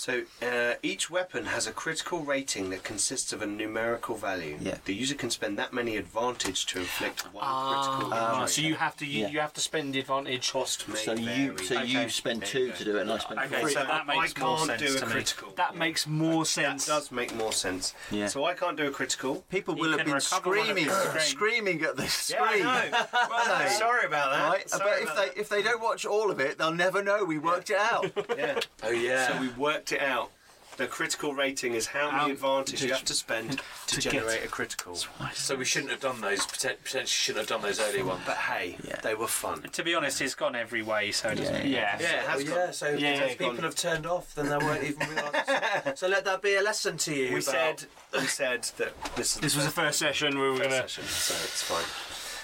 S1: So uh, each weapon has a critical rating that consists of a numerical value.
S2: Yeah.
S1: The user can spend that many advantage to inflict one critical
S3: Ah,
S1: injury.
S3: so you have to you,
S2: Yeah.
S3: you have to spend the advantage.
S1: cost may
S2: So you
S1: vary.
S2: so
S4: Okay.
S2: you spend
S1: There
S2: two
S1: you go.
S2: to do it, and I spend
S4: Okay,
S2: three.
S4: so that
S1: I
S4: makes
S1: can't
S4: more sense
S1: do a
S4: to me.
S1: critical.
S3: That makes more sense.
S1: That does make more sense.
S2: Yeah.
S1: So I can't do a critical.
S2: People
S4: You
S2: will have
S4: can
S2: been
S4: recover one of
S2: screaming,
S4: the
S2: screaming at this
S1: Yeah, I
S2: screen.
S1: know. Well, no, sorry about that.
S2: Right,
S1: Sorry
S2: but if
S1: about
S2: they if they don't watch all of it, they'll never know we worked it out.
S1: that. Yeah.
S5: Oh, yeah.
S1: So we worked it out. The critical rating is how many
S3: Um,
S1: advantage you
S3: to-
S1: have to spend to,
S3: to get-
S1: generate a critical.
S5: So we shouldn't have done those. poten- Potentially shouldn't have done those earlier ones.
S1: But hey,
S2: Yeah.
S1: they were fun.
S4: to be honest, it's gone every way, so it doesn't
S2: Yeah.
S3: yeah.
S1: Yeah, it has
S5: Oh,
S1: gone.
S5: yeah, so
S3: Yeah,
S5: if
S3: yeah,
S5: people
S1: gone.
S5: have turned off, then they won't even realise. so let that be a lesson to you.
S1: We
S5: about-
S1: said we said that this is
S3: This was the first session we were
S1: first
S3: gonna.
S1: session, so it's fine.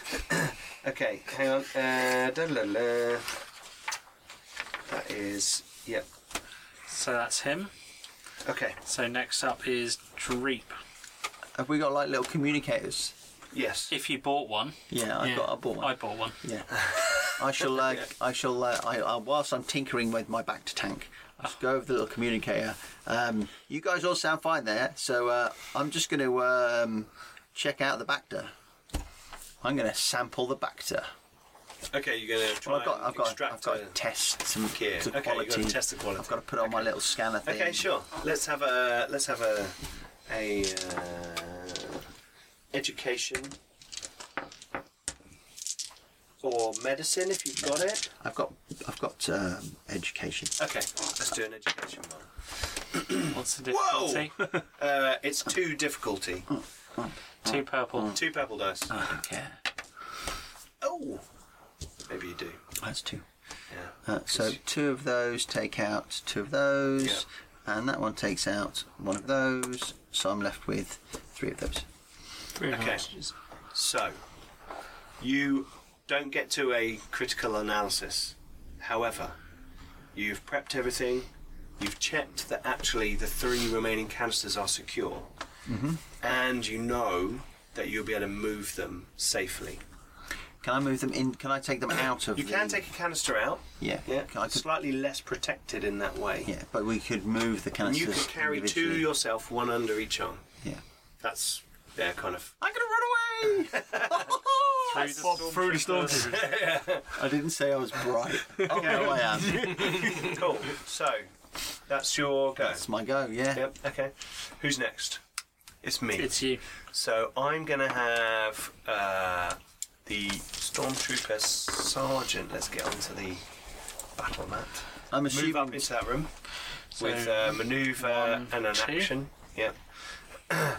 S1: okay, hang on. Uh, da, da, da. That is yep.
S4: So that's him.
S1: Okay.
S4: So next up is Dreep.
S2: have we got like little communicators?
S1: Yes.
S4: If you bought one,
S2: Yeah, I
S3: Yeah.
S2: got I bought one.
S4: I bought one.
S2: Yeah. I shall. Uh, I shall. Uh, I, I, whilst I'm tinkering with my back to tank, I'll just go over the little communicator. Um, you guys all sound fine there, so uh, I'm just going to um, check out the Bacta. I'm going to sample the Bacta.
S1: Okay, you're gonna try
S2: Well, I've got.
S1: and
S2: I've got.
S1: extract
S2: I've got to
S1: a-
S2: test some
S1: gear.
S2: some
S1: Okay, you've got to
S2: quality.
S1: test the quality.
S2: I've got to put on my little scanner thing.
S1: Okay, sure. Let's have a let's have a a uh, education or medicine if you've got it.
S2: I've got. I've got um, education.
S1: Okay, let's do an education one.
S4: What's the
S1: Whoa!
S4: difficulty?
S1: Uh, it's two difficulty,
S4: Two purple.
S1: two pebble dice.
S2: I don't care.
S1: Oh, maybe you do.
S2: That's two.
S1: Yeah.
S2: Uh, so two of those take out two of those, and that one takes out one of those. So I'm left with three of those.
S1: Okay. So you don't get to a critical analysis. However, you've prepped everything. You've checked that actually the three remaining canisters are secure, and you know that you'll be able to move them safely.
S2: Can I move them in? Can I take them out of?
S1: You can
S2: the-
S1: take a canister out.
S2: Yeah.
S1: Yeah,
S2: Can I could,
S1: slightly less protected in that way.
S2: yeah, but we could move the
S1: And
S2: canisters.
S1: you can carry two
S2: individually.
S1: yourself, one under each arm.
S2: Yeah.
S1: That's their kind of
S2: I'm gonna run away.
S3: Through the storms.
S2: I didn't say I was bright. Oh no, I am.
S1: cool. So that's your go.
S2: That's my go. Yeah.
S1: Yep. Okay. Who's next? It's me.
S4: It's you.
S1: so I'm gonna have uh, the stormtrooper sergeant. Let's get onto the battle mat.
S2: I'm
S1: Move up
S2: assuming.
S1: into that room with uh, maneuver
S4: one,
S1: and an
S4: two.
S1: action. Yep. uh,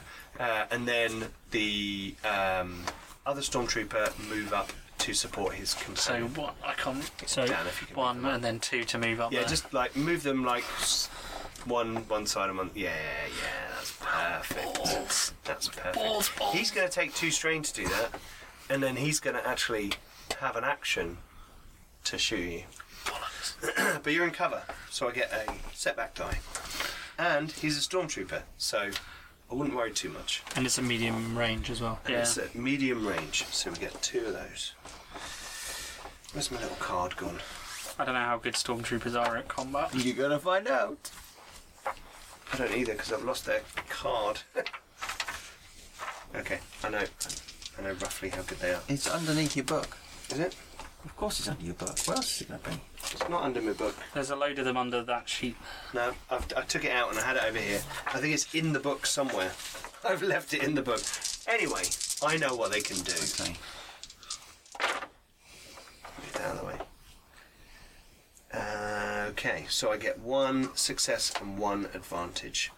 S1: and then the um, other stormtrooper move up to support his
S4: So
S1: companion.
S4: what? I can't. So
S1: Dan, if you can
S4: one and then two to move up.
S1: Yeah,
S4: there.
S1: just like move them like s- one one side a month. Yeah, yeah, that's perfect. That's perfect.
S4: Balls, balls.
S1: He's going to take two strain to do that, and then he's going to actually have an action to shoot you. but you're in cover, so I get a setback die. And he's a stormtrooper, so I wouldn't worry too much.
S3: And it's a medium range as well.
S1: And
S4: Yeah.
S1: It's at medium range, so we get two of those. Where's my little card gone?
S4: I don't know how good stormtroopers are at combat.
S2: You're gonna find out.
S1: I don't either because I've lost their card. okay, I know. I know roughly how good they are.
S2: It's underneath your book.
S1: Is it?
S2: Of course, it's under your book. Where else is it gonna be?
S1: It's not under my book.
S4: There's a load of them under that sheet.
S1: No, I've, I took it out and I had it over here. I think it's in the book somewhere. I've left it in the book. Anyway, I know what they can do.
S2: Okay.
S1: Move that out of the way. Uh, Okay, so I get one success and one advantage.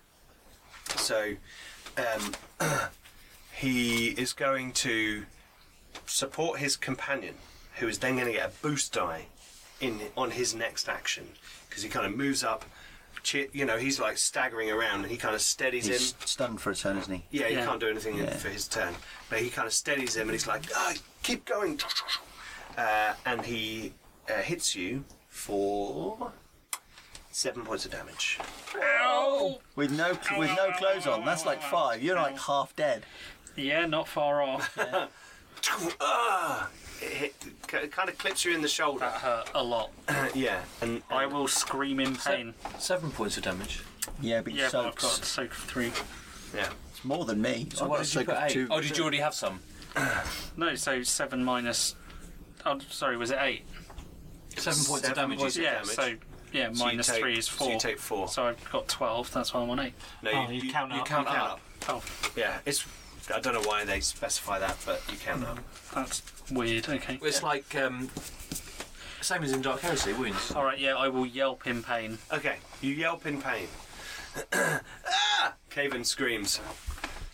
S1: So um, he is going to support his companion, who is then going to get a boost die in on his next action because he kind of moves up. Che- you know, he's like staggering around and he kind of steadies him.
S2: He's stunned for a turn, isn't he?
S1: Yeah, he
S4: Yeah.
S1: can't do anything for his turn. But he kind of steadies him and he's like, "Ah, keep going. Uh, and he uh, hits you for seven points of damage.
S2: With no with no clothes on. That's like five. You're like half dead.
S4: Yeah, not far off.
S1: Ah! It hit, it kind of clips you in the shoulder.
S4: That hurt a lot.
S1: yeah. And
S4: I will scream in pain.
S5: Seven points of damage.
S2: Yeah, but
S4: Yeah,
S2: you
S4: but I've
S2: soaked.
S4: got soaked three.
S1: yeah.
S2: It's more than me.
S5: So
S2: I've
S5: what
S2: got
S5: did you
S2: soaked
S5: put? Eight?
S2: two.
S5: Oh, did you already have some?
S4: No, so seven minus. Oh, sorry, was it eight?
S5: Seven points
S1: Seven
S5: of damage.
S1: points
S5: you
S1: of
S4: Yeah,
S1: damage.
S4: so
S1: So
S4: yeah,
S1: you
S4: minus
S1: take-
S4: three is four.
S1: So you take four.
S4: So I've got twelve. That's why I'm on eight.
S1: No,
S6: Oh, you count
S1: you
S6: up.
S1: count
S6: You count
S1: up.
S4: Oh,
S1: Yeah, it's. I don't know why they specify that, but you count up.
S4: that's weird. Okay.
S5: It's like um, same as in Dark Heresy wounds.
S4: All right. Yeah, I will yelp in pain.
S1: Okay, you yelp in pain. ah! Caven screams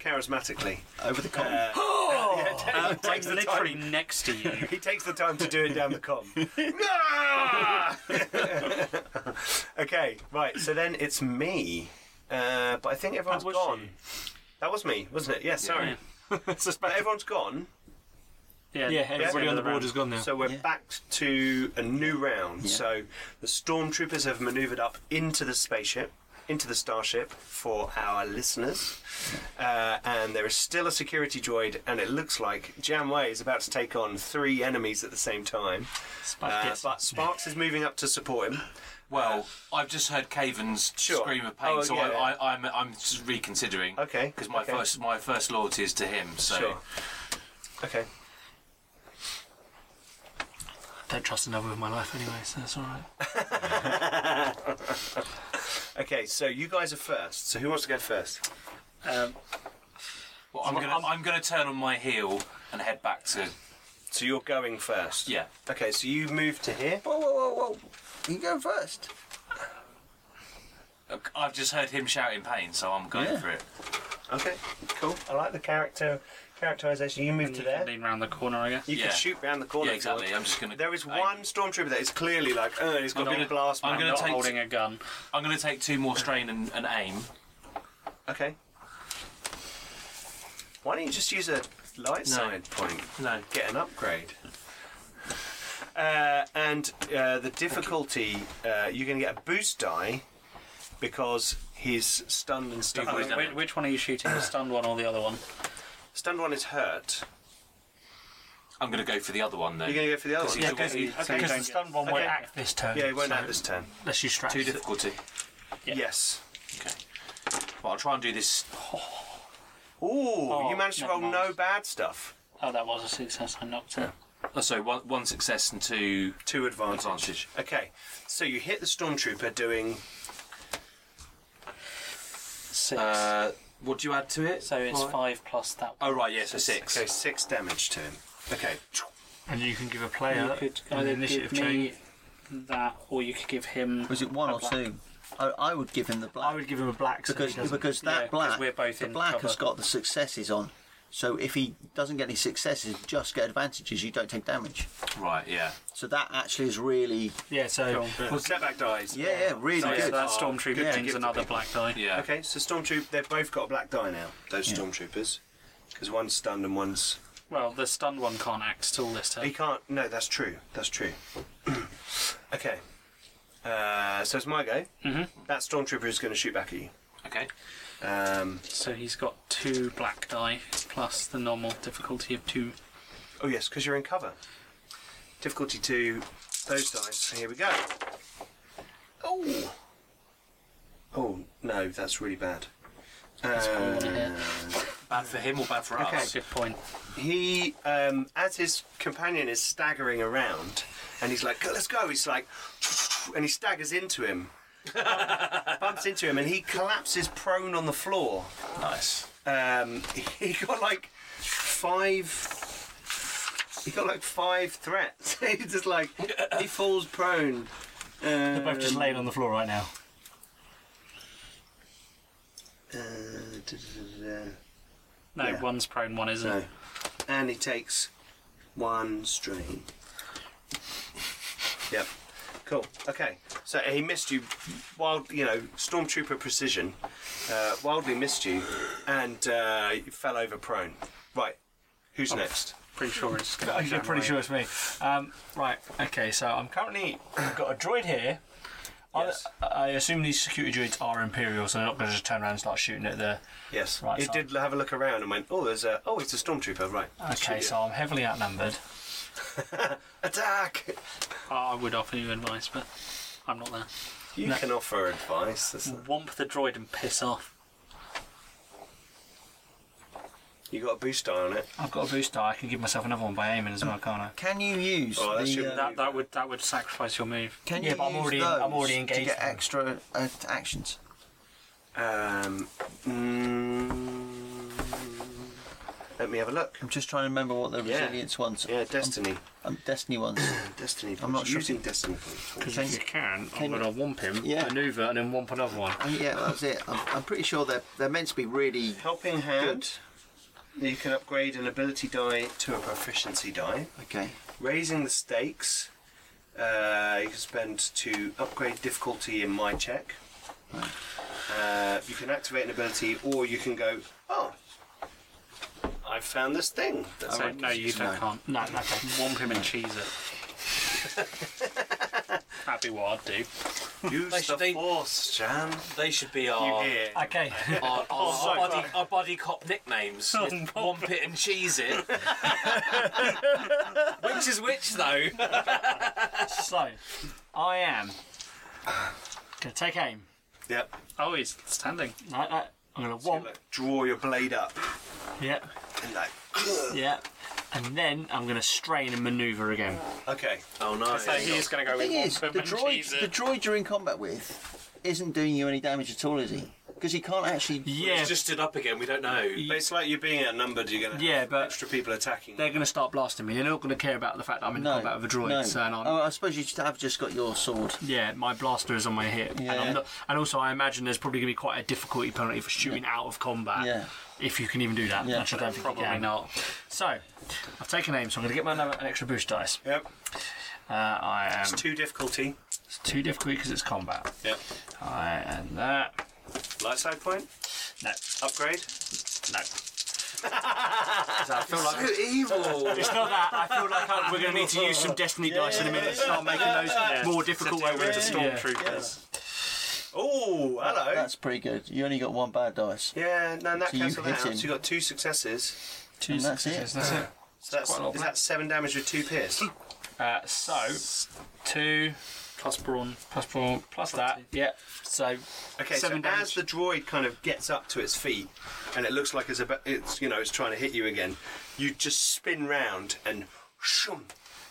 S1: charismatically.
S2: Over the column.
S1: Yeah, he, takes
S4: I'm
S1: the
S4: Uh, literally
S1: time,
S4: next to you.
S1: he takes the time to do it down the com. okay, right. So then it's me, uh, but I think everyone's
S4: was
S1: gone.
S4: you.
S1: That was me, wasn't it? Yeah, sorry. But everyone's gone,
S4: Yeah.
S6: Yeah,
S4: that's
S6: everybody
S4: end
S6: on
S4: of
S6: the board
S4: round.
S6: has gone now.
S1: so we're
S2: Yeah.
S1: back to a new round. So the stormtroopers have manoeuvred up into the spaceship, into the starship for our listeners, uh, and there is still a security droid, and it looks like Janeway is about to take on three enemies at the same time.
S3: Spike
S1: Uh,
S3: gets-
S1: but Sparks is moving up to support him.
S5: Well, I've just heard Caven's
S1: Sure.
S5: scream of pain,
S1: Oh,
S5: so
S1: yeah,
S5: I,
S1: yeah.
S5: I, I'm I'm just reconsidering.
S1: Okay,
S5: Because my
S1: okay.
S5: first my first loyalty is to him. So
S1: Sure. Okay.
S3: Don't trust another with my life anyway, so that's alright.
S1: Okay, so you guys are first. So who wants to go first?
S4: Um,
S5: Well, I'm gonna I'm, gonna turn on my heel and head back to
S1: So you're going first.
S5: yeah.
S1: Okay, so you move to here.
S2: Whoa, whoa, whoa, whoa. You go first.
S5: I've just heard him shout in pain, so I'm going
S2: Yeah.
S5: for it.
S1: Okay, cool. I like the character characterization. You move to
S4: you
S1: there.
S4: can lean round the corner, I guess.
S1: You
S5: Yeah.
S1: can shoot round the corner.
S5: Yeah,
S1: if you want.
S5: exactly. I'm just gonna.
S1: There is
S5: I-
S1: one stormtrooper that is clearly like, oh, he's got a big blast.
S5: I'm
S1: man."
S5: gonna
S4: Not
S5: take-
S4: holding a gun.
S5: I'm gonna take two more strain and, and aim.
S1: Okay. Why don't you just use a light side point?
S5: No.
S1: Get an upgrade. Uh, and uh, the difficulty, uh, you're going to get a boost die because Oh, he's stunned and stunned.
S5: You've always done
S4: Whi-
S5: it.
S4: which one are you shooting? The stunned one or the other one?
S1: Stunned one is hurt.
S5: I'm gonna go for the other one
S1: You're
S5: then.
S1: going to go for the other one.
S5: Yeah,
S1: Okay.
S5: because he-
S1: Okay.
S4: so he
S3: Because
S4: don't
S3: the stun one won't
S1: okay.
S3: act this turn.
S1: Yeah, he won't
S3: so
S1: have this turn.
S3: Let's use straps.
S5: Two difficulty.
S4: Yeah.
S1: Yes.
S5: Okay. Well, I'll try and do this.
S1: Ooh, you managed to
S4: Oh,
S1: roll
S4: never mind.
S1: no bad stuff.
S4: Oh, that was a success. I knocked it.
S5: Oh, so one one success and two
S1: Two
S5: advantage.
S1: Okay, so you hit the stormtrooper doing
S4: Six.
S5: Uh, what do you add to it?
S4: so it's five plus that one.
S5: Oh right, yeah, so six.
S1: okay six damage to him. Okay,
S6: And you can give a
S4: You
S6: player
S4: could
S6: an
S4: either
S6: initiative
S4: give me
S6: chain.
S4: that, or you could give him.
S2: Was it one
S4: a
S2: or
S4: black.
S2: two? I, I would give him the black.
S6: I would give him a black so he
S2: because
S6: doesn't-
S2: because
S4: Yeah,
S2: that
S4: 'cause
S2: black
S4: we're both
S2: the
S4: in
S2: black
S4: cover.
S2: has got the successes on. So if he doesn't get any successes, just get advantages. You don't take damage.
S5: Right, yeah.
S2: So that actually is really
S6: Yeah, so
S1: well, setback dies.
S2: yeah, yeah really
S4: So
S2: good.
S4: that
S1: Oh,
S4: stormtrooper
S1: good to give
S4: gains
S1: to
S4: another
S1: people.
S4: black die.
S5: Yeah.
S1: Okay, so stormtrooper, they've both got a black die now. Those stormtroopers, because one's stunned and one's
S4: Well, the stunned one can't act till this
S1: he
S4: turn.
S1: can't. No, that's true. That's true. okay, uh, so it's my go. Mm-hmm. That stormtrooper is going to shoot back at you.
S5: Okay.
S1: Um,
S4: So he's got two black die plus the normal difficulty of two.
S1: oh yes, because you're in cover. Difficulty two. Those dice. Here we go. Oh. Oh no, that's really bad. Uh,
S5: Bad for him or bad for
S1: Okay.
S5: us?
S4: Good point.
S1: he um, as his companion is staggering around and he's like let's go he's like and he staggers into him bumps into him and he collapses prone on the floor
S5: Nice.
S1: um, he got like five he got like five threats he just like he falls prone Um,
S6: They're both
S4: um,
S6: just laying on the floor right now.
S1: Uh, duh, duh, duh, duh, duh.
S4: No,
S1: Yeah.
S4: one's prone, one isn't.
S1: No. And he takes one strain. Yep. Cool. Okay. So he missed you, wild, you know, stormtrooper precision, uh, wildly missed you, and uh, you fell over prone. Right. Who's
S6: Oh.
S1: next?
S4: Pretty sure it's going
S6: I'm pretty sure it's me. Um, right, okay, so I'm currently I've got a droid here. Are
S1: Yes.
S6: the- I assume these security droids are Imperial, so they're not going to just turn around and start shooting at the.
S1: Yes.
S6: Right,
S1: he
S6: so-
S1: did have a look around and went, "Oh, there's a. Oh, it's a stormtrooper. Right.
S6: Okay, so I'm heavily outnumbered.
S1: Attack."
S4: I would offer you advice, but I'm not there.
S1: You can offer advice. That's not-
S4: Womp the droid and piss off.
S1: You got a boost die on it.
S6: I've got a boost die. I can give myself another one by aiming as well, can't I?
S2: Can you use
S1: Oh, that's
S2: the?
S1: your-
S2: uh,
S4: That that would that would sacrifice your move.
S2: can
S6: Yeah,
S2: you
S6: but I'm
S2: use
S6: already in-
S2: those
S6: I'm already
S2: to
S6: engaged
S2: get
S6: in them.
S2: extra uh, actions?
S1: Um, mm, let me have a look.
S2: I'm just trying to remember what the
S1: Yeah.
S2: resilience ones.
S1: Yeah, Destiny.
S2: Um, destiny ones.
S1: Destiny.
S2: I'm not
S1: points.
S2: sure.
S1: using Destiny. points.
S2: Can-
S6: you can,
S2: can-
S6: I'm going to womp him,
S2: Yeah.
S6: maneuver, and then womp another one.
S2: Oh, yeah, that's it. I'm, I'm pretty sure they're they're meant to be really
S1: Helping
S2: good.
S1: hand. You can upgrade an ability die to a proficiency die.
S2: Okay.
S1: Raising the stakes. Uh, you can spend to upgrade difficulty in my check. Uh, you can activate an ability, or you can go. Oh, I found this thing. That's
S4: So
S1: it.
S4: no, you don't can't. No, no, okay. Womp him and cheese it. That'd be what I'd do.
S1: Use the
S5: should- they-
S1: force, Jan.
S5: They should be
S3: Oh.
S5: our
S1: Here.
S3: Okay.
S5: our, our, our, buddy, our buddy cop nicknames. Womp it and cheese it. which is which though?
S3: so, I am gonna take aim.
S1: Yep.
S4: Oh, he's standing.
S3: Like that. I'm gonna womp.
S1: Like, draw your blade up
S3: Yeah.
S1: and like.
S3: Yeah. And then I'm gonna strain and maneuver again.
S1: Okay.
S5: Oh no.
S4: So he's going to go with
S2: Thing is,
S4: womp
S2: the
S4: him and
S2: droid
S4: cheese
S2: the
S4: it.
S2: droid you're in combat with isn't doing you any damage at all, is he? Because he can't actually.
S3: Yeah.
S5: He's just stood up again. We don't know.
S1: But it's like you're being outnumbered. You're gonna
S3: Yeah,
S1: have
S3: but-
S1: extra people attacking.
S3: They're gonna start blasting me. They're not gonna care about the fact that I'm in
S2: No,
S3: combat with a droid.
S2: no.
S3: So and I'm,
S2: Oh, I suppose you just have just got your sword.
S3: yeah, my blaster is on my hip. And,
S2: Yeah.
S3: I'm not, and also, I imagine there's probably gonna be quite a difficulty penalty for shooting out of combat.
S2: Yeah.
S3: If you can even do that,
S2: Yeah.
S3: which I don't think
S4: Probably
S3: you can.
S4: not.
S3: So, I've taken aim, so I'm going to get my another, an extra boost dice.
S1: Yep.
S3: Uh, I am.
S1: It's two difficulty.
S3: It's too difficult because it's combat.
S1: Yep.
S3: I and that.
S1: Light side point.
S3: No,
S1: Upgrade.
S3: no. 'Cause I feel like
S5: evil.
S3: It's not that. I feel like I- we're going to need to use some destiny dice in a minute to start making those more difficult
S4: Go with the
S3: ways. Yeah.
S4: stormtroopers.
S1: Oh, hello.
S2: That's pretty good. You only got one bad dice.
S1: yeah, no, and that
S2: So you
S1: cancels
S2: hit
S1: out. So
S2: him.
S1: you got two successes.
S3: Two
S2: And that's it.
S3: successes, That's it.
S1: So that's
S3: quite a lot,
S1: is
S3: isn't
S1: that seven damage with two pierce?
S3: Uh, so two
S4: Plus brawn.
S3: plus four plus that. Yeah. So
S1: Okay,
S3: seven
S1: so
S3: damage.
S1: as the droid kind of gets up to its feet, and it looks like it's about, it's you know it's trying to hit you again, you just spin round and shoom,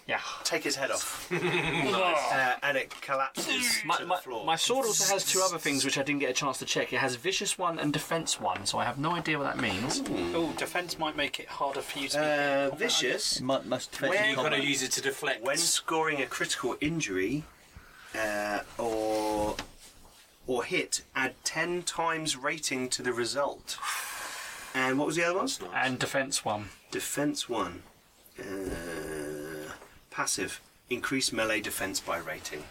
S3: yeah.
S1: take his head off, uh, and it collapses
S3: My,
S1: to
S3: my,
S1: the floor.
S3: my sword also has two other things which I didn't get a chance to check. It has vicious one and defense one, so I have no idea what that means.
S4: Oh, defense might make it harder for you to.
S1: uh,
S4: be-
S1: vicious.
S2: Mu- must defend
S1: Where
S2: your
S1: you
S5: Got
S2: combat.
S5: to use it to deflect.
S1: when scoring a critical injury uh, or or hit, add ten times rating to the result. And what was the other one?
S3: And defense one.
S1: Defense one. Uh, passive. Increase melee defense by rating.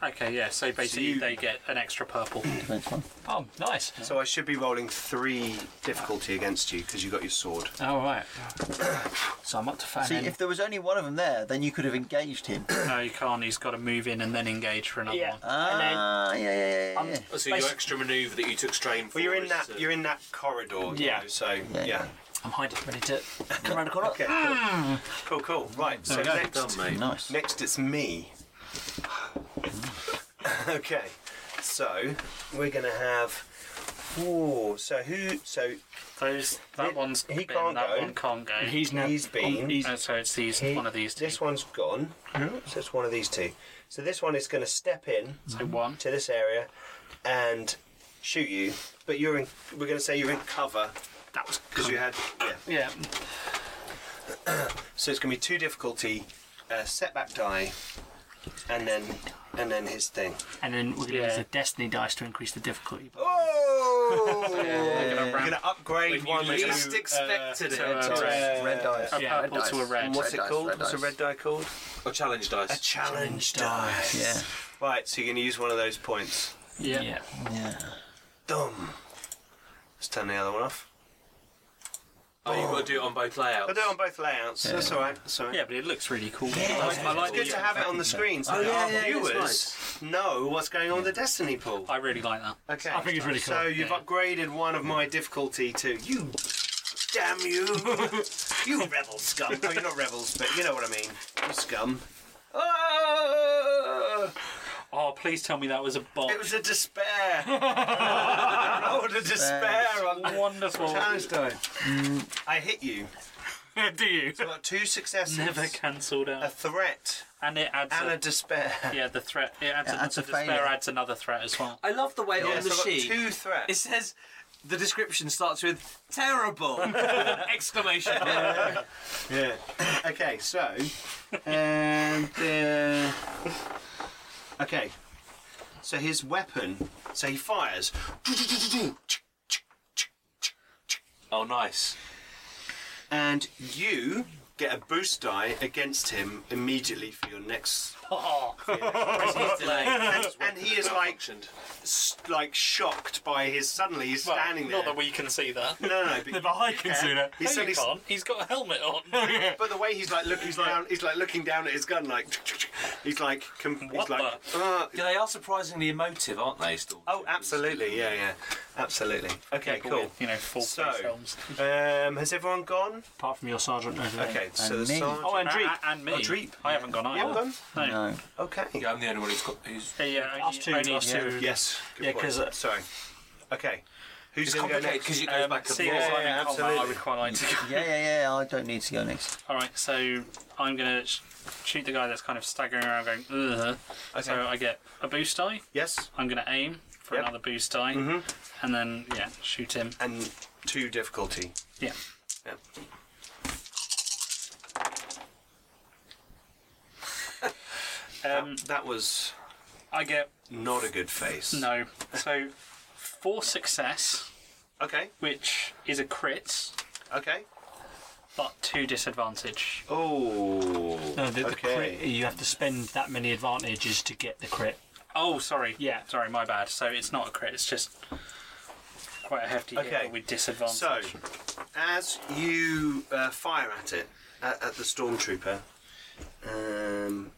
S4: Okay, yeah. So basically,
S1: you-
S4: they get an extra purple.
S2: Defense one.
S3: Oh, nice.
S1: So I should be rolling three difficulty against you because you got your sword.
S3: All right. So I'm up to fan
S2: See,
S3: end.
S2: if there was only one of them there, then you could have engaged him.
S4: no, you can't. He's got to move in and then engage for another
S3: yeah.
S4: one.
S3: and then
S2: Ah, yeah, yeah, yeah, yeah.
S5: So your extra manoeuvre that you took strain for.
S1: Well, you're in
S5: is,
S1: that
S5: uh,
S1: you're in that corridor. you
S3: Yeah.
S1: know, so yeah.
S2: yeah.
S3: I'm hiding, ready to come around the corner.
S1: Okay. Cool. cool. Cool. Right. So
S5: yeah,
S1: next.
S5: done, mate.
S2: Nice.
S1: Next, it's me. okay, so we're gonna have. Ooh, so who? So
S4: Those. That
S1: He-
S4: one's.
S1: he
S4: been,
S1: can't
S4: that
S1: go.
S4: one can't go.
S3: He's now.
S1: He's been-
S3: he's-
S4: Uh, so it's these.
S1: he-
S4: one of these. Two.
S1: This one's gone. So it's one of these two. So this one is gonna step in
S4: So one.
S1: to this area and shoot you, but you're in. We're gonna say you're in cover
S4: That was.
S1: because you had. Yeah.
S3: yeah.
S1: So it's gonna be two difficulty, uh, setback die, and then and then his thing.
S3: And then we're going to
S4: Yeah.
S3: use the destiny dice to increase the difficulty.
S1: Oh!
S4: We're gonna
S1: We're
S4: ramp
S1: going to upgrade
S5: When you
S1: one to,
S5: least
S1: uh,
S5: expected it.
S1: to a-
S4: to
S2: Dice.
S1: uh,
S2: red dice.
S4: a
S3: Yeah.
S4: purple
S2: dice.
S4: to a red.
S1: What's
S2: Red
S1: it
S2: dice,
S1: called?
S2: red
S1: What's a
S2: dice.
S1: red die called?
S5: Or uh, challenge
S1: A
S5: dice.
S1: challenge dice.
S2: Yeah.
S1: Right, so you're going to use one of those points.
S4: Yeah.
S3: Yeah.
S2: Yeah.
S1: Dumb. Let's turn the other one off.
S5: Oh, you've got to do it on both layouts.
S1: I'll do it on both layouts. That's all right. That's all right.
S4: Yeah, but it looks really cool. I like,
S1: It's
S4: I like
S1: good
S4: the-
S1: to have it on the screen so that
S5: yeah,
S1: our
S5: yeah, yeah, it's
S1: viewers
S5: nice.
S1: know what's going on with the Destiny pool.
S4: I really like that.
S1: Okay.
S3: I think it's really
S1: So
S3: cool.
S1: you've upgraded one of my difficulty to you. Damn you! you rebel scum. Oh, you're not rebels, but you know what I mean. You scum. Oh,
S4: Oh, please tell me that was a bomb.
S1: it was a despair. I rolled a despair on the
S4: Wonderful.
S1: challenge die. I hit you.
S4: Do you?
S1: I got two successes.
S4: Never cancelled
S1: a
S4: out.
S1: threat
S4: And it adds.
S1: and a
S4: A,
S1: despair.
S4: yeah, the threat. It adds
S2: Yeah,
S4: another
S2: adds a
S4: despair.
S2: failure.
S4: Adds another threat as well.
S5: I love the way
S1: Yeah,
S5: on the
S1: so I got
S5: sheet
S1: two
S5: it
S1: threats.
S5: says the description starts with terrible with an exclamation. mark.
S1: Yeah. Okay, so and uh, okay, so his weapon. So he fires.
S5: oh, nice.
S1: and you get a boost die against him immediately for your next.
S5: and,
S1: and he is like- s- Like shocked by his suddenly he's standing there.
S4: Not that we can see that.
S1: no, no, no. But
S6: But I can see that.
S1: He's
S4: no,
S1: suddenly,
S4: you can't. He's got a helmet on.
S1: but the way he's like looking he's down, he's like looking down at his gun, like he's like, com- he's
S4: What
S1: like, uh,
S5: Yeah, they are surprisingly emotive, aren't they? Still.
S1: oh, absolutely, yeah, yeah, absolutely. Okay,
S4: People
S1: cool.
S4: with, you know, full face
S1: So-
S4: helms.
S1: Um, has everyone gone?
S3: Apart from your sergeant over there.
S1: Okay, so the
S2: me.
S1: sergeant.
S3: Oh, and Dreep.
S4: A- a- and me.
S1: Oh, Dreep.
S4: I haven't gone
S1: You all
S4: either.
S1: done?
S4: No.
S2: No.
S1: Okay.
S5: Yeah, I'm the only one who's got. Who's,
S4: Yeah, yeah,
S3: Us two,
S4: only, only
S3: us
S4: two.
S3: two.
S1: Yes. Good
S3: Yeah,
S1: point.
S3: 'cause, uh,
S1: sorry. Okay. Who's
S5: it's
S1: going to go
S5: complicated
S1: next?
S5: because it goes
S4: Um,
S5: back and
S4: see,
S5: forth.
S1: yeah,
S4: I'm in
S1: yeah,
S4: combat, I
S1: absolutely.
S4: would quite like to go.
S2: Yeah, yeah, yeah. I don't need to go next.
S4: All right, so I'm gonna sh- shoot the guy that's kind of staggering around, going. Ugh. So I get a boost die.
S1: Yes.
S4: I'm gonna aim for
S1: Yep.
S4: another boost die,
S5: Mm-hmm.
S4: and then yeah, shoot him.
S1: And two difficulty.
S4: Yeah.
S1: Yep.
S4: Um,
S1: That was
S4: I get
S1: not a good face.
S4: no. So four success,
S1: Okay.
S4: which is a crit,
S1: Okay.
S4: but two disadvantage.
S1: Oh.
S3: No, the, the
S1: okay.
S3: crit, you have to spend that many advantages to get the crit.
S4: Oh, sorry.
S3: Yeah.
S4: Sorry, my bad. So it's not a crit. It's just quite a hefty hit
S1: Okay.
S4: but with disadvantage.
S1: So, as you uh, fire at it, at, at the stormtrooper, um,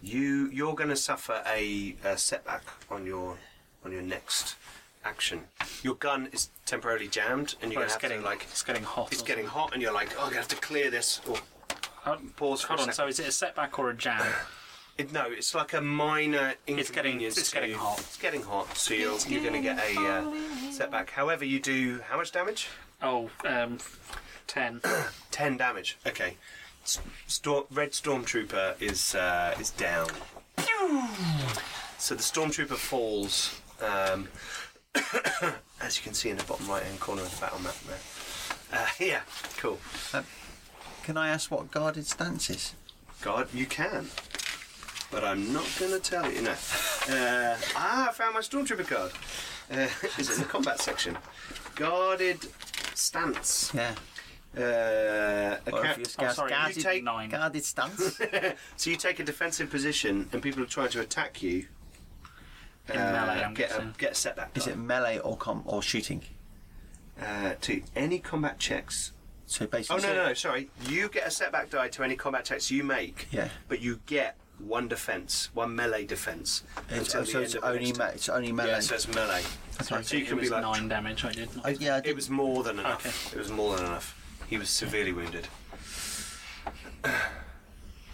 S1: you you're going to suffer a, a setback on your on your next action. Your gun is temporarily jammed, and you're going
S4: Well, it's
S1: to have to
S4: getting
S1: like
S4: it's getting hot.
S1: it's
S4: or
S1: getting hot, and you're like, oh, I'm going to have to clear this. Or
S4: something. Hold-
S1: pause for
S4: Hold
S1: a
S4: on.
S1: second.
S4: So is it a setback or a jam?
S1: It, no, it's like a minor inconvenience.
S4: getting- it's
S1: to you.
S4: getting hot.
S1: It's getting hot, so you're, you're going to get a uh, setback. However, you do how much damage?
S4: Oh, um, ten.
S1: Ten damage. Okay. S- Stor- Red stormtrooper is uh, is down. So the stormtrooper falls, um, as you can see in the bottom right hand corner of the battle map there. Uh, yeah, cool.
S2: Can I ask what guarded stance is?
S1: God, you can. But I'm not going to tell you. No. Uh, ah, I found my Stormtrooper card. Uh, it's in the combat section. Guarded stance.
S2: Yeah.
S1: Uh, a
S2: Or
S1: ca-
S2: if you scout-
S4: sorry,
S2: guarded,
S1: oh, you take
S4: nine.
S2: guarded stance.
S1: so you take a defensive position and people are trying to attack you. Uh,
S4: In melee, I'm
S1: get, a,
S4: guessing.
S1: get a setback.
S2: is
S1: die.
S2: it melee or com or shooting?
S1: Uh, to any combat checks.
S2: So
S1: Oh,
S2: basically.
S1: no, no, no, sorry. You get a setback die to any combat checks you make,
S2: Yeah.
S1: but you get one defense, one melee defense.
S2: It's,
S1: until
S2: oh,
S1: the
S2: so
S1: end
S2: it's
S1: of the next
S2: only me- it's only melee.
S1: Yeah, so it's melee.
S2: Okay.
S1: So you
S4: It
S1: can be
S4: was
S1: like,
S4: nine damage. I did. Not.
S2: I, yeah, I
S1: it
S2: did-
S1: was more than enough.
S4: Okay.
S1: It was more than enough. He was severely wounded.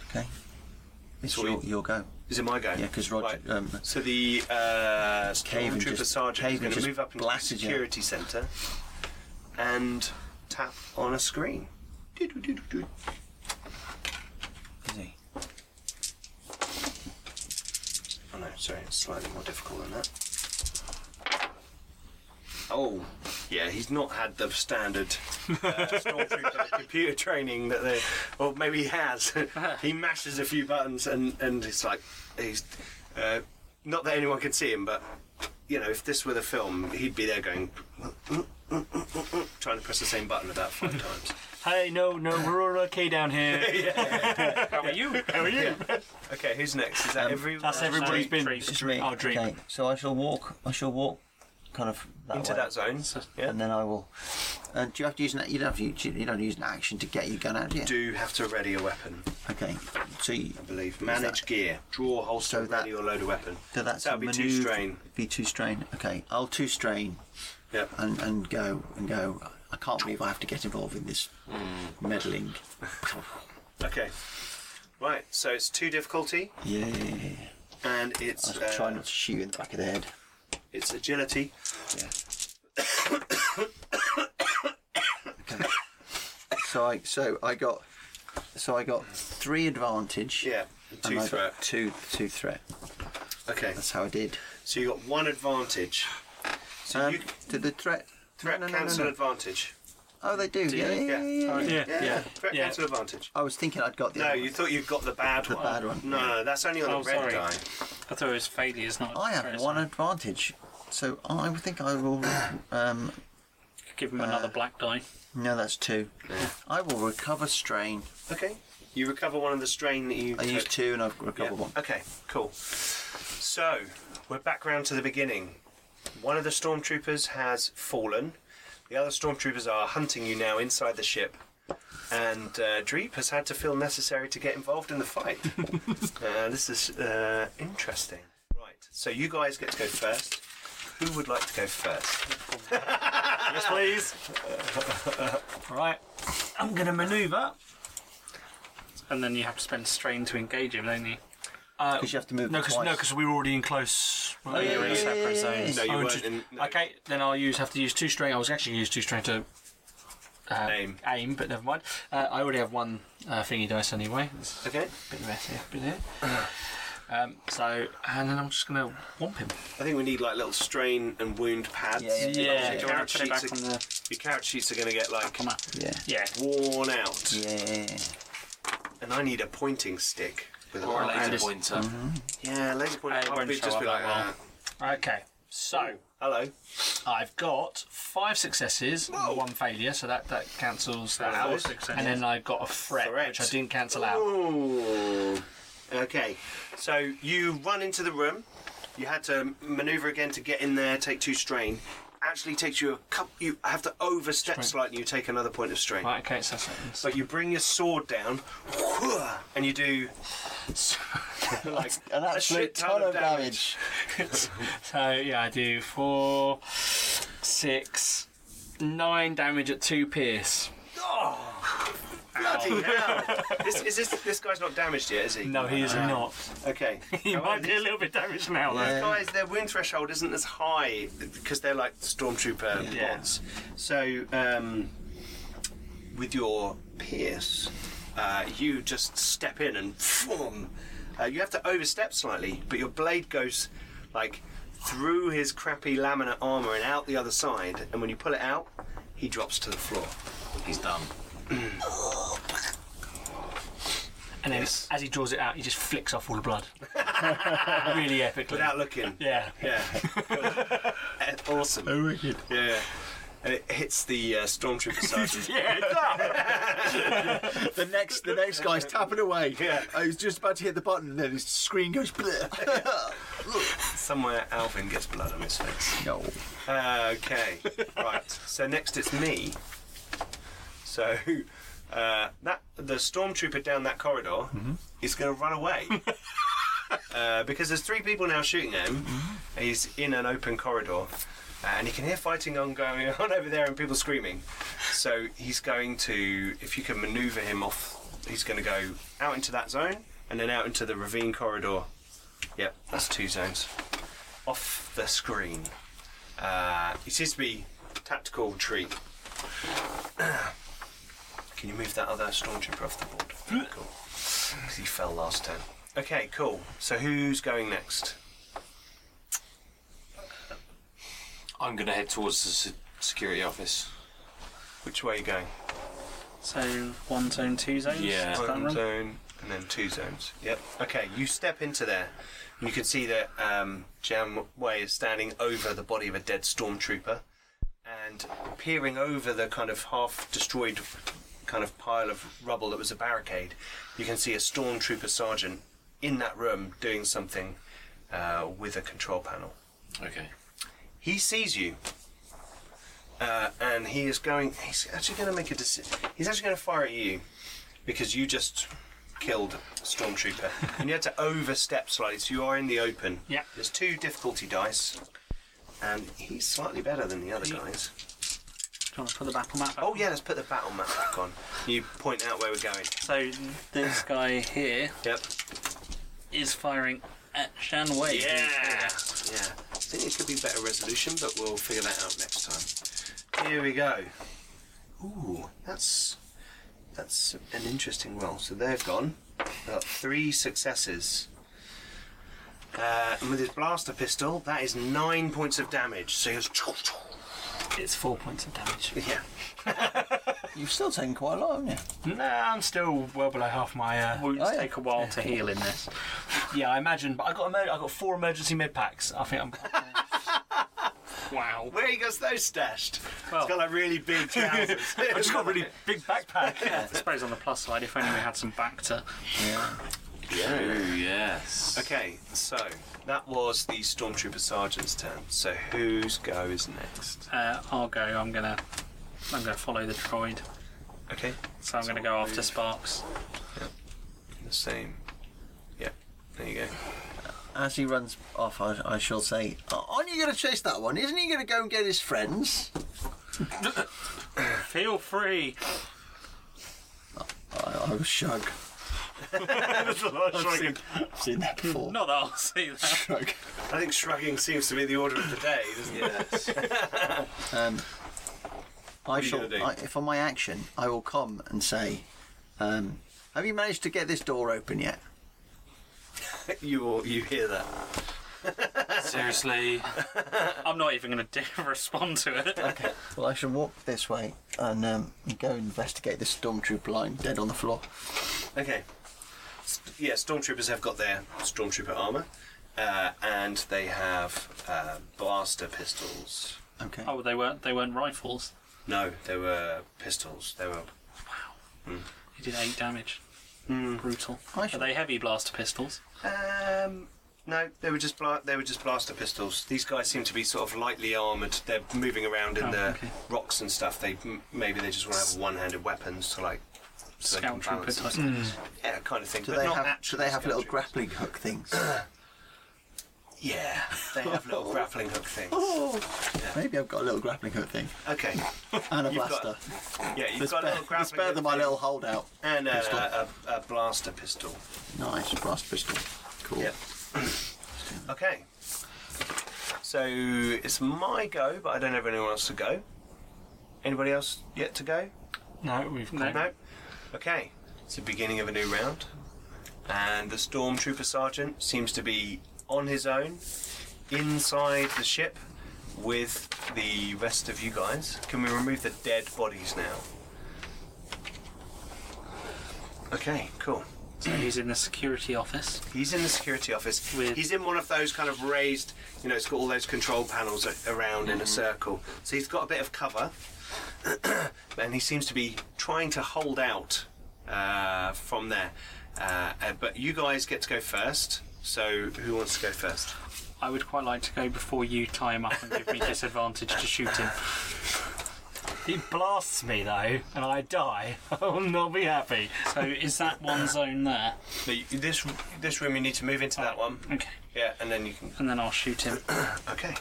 S2: okay. It's
S1: So
S2: your,
S1: we-
S2: your go.
S1: Is it my go?
S2: Yeah, because Roger.
S1: Right.
S2: Um,
S1: So the uh,
S2: Caven
S1: stormtrooper
S2: just-
S1: sergeant is
S2: Caven
S1: going to
S2: just
S1: move up into the
S2: blasted you.
S1: security centre and tap on a screen. Doo-doo-doo-doo-doo.
S2: is he?
S1: Oh no, sorry, it's slightly more difficult than that. Oh, yeah, he's not had the standard uh, stormtrooper computer training that they, or maybe he has. he mashes a few buttons and and it's like he's uh, not that anyone can see him, but you know, if this were the film, he'd be there going trying to press the same button about five times.
S3: Hey, no, no, we're all okay down here.
S4: How are you?
S1: How are you? Okay, who's next? Is that everyone?
S3: That's everybody's been.
S2: It's just me.
S3: Oh, drink.
S2: Okay, so I shall walk. I shall walk, kind of that
S1: into
S2: way,
S1: that zone. Yeah.
S2: and then I will. And do you have to use an? You don't have to. Use, you don't use an action to get your gun out. Yeah.
S1: Do have to ready a weapon.
S2: Okay. So you,
S1: I believe. Manage gear. Draw, holster,
S2: So that-
S1: ready or load a weapon.
S2: so that's
S1: That'd
S2: a
S1: be
S2: maneuver,
S1: two strain.
S2: Be two strain. Okay. I'll two strain
S1: Yeah.
S2: and and go and go. I can't believe I have to get involved in this meddling.
S1: Okay. Right, so it's two difficulty,
S2: Yeah.
S1: and it's
S2: I try
S1: uh,
S2: not to shoot in the back of the head.
S1: it's agility.
S2: Yeah. okay. So I so I got so I got three advantage.
S1: Yeah, and two
S2: and I
S1: threat.
S2: Got two two threat.
S1: Okay,
S2: That's how I did.
S1: so you got one advantage. So
S2: Um,
S1: you
S2: did the threat
S1: threat
S2: no, no, no,
S1: cancel
S2: no.
S1: advantage.
S2: Oh, they do. yeah,
S1: they?
S2: yeah, yeah,
S1: Yeah.
S2: yeah, yeah.
S3: Yeah.
S1: Yeah,
S3: yeah.
S1: threat
S3: Yeah.
S1: cancel advantage.
S2: I was thinking I'd got the.
S1: No,
S2: other
S1: you
S2: one.
S1: thought you got the bad one.
S2: bad one,
S1: No, no, that's only on
S4: Oh,
S1: the red
S4: sorry.
S1: guy.
S4: I thought it was failures, not.
S2: I have
S4: threats.
S2: one advantage, so I think I will. Um,
S4: Give him another black die.
S2: no, that's two. I will recover strain.
S1: Okay, you recover one of the strain that you.
S2: I
S1: took.
S2: used two, and I've recovered
S1: Yeah.
S2: one.
S1: Okay, cool. So we're back round to the beginning. One of the stormtroopers has fallen. The other stormtroopers are hunting you now inside the ship, and uh, Dreep has had to feel necessary to get involved in the fight. uh, this is uh, interesting. Right, so you guys get to go first. Who would like to go first?
S3: Yes, please. right. I'm going to manoeuvre.
S4: And then you have to spend strain to engage him, don't you?
S3: Uh,
S2: Because you have to move
S3: no,
S2: twice.
S3: because we were already in close. Oh,
S2: yeah,
S3: you were in
S2: yeah,
S3: separate
S2: yeah, yeah,
S1: yeah.
S3: zones.
S1: No, you
S3: I would
S1: weren't
S3: just-
S1: in- no.
S3: Okay, then I'll use have to use two string. I was actually going to use two string to uh,
S1: Aim.
S3: aim, but never mind. Uh, I already have one uh, thingy dice anyway. It's
S1: Okay,
S3: a bit messy up in here. Um, so, and then I'm just going to womp him.
S1: I think we need like little strain and wound pads.
S2: Yeah, yeah,
S3: yeah. Yeah.
S1: Your,
S4: Do you want
S1: character
S4: to put it back
S1: sheets
S4: on
S1: are,
S3: uh,
S4: the
S1: your character sheets are going to get like
S4: come up?
S2: Yeah.
S4: Yeah.
S1: worn out.
S2: Yeah.
S1: And I need a pointing stick. With
S5: Or a
S1: light.
S5: laser
S3: just-
S5: pointer.
S1: Yeah, laser pointer.
S4: It
S1: I'll
S4: won't
S1: be-
S4: show
S1: just
S4: up
S1: be like, uh,
S4: that well.
S1: "Ah,
S3: Okay, so
S1: hello.
S3: I've got five successes,
S1: Whoa.
S3: and one failure, so that, that cancels that
S1: Wow.
S3: out. And then I've got a threat,
S1: Threat.
S3: which I didn't cancel out.
S1: Ooh. Okay, so you run into the room. You had to maneuver again to get in there, take two strain. Actually, takes you a couple. You have to overstep slightly. You take another point of strain.
S3: Right, okay, so that's
S1: But you bring your sword down, and you do like
S2: An
S1: a
S2: absolute
S1: shit ton
S2: ton of
S1: damage.
S2: damage.
S3: So yeah, I do four, six, nine damage at two pierce. Ah.
S1: Bloody hell! this, is this this guy's not damaged yet, is he?
S3: No, he is not.
S1: Okay.
S3: He might be a little bit damaged now though.
S2: Yeah.
S1: guys, their wound threshold isn't as high because they're like stormtrooper
S3: Yeah.
S1: bots. So, um, with your pierce, uh, you just step in and boom. Uh, you have to overstep slightly, but your blade goes like through his crappy laminate armor and out the other side. And when you pull it out, he drops to the floor.
S5: He's done.
S3: And then
S1: Yes.
S3: as he draws it out, he just flicks off all the blood. really epically.
S1: Without looking.
S3: yeah.
S1: Yeah. Uh, awesome. Oh, wicked. Yeah. And it hits the uh, stormtrooper sergeant.
S2: The next, the next guy's tapping away.
S1: Yeah.
S2: I was just about to hit the button, and then his screen goes. Bleh.
S1: Somewhere Alvin gets blood on his face.
S2: no.
S1: Okay, right. So next it's me. So uh, that the stormtrooper down that corridor is going to run away uh, because there's three people now shooting at him. He's in an open corridor, uh, and you can hear fighting on going on over there and people screaming. So he's going to, if you can manoeuvre him off, he's going to go out into that zone and then out into the ravine corridor. Yep, that's two zones. Off the screen. Uh, it seems to be tactical retreat. Can you move that other stormtrooper off the board? Cool. 'Cause He fell last turn. Okay, cool. So who's going next?
S5: I I'm going to head towards the se- security office.
S1: Which way are you going?
S4: So one zone, two zones.
S5: Yeah.
S4: Is that
S1: One
S4: right?
S1: zone and then two zones. Yep. Okay, you step into there. and You can see that um, Jam Wei is standing over the body of a dead stormtrooper and peering over the kind of half destroyed kind of pile of rubble that was a barricade. You can see a stormtrooper sergeant in that room doing something uh, with a control panel.
S5: Okay.
S1: He sees you. Uh, and he is going. He's actually going to make a decision. He's actually going to fire at you because you just killed a stormtrooper, and you had to overstep slightly. So you are in the open.
S4: Yeah.
S1: There's two difficulty dice, and he's slightly better than the other guys.
S4: Do you want to put the battle map? Back?
S1: Oh yeah, let's put the battle map back on. You point out where we're going.
S4: So this guy here
S1: Yep.
S4: is firing at Shan Wei.
S1: Yeah. I think it could be better resolution, but we'll figure that out next time. Here we go. Ooh, that's that's an interesting roll. So they've gone. Got three successes. Uh, and with his blaster pistol, that is nine points of damage. So he goes.
S3: It's four points of damage.
S1: Yeah.
S2: You've still taken quite a lot, haven't you?
S3: Nah, I'm still well below half my. Uh,
S4: Wounds
S2: Oh, yeah.
S4: take a while to heal in this.
S3: yeah, I imagine. But I got emer- I got four emergency mid packs. I think I'm.
S4: Wow.
S1: Where he got those stashed? He's got like really big trousers. I
S3: I've just got a really big backpack.
S4: I suppose on the plus side, if only we had some Bacta.
S5: Oh, yes.
S1: Okay, so that was the stormtrooper sergeant's turn. So whose go is next?
S4: Uh, I'll go. I'm gonna. I'm gonna follow the droid.
S1: Okay,
S4: So I'm gonna go after Sparks.
S1: the same. Yeah, there you go.
S2: As he runs off, I, I shall say, "Oh, "Aren't you going to chase that one? Isn't he going to go and get his friends?"
S4: Feel free.
S2: I, I was shug. I've seen that before.
S4: Not that I'll see that.
S2: Shrug.
S1: I think shrugging seems to be the order of the day, doesn't it?
S5: Yes.
S2: Um, I
S1: are you
S2: shall.
S1: gonna do?
S2: I, for my action, I will come and say, um, "Have you managed to get this door open yet?"
S1: You all, you hear that?
S5: Seriously.
S4: I'm not even gonna d- respond to it.
S2: Well, I shall walk this way and um, go investigate this stormtrooper lying dead on the floor.
S1: Okay. S- Yeah, stormtroopers have got their stormtrooper armor, uh, and they have uh, blaster pistols.
S2: Okay.
S4: Oh, they weren't. They weren't rifles.
S1: No, they were pistols. They were.
S4: He did eight damage.
S3: Hmm.
S4: Brutal.
S2: I
S4: Are
S2: shall.
S4: they heavy blaster pistols?
S1: Um, no, they were just bla- they were just blaster pistols. These guys seem to be sort of lightly armored. They're moving around in
S4: Oh,
S1: the
S4: okay.
S1: rocks and stuff. They m- maybe they just want to have one-handed weapons to like. So they can
S4: Scout trooper
S1: balance
S4: type.
S3: Hmm.
S1: Yeah, kind of thing.
S2: do
S1: but
S2: they
S1: not
S2: have? Do
S1: actually
S2: they have little
S1: scout troopers.
S2: grappling hook things?
S1: Yeah, Oh. they have little grappling hook things.
S2: Maybe I've got a little grappling hook thing
S1: Okay.
S2: and a
S1: You've got-
S2: blaster.
S1: Yeah, you've
S2: It's
S1: got a
S2: better,
S1: little grappling
S2: it's better
S1: hook
S2: than my
S1: thing
S2: little holdout.
S1: and
S2: pistol.
S1: a, a, a blaster pistol.
S2: Nice brass pistol. Cool.
S1: Yep. okay. So it's my go, but I don't have anyone else to go. Anybody else yet to go?
S3: No, we've got.
S1: No. Okay. It's the beginning of a new round, and the stormtrooper sergeant seems to be on his own inside the ship with the rest of you guys. Can we remove the dead bodies now? Okay, cool.
S4: So he's in the security office.
S1: He's in the security office.
S4: With-
S1: He's in one of those kind of raised, you know, it's got all those control panels a- around in a circle. So he's got a bit of cover, and he seems to be trying to hold out uh, from there. Uh, uh, but you guys get to go first. So who wants to go first?
S4: I would quite like to go before you tie him up and give me disadvantage to shoot him.
S3: He blasts me though, and I die. I will not be happy.
S4: So is that one zone there?
S1: So you- this this room, you need to move into that one.
S4: Okay.
S1: Yeah, and then you can.
S4: And then I'll shoot him.
S1: Okay.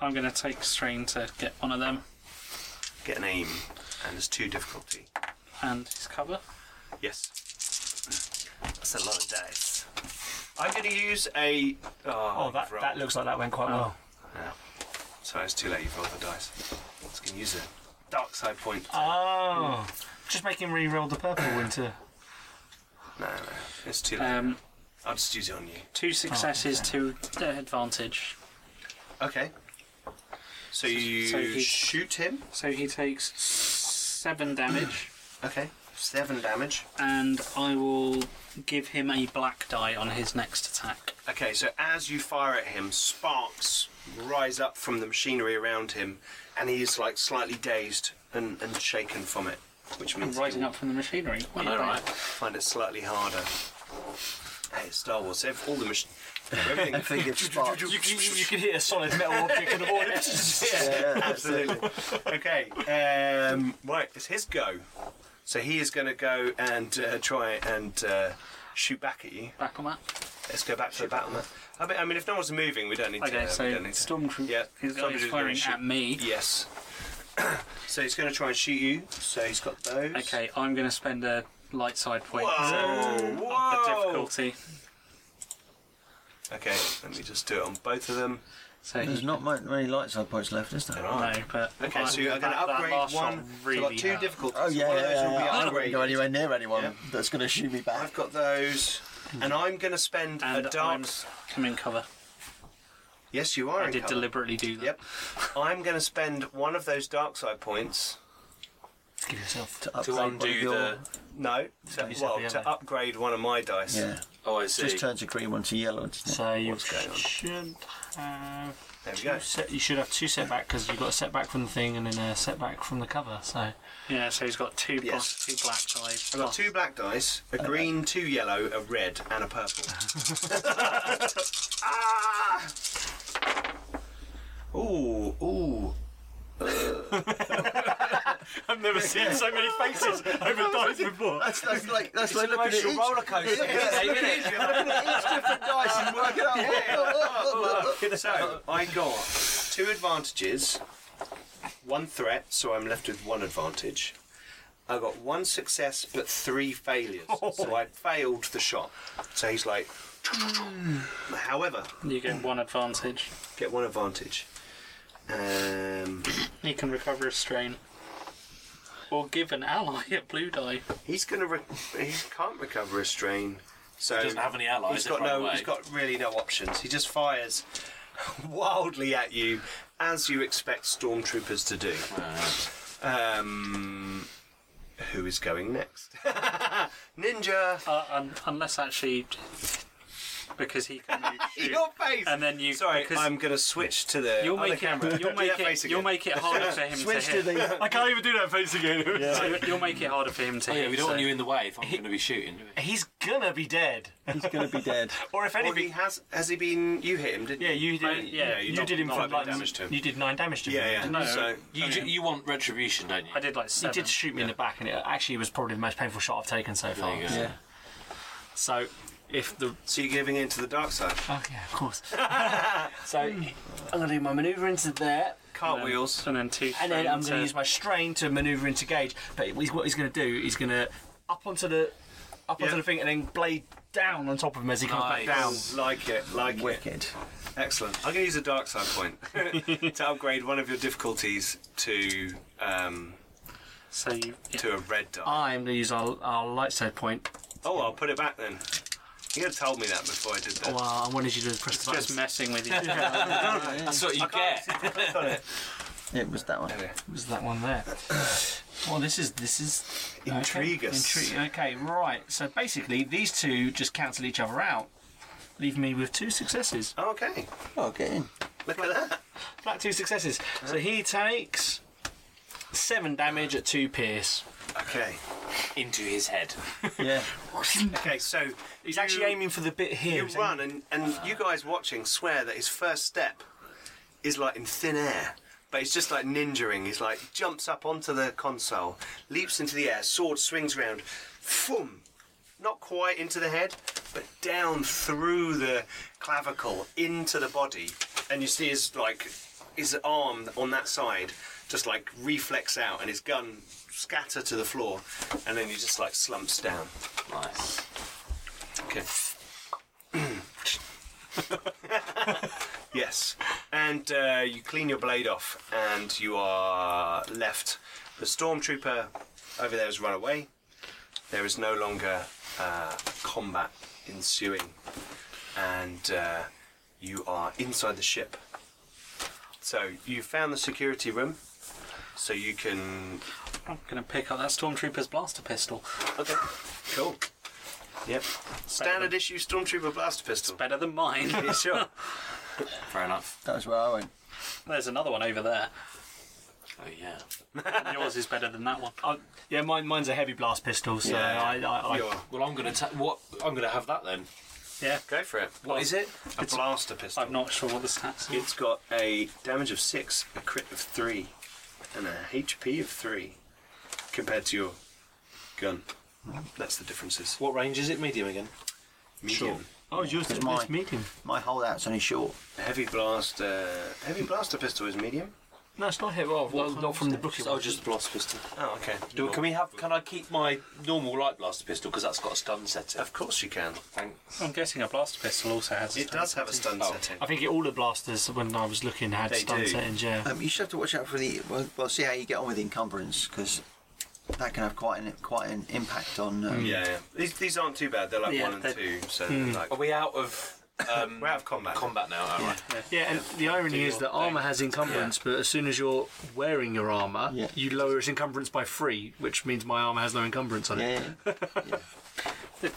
S4: I'm going to take strain to get one of them
S1: Get an aim, and there's two difficulty.
S4: and his cover.
S1: Yes. That's a lot of dice. I'm going to use a. Oh,
S3: Oh, that,
S1: roll.
S3: that looks like that went quite well.
S1: Yeah. So it's too late. You've rolled the dice. It's going to use a dark side point.
S3: Oh, just make him re-roll the purple winter.
S1: No, no, it's too late.
S4: Um,
S1: I'll just use it on you.
S4: two successes, two uh, advantage.
S1: Okay. So you
S4: so he-
S1: shoot him.
S4: So he takes seven damage,
S1: Okay. Seven damage.
S4: and I will give him a black die on his next attack.
S1: Okay, so as you fire at him, sparks rise up from the machinery around him, and he is like slightly dazed and, and shaken from it, which means
S4: Rising
S1: he
S4: up from the machinery.
S1: Oh,
S4: Well,
S5: All right.
S1: will find it slightly harder. Hey, it's Star Wars. ev- All the mach- everything.
S2: Think of sparks.
S3: You, you, you can hit a solid metal object with a ball.
S2: Yeah, that's it.
S1: Absolutely. Okay. Um, right, it's his go. So he is going to go and uh, try and uh, shoot back at you.
S4: Back on that.
S1: Let's go back to the battle map. I mean, I mean, if no one's moving, we don't need to. uh,
S4: Okay, so
S1: we don't need to.
S4: Stormtrooper
S1: Yeah,
S4: is
S1: Stormtrooper's gonna
S4: firing
S1: shoot.
S4: at me.
S1: Yes. so he's going to try and shoot you. So he's got those.
S4: Okay, I'm going to spend a light side point
S1: Whoa!
S4: of
S1: Whoa!
S4: difficulty.
S1: Okay, let me just do it on both of them.
S4: So
S2: There's
S4: he,
S2: not mu- many light side points left, is there?
S4: no, but
S1: Okay, so you're going to
S4: that- that
S1: upgrade
S4: last shot
S1: one.
S4: Really
S1: so I've got two
S4: hurt.
S1: difficulties.
S2: Oh yeah,
S1: one of
S2: yeah,
S1: those
S2: yeah.
S1: will be
S2: yeah. I wouldn't go
S1: upgraded.
S2: anywhere near anyone
S1: Yeah.
S2: that's going to shoot me back.
S1: I've got those, and I'm going to spend
S4: And
S1: a dark.
S4: I'm, I'm in cover.
S1: Yes, you are.
S4: I
S1: in
S4: did
S1: cover.
S4: deliberately do that.
S1: Yep. I'm going to spend one of those dark side points.
S3: Give yourself.
S2: to, upgrade
S5: To
S2: one of
S5: undo
S2: your-
S5: the.
S1: No, to,
S3: yourself
S1: well,
S3: the
S1: to
S3: ammo.
S1: upgrade one of my dice.
S2: Yeah,
S5: Oh, I see.
S2: just turns a green one to yellow. doesn't it?
S3: So you
S1: What's going on?
S3: should have
S1: There we
S3: two
S1: go.
S3: set, you should have two setback because you've got a setback from the thing and then a setback from the cover. So
S4: Yeah, so he's got two
S1: Yes.
S4: plus two black dice.
S1: I've got two black dice, a green, two yellow, a red, and a purple.
S4: Uh-huh.
S1: ah! Ooh, ooh.
S3: I've never seen so many faces over dice before.
S2: That's, that's like that's like looking at each,
S5: roller coaster.
S2: each different dice and working out. oh,
S1: So I got two advantages, one threat, so I'm left with one advantage. I got one success but three failures,
S2: Oh.
S1: so I failed the shot. So he's like, however,
S4: You get one advantage.
S1: get one advantage. Um,
S4: He can recover a strain. Or give an ally a blue die.
S1: he's gonna re- he can't recover a strain, so
S5: Doesn't have any allies.
S1: he's got
S5: it ran
S1: no
S5: away.
S1: he's got really no options. He just fires wildly at you, as you expect stormtroopers to do.
S5: Uh,
S1: Um, who is going next? Ninja.
S4: Uh, un- unless actually, because he can only shoot.
S1: Your face.
S4: And then you.
S1: Um, Sorry,
S4: because
S1: I'm gonna switch to the
S4: You'll
S1: other
S4: make
S1: camera.
S4: it. You'll
S1: Do that
S4: make
S1: face
S4: it. You'll
S1: again.
S4: make it harder for him to
S2: Switch to
S4: hit.
S2: the.
S3: I can't even do that face again.
S4: So you- You'll make it harder for him to
S5: Oh,
S4: hit.
S5: yeah, we don't want
S4: so-
S5: you in the way if I'm going to be shooting.
S3: He's gonna be dead.
S2: He's going to be dead.
S3: Or if
S1: Or he
S3: anything,
S1: has has he been? You hit him, didn't
S3: yeah,
S1: you?
S3: you did.
S4: Right, yeah,
S3: you,
S1: you knocked-
S3: did him
S1: knocked
S3: for
S1: a bit
S3: like
S1: damage to him.
S3: you did nine damage to him.
S1: Yeah, yeah.
S4: No,
S1: So
S5: You, ju- you want retribution, don't you?
S4: I did like
S3: He
S4: seven.
S3: did shoot me in the back, and it actually was probably the most painful shot I've taken so far.
S5: There you go.
S2: Yeah.
S3: So, if the
S1: so you're giving in to the dark side.
S3: oh yeah, of course. so I'm gonna do my maneuver into there,
S1: Cartwheels.
S4: um, And then two.
S3: and then I'm
S4: strains,
S3: gonna
S4: uh,
S3: use my strain to maneuver into gauge. But he's- what he's gonna do, he's gonna up onto the up onto
S1: Yeah.
S3: the thing, and then blade down on top of him as he comes
S5: Nice.
S3: back down.
S1: Like it, like it.
S2: Wicked.
S1: Excellent. I'm going to use a dark side point to upgrade one of your difficulties to um,
S4: So you. yeah.
S1: to a red die.
S3: I'm gonna use our, our light side point.
S1: Oh, I'll put it back then. You could have told me that before I did that.
S3: Well, I wanted you to press the
S4: Just
S3: button.
S4: messing with you.
S5: That's what you
S1: can't
S5: get.
S1: see- click on it.
S2: It was that one.
S3: was that one there? well, this is this is
S1: Intrigue us.
S3: Okay. Intrigue. Okay, right. So basically, these two just cancel each other out, leave me with two successes.
S1: Oh, okay.
S2: Oh, get in.
S1: Look at that.
S3: Flat two successes. So he takes seven damage at two pierce.
S1: Okay.
S5: Into his head.
S2: Yeah.
S1: Okay, so
S3: He's actually aiming for the bit here.
S1: you
S3: He's aiming-
S1: run, and, and you guys watching swear that his first step is like in thin air. But it's just like ninjaing. He's like jumps up onto the console, leaps into the air, sword swings round, foom, not quite into the head, but down through the clavicle into the body, and you see his like his arm on that side just like reflex out, and his gun scatter to the floor, and then he just like slumps down.
S5: Nice.
S1: Okay. yes. And uh, you clean your blade off, and you are left. The stormtrooper over there has run away. There is no longer uh, combat ensuing. And uh, you are inside the ship. So you found the security room, so you can.
S4: I'm going to pick up that Stormtrooper's blaster pistol.
S1: Okay. Cool. Yep. Standard
S4: Better.
S1: issue stormtrooper blaster pistol.
S4: Better than mine.
S1: Yeah, sure.
S5: Fair enough.
S2: That was where I went.
S4: There's another one over there.
S5: Oh yeah.
S4: Yours is better than that one.
S6: Uh, yeah, mine, mine's a heavy blast pistol, so
S1: Yeah.
S6: I, I, I,
S1: You're
S5: Well, I'm gonna ta- what I'm gonna have that then.
S4: Yeah.
S1: go for it.
S5: What is it?
S1: A blaster pistol.
S4: I'm not sure what the stats are.
S1: It's got a damage of six, a crit of three, and a HP of three, compared to your gun. That's the differences.
S5: What range is it? Medium again.
S1: Medium.
S3: Oh,
S6: I was used to
S2: It's mine.
S6: this medium.
S2: My holdout's only short.
S1: A heavy blast. Uh, heavy blaster pistol is medium.
S6: No, it's not here. Well, not, not from the book.
S5: Oh, just the blaster pistol.
S1: Oh, okay.
S5: Do, can we have? Can I keep my normal light blaster pistol because that's got a stun setting?
S1: Of course you can.
S5: Thanks.
S4: I'm guessing a blaster pistol also has. a
S1: It
S4: stun
S1: does have a
S4: setting.
S1: stun
S5: Oh.
S1: setting.
S6: I think it, all the blasters when I was looking had
S1: They
S6: stun
S1: do.
S6: settings. Yeah.
S2: Um, you should have to watch out for the. Well, well see how you get on with the encumbrance because that can have quite an quite an impact on. Um,
S1: Yeah, yeah. These, these aren't too bad. They're like
S4: Yeah,
S1: one and
S4: they're-
S1: two. So like,
S5: Are we out of um,
S1: we're out of combat.
S5: combat now? All right.
S6: Yeah, and the irony is that armor has encumbrance, but as soon as you're wearing your armor,
S2: Yeah.
S6: you lower its encumbrance by three, which means my armor has no encumbrance on it.
S2: Yeah.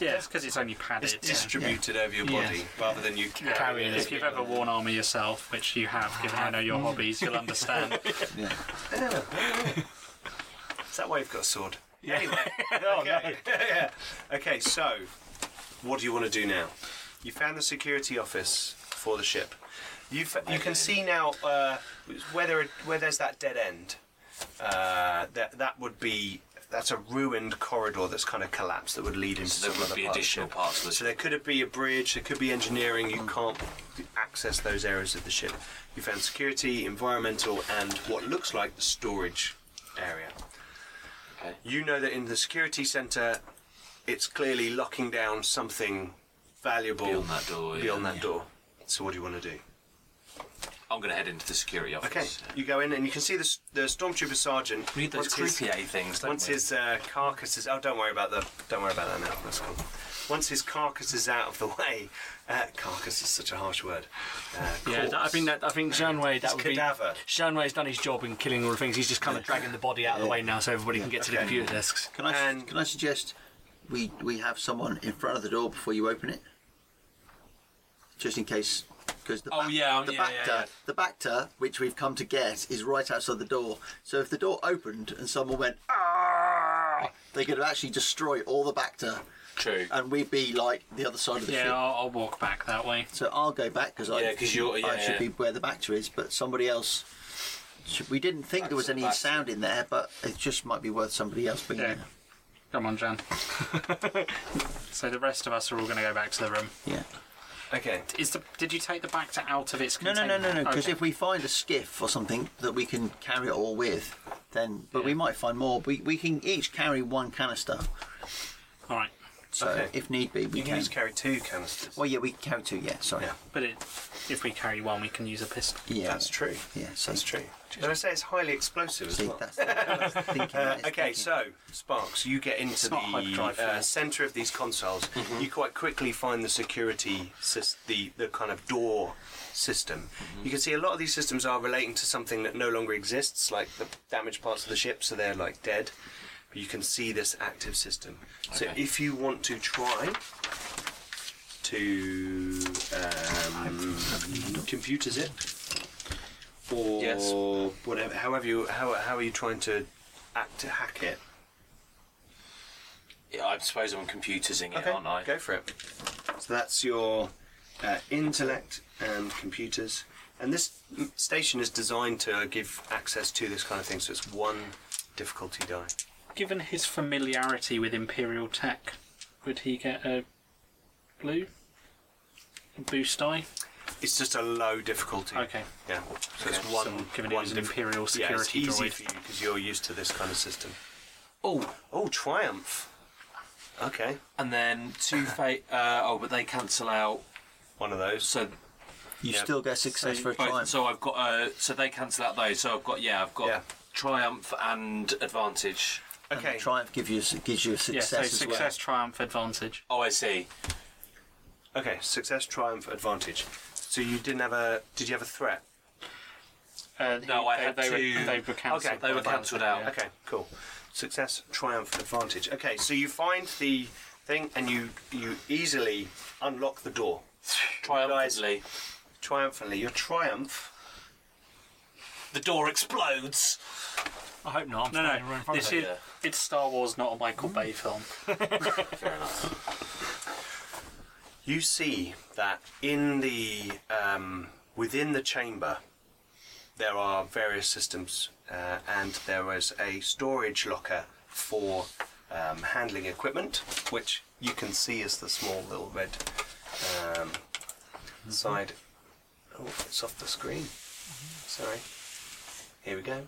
S4: Yeah, it's because it's only
S1: It's
S4: padded. yeah.
S1: distributed over your
S6: Yeah.
S1: body rather than you carrying
S4: If
S1: it.
S4: you've ever worn armour yourself, which you have, given I know
S6: Mm.
S4: your hobbies, you'll understand.
S2: yeah.
S1: Is that why you've got a sword? Anyway. Oh, okay. yeah. Okay, so what do you want to do now? You found the security office for the ship. You fa- you can see now uh, where there are- where there's that dead end. Uh, that that would be that's a ruined corridor that's kind of collapsed that would lead into
S5: There
S1: some
S5: would
S1: other
S5: be
S1: part of the
S5: additional
S1: ship. Hmm.
S5: parts of the
S1: So
S5: ship.
S1: there could be a bridge, there could be engineering, you can't access those areas of the ship. You found security, environmental, and what looks like the storage area.
S5: Okay.
S1: You know that in the security centre, it's clearly locking down something valuable
S5: Beyond that door, yeah.
S1: beyond that door. So what do you want to do?
S5: I'm gonna head into the security
S1: Okay,
S5: office.
S1: you go in and you can see the, s- the stormtrooper sergeant.
S5: We need those
S1: once his-
S5: creepy A things. Don't
S1: once
S5: we?
S1: his uh, carcass is oh don't worry about the don't worry about that now that's cool once his carcass is out of the way uh, carcass is such a harsh word uh,
S6: Yeah, that- I
S1: corpse.
S6: think that I think Janway that
S1: It's
S6: would
S1: cadaver.
S6: be Janway's done his job in killing all the things. He's just kind of dragging the body out of the way now, so everybody can get to the
S1: Okay.
S6: computer desks.
S2: Can I
S1: And-
S2: can I suggest we we have someone in front of the door before you open it, just in case. Because the
S5: Oh,
S2: back-
S5: yeah, oh,
S2: the
S5: yeah,
S2: back
S5: yeah, yeah.
S2: door- the Bacta, which we've come to get, is right outside the door. So if the door opened and someone went, ah, they could actually destroy all the Bacta,
S5: True.
S2: and we'd be like the other side of the
S4: yeah,
S2: ship.
S4: I'll, I'll walk back that way.
S2: So I'll go back because I,
S5: Yeah, 'cause you're-
S2: I
S5: yeah,
S2: should
S5: yeah.
S2: be where the Bacta is, but somebody else. should- We didn't think there was
S5: to the
S2: any
S5: Bacta.
S2: sound in there, but it just might be worth somebody else being
S4: Yeah.
S2: there.
S4: Come on, Jan. so the rest of us are all going to go back to the room.
S2: Yeah.
S1: okay
S4: Is the did you take the Bacta out of its
S2: No, no,
S4: container?
S2: no, no, no. Because
S4: Okay.
S2: if we find a skiff or something that we can carry it all with, then but we might find more. We we can each carry one canister,
S4: All right,
S2: so
S1: Okay.
S2: if need be, we
S1: you can
S2: can.
S1: just carry two canisters
S2: well, yeah, we can carry two. Yeah, sorry.
S1: Yeah.
S4: but it, if we carry one, we can use a pistol.
S2: Yeah,
S1: that's true
S2: Yeah, so
S1: that's true did I say it's highly explosive as
S2: See,
S1: well
S2: that's, that's thinking, that is
S1: Uh, Okay,
S2: thinking.
S1: so Sparks, you get into
S4: not hard to
S1: the
S4: drive
S1: uh,
S4: for.
S1: center of these consoles.
S5: Mm-hmm.
S1: You quite quickly find the security, sys- the the kind of door system.
S5: Mm-hmm.
S1: You can see a lot of these systems are relating to something that no longer exists, like the damaged parts of the ship, so they're like dead. But you can see this active system. So
S5: Okay.
S1: if you want to try to um, computers it or
S5: Yes.
S1: whatever, however you how, how are you trying to act to hack it?
S5: Yeah, I suppose I'm computersing it, aren't I?
S1: go for it. So that's your uh, intellect and computers, and this m- station is designed to give access to this kind of thing. So it's one difficulty die.
S4: Given his familiarity with Imperial tech, would he get a blue? A boost die?
S1: It's just a low difficulty.
S4: Okay.
S1: Yeah. So it's
S5: Okay.
S1: one.
S4: So given it
S1: one
S4: was an
S1: diff-
S4: Imperial
S1: yeah, it's
S4: security
S1: easy
S4: droid.
S1: for you because you're used to this kind of system.
S5: Oh,
S1: Oh, triumph. Okay,
S5: and then two fate. Uh, oh, but they cancel out.
S1: one of those.
S5: So,
S2: you
S1: yeah.
S2: still get success for a
S5: both-
S2: time.
S5: so I've got. Uh, so they cancel out those. So I've got. Yeah, I've got
S1: Yeah.
S5: triumph and advantage.
S2: and the
S1: Okay.
S2: triumph gives you gives you a
S4: Yeah,
S2: success
S4: so
S2: as
S4: success,
S2: well.
S4: triumph, advantage.
S5: Oh, I see.
S1: Okay, success, triumph, advantage. So you didn't have a. Did you have a threat?
S4: Uh,
S5: No,
S4: he-
S5: I
S4: they,
S5: had
S4: they
S5: two.
S4: Were, they were cancelled.
S5: Okay, they were
S4: by the
S5: cancelled
S4: way,
S5: out.
S4: yeah.
S1: Okay, cool. Success, triumph, advantage. Okay, so you find the thing and you you easily unlock the door.
S5: Triumphantly,
S1: Triumphantly, your triumph.
S5: the door explodes.
S6: I hope not. I'm
S4: No,
S6: standing right in
S4: no,
S6: front
S4: this
S6: of it.
S4: is it's Star Wars, not a Michael Bay film.
S1: You see that in the um, within the chamber there are various systems, uh, and there is a storage locker for um, handling equipment, which you can see is the small little red um, side. Oh, it's off the screen. Sorry. Here we go.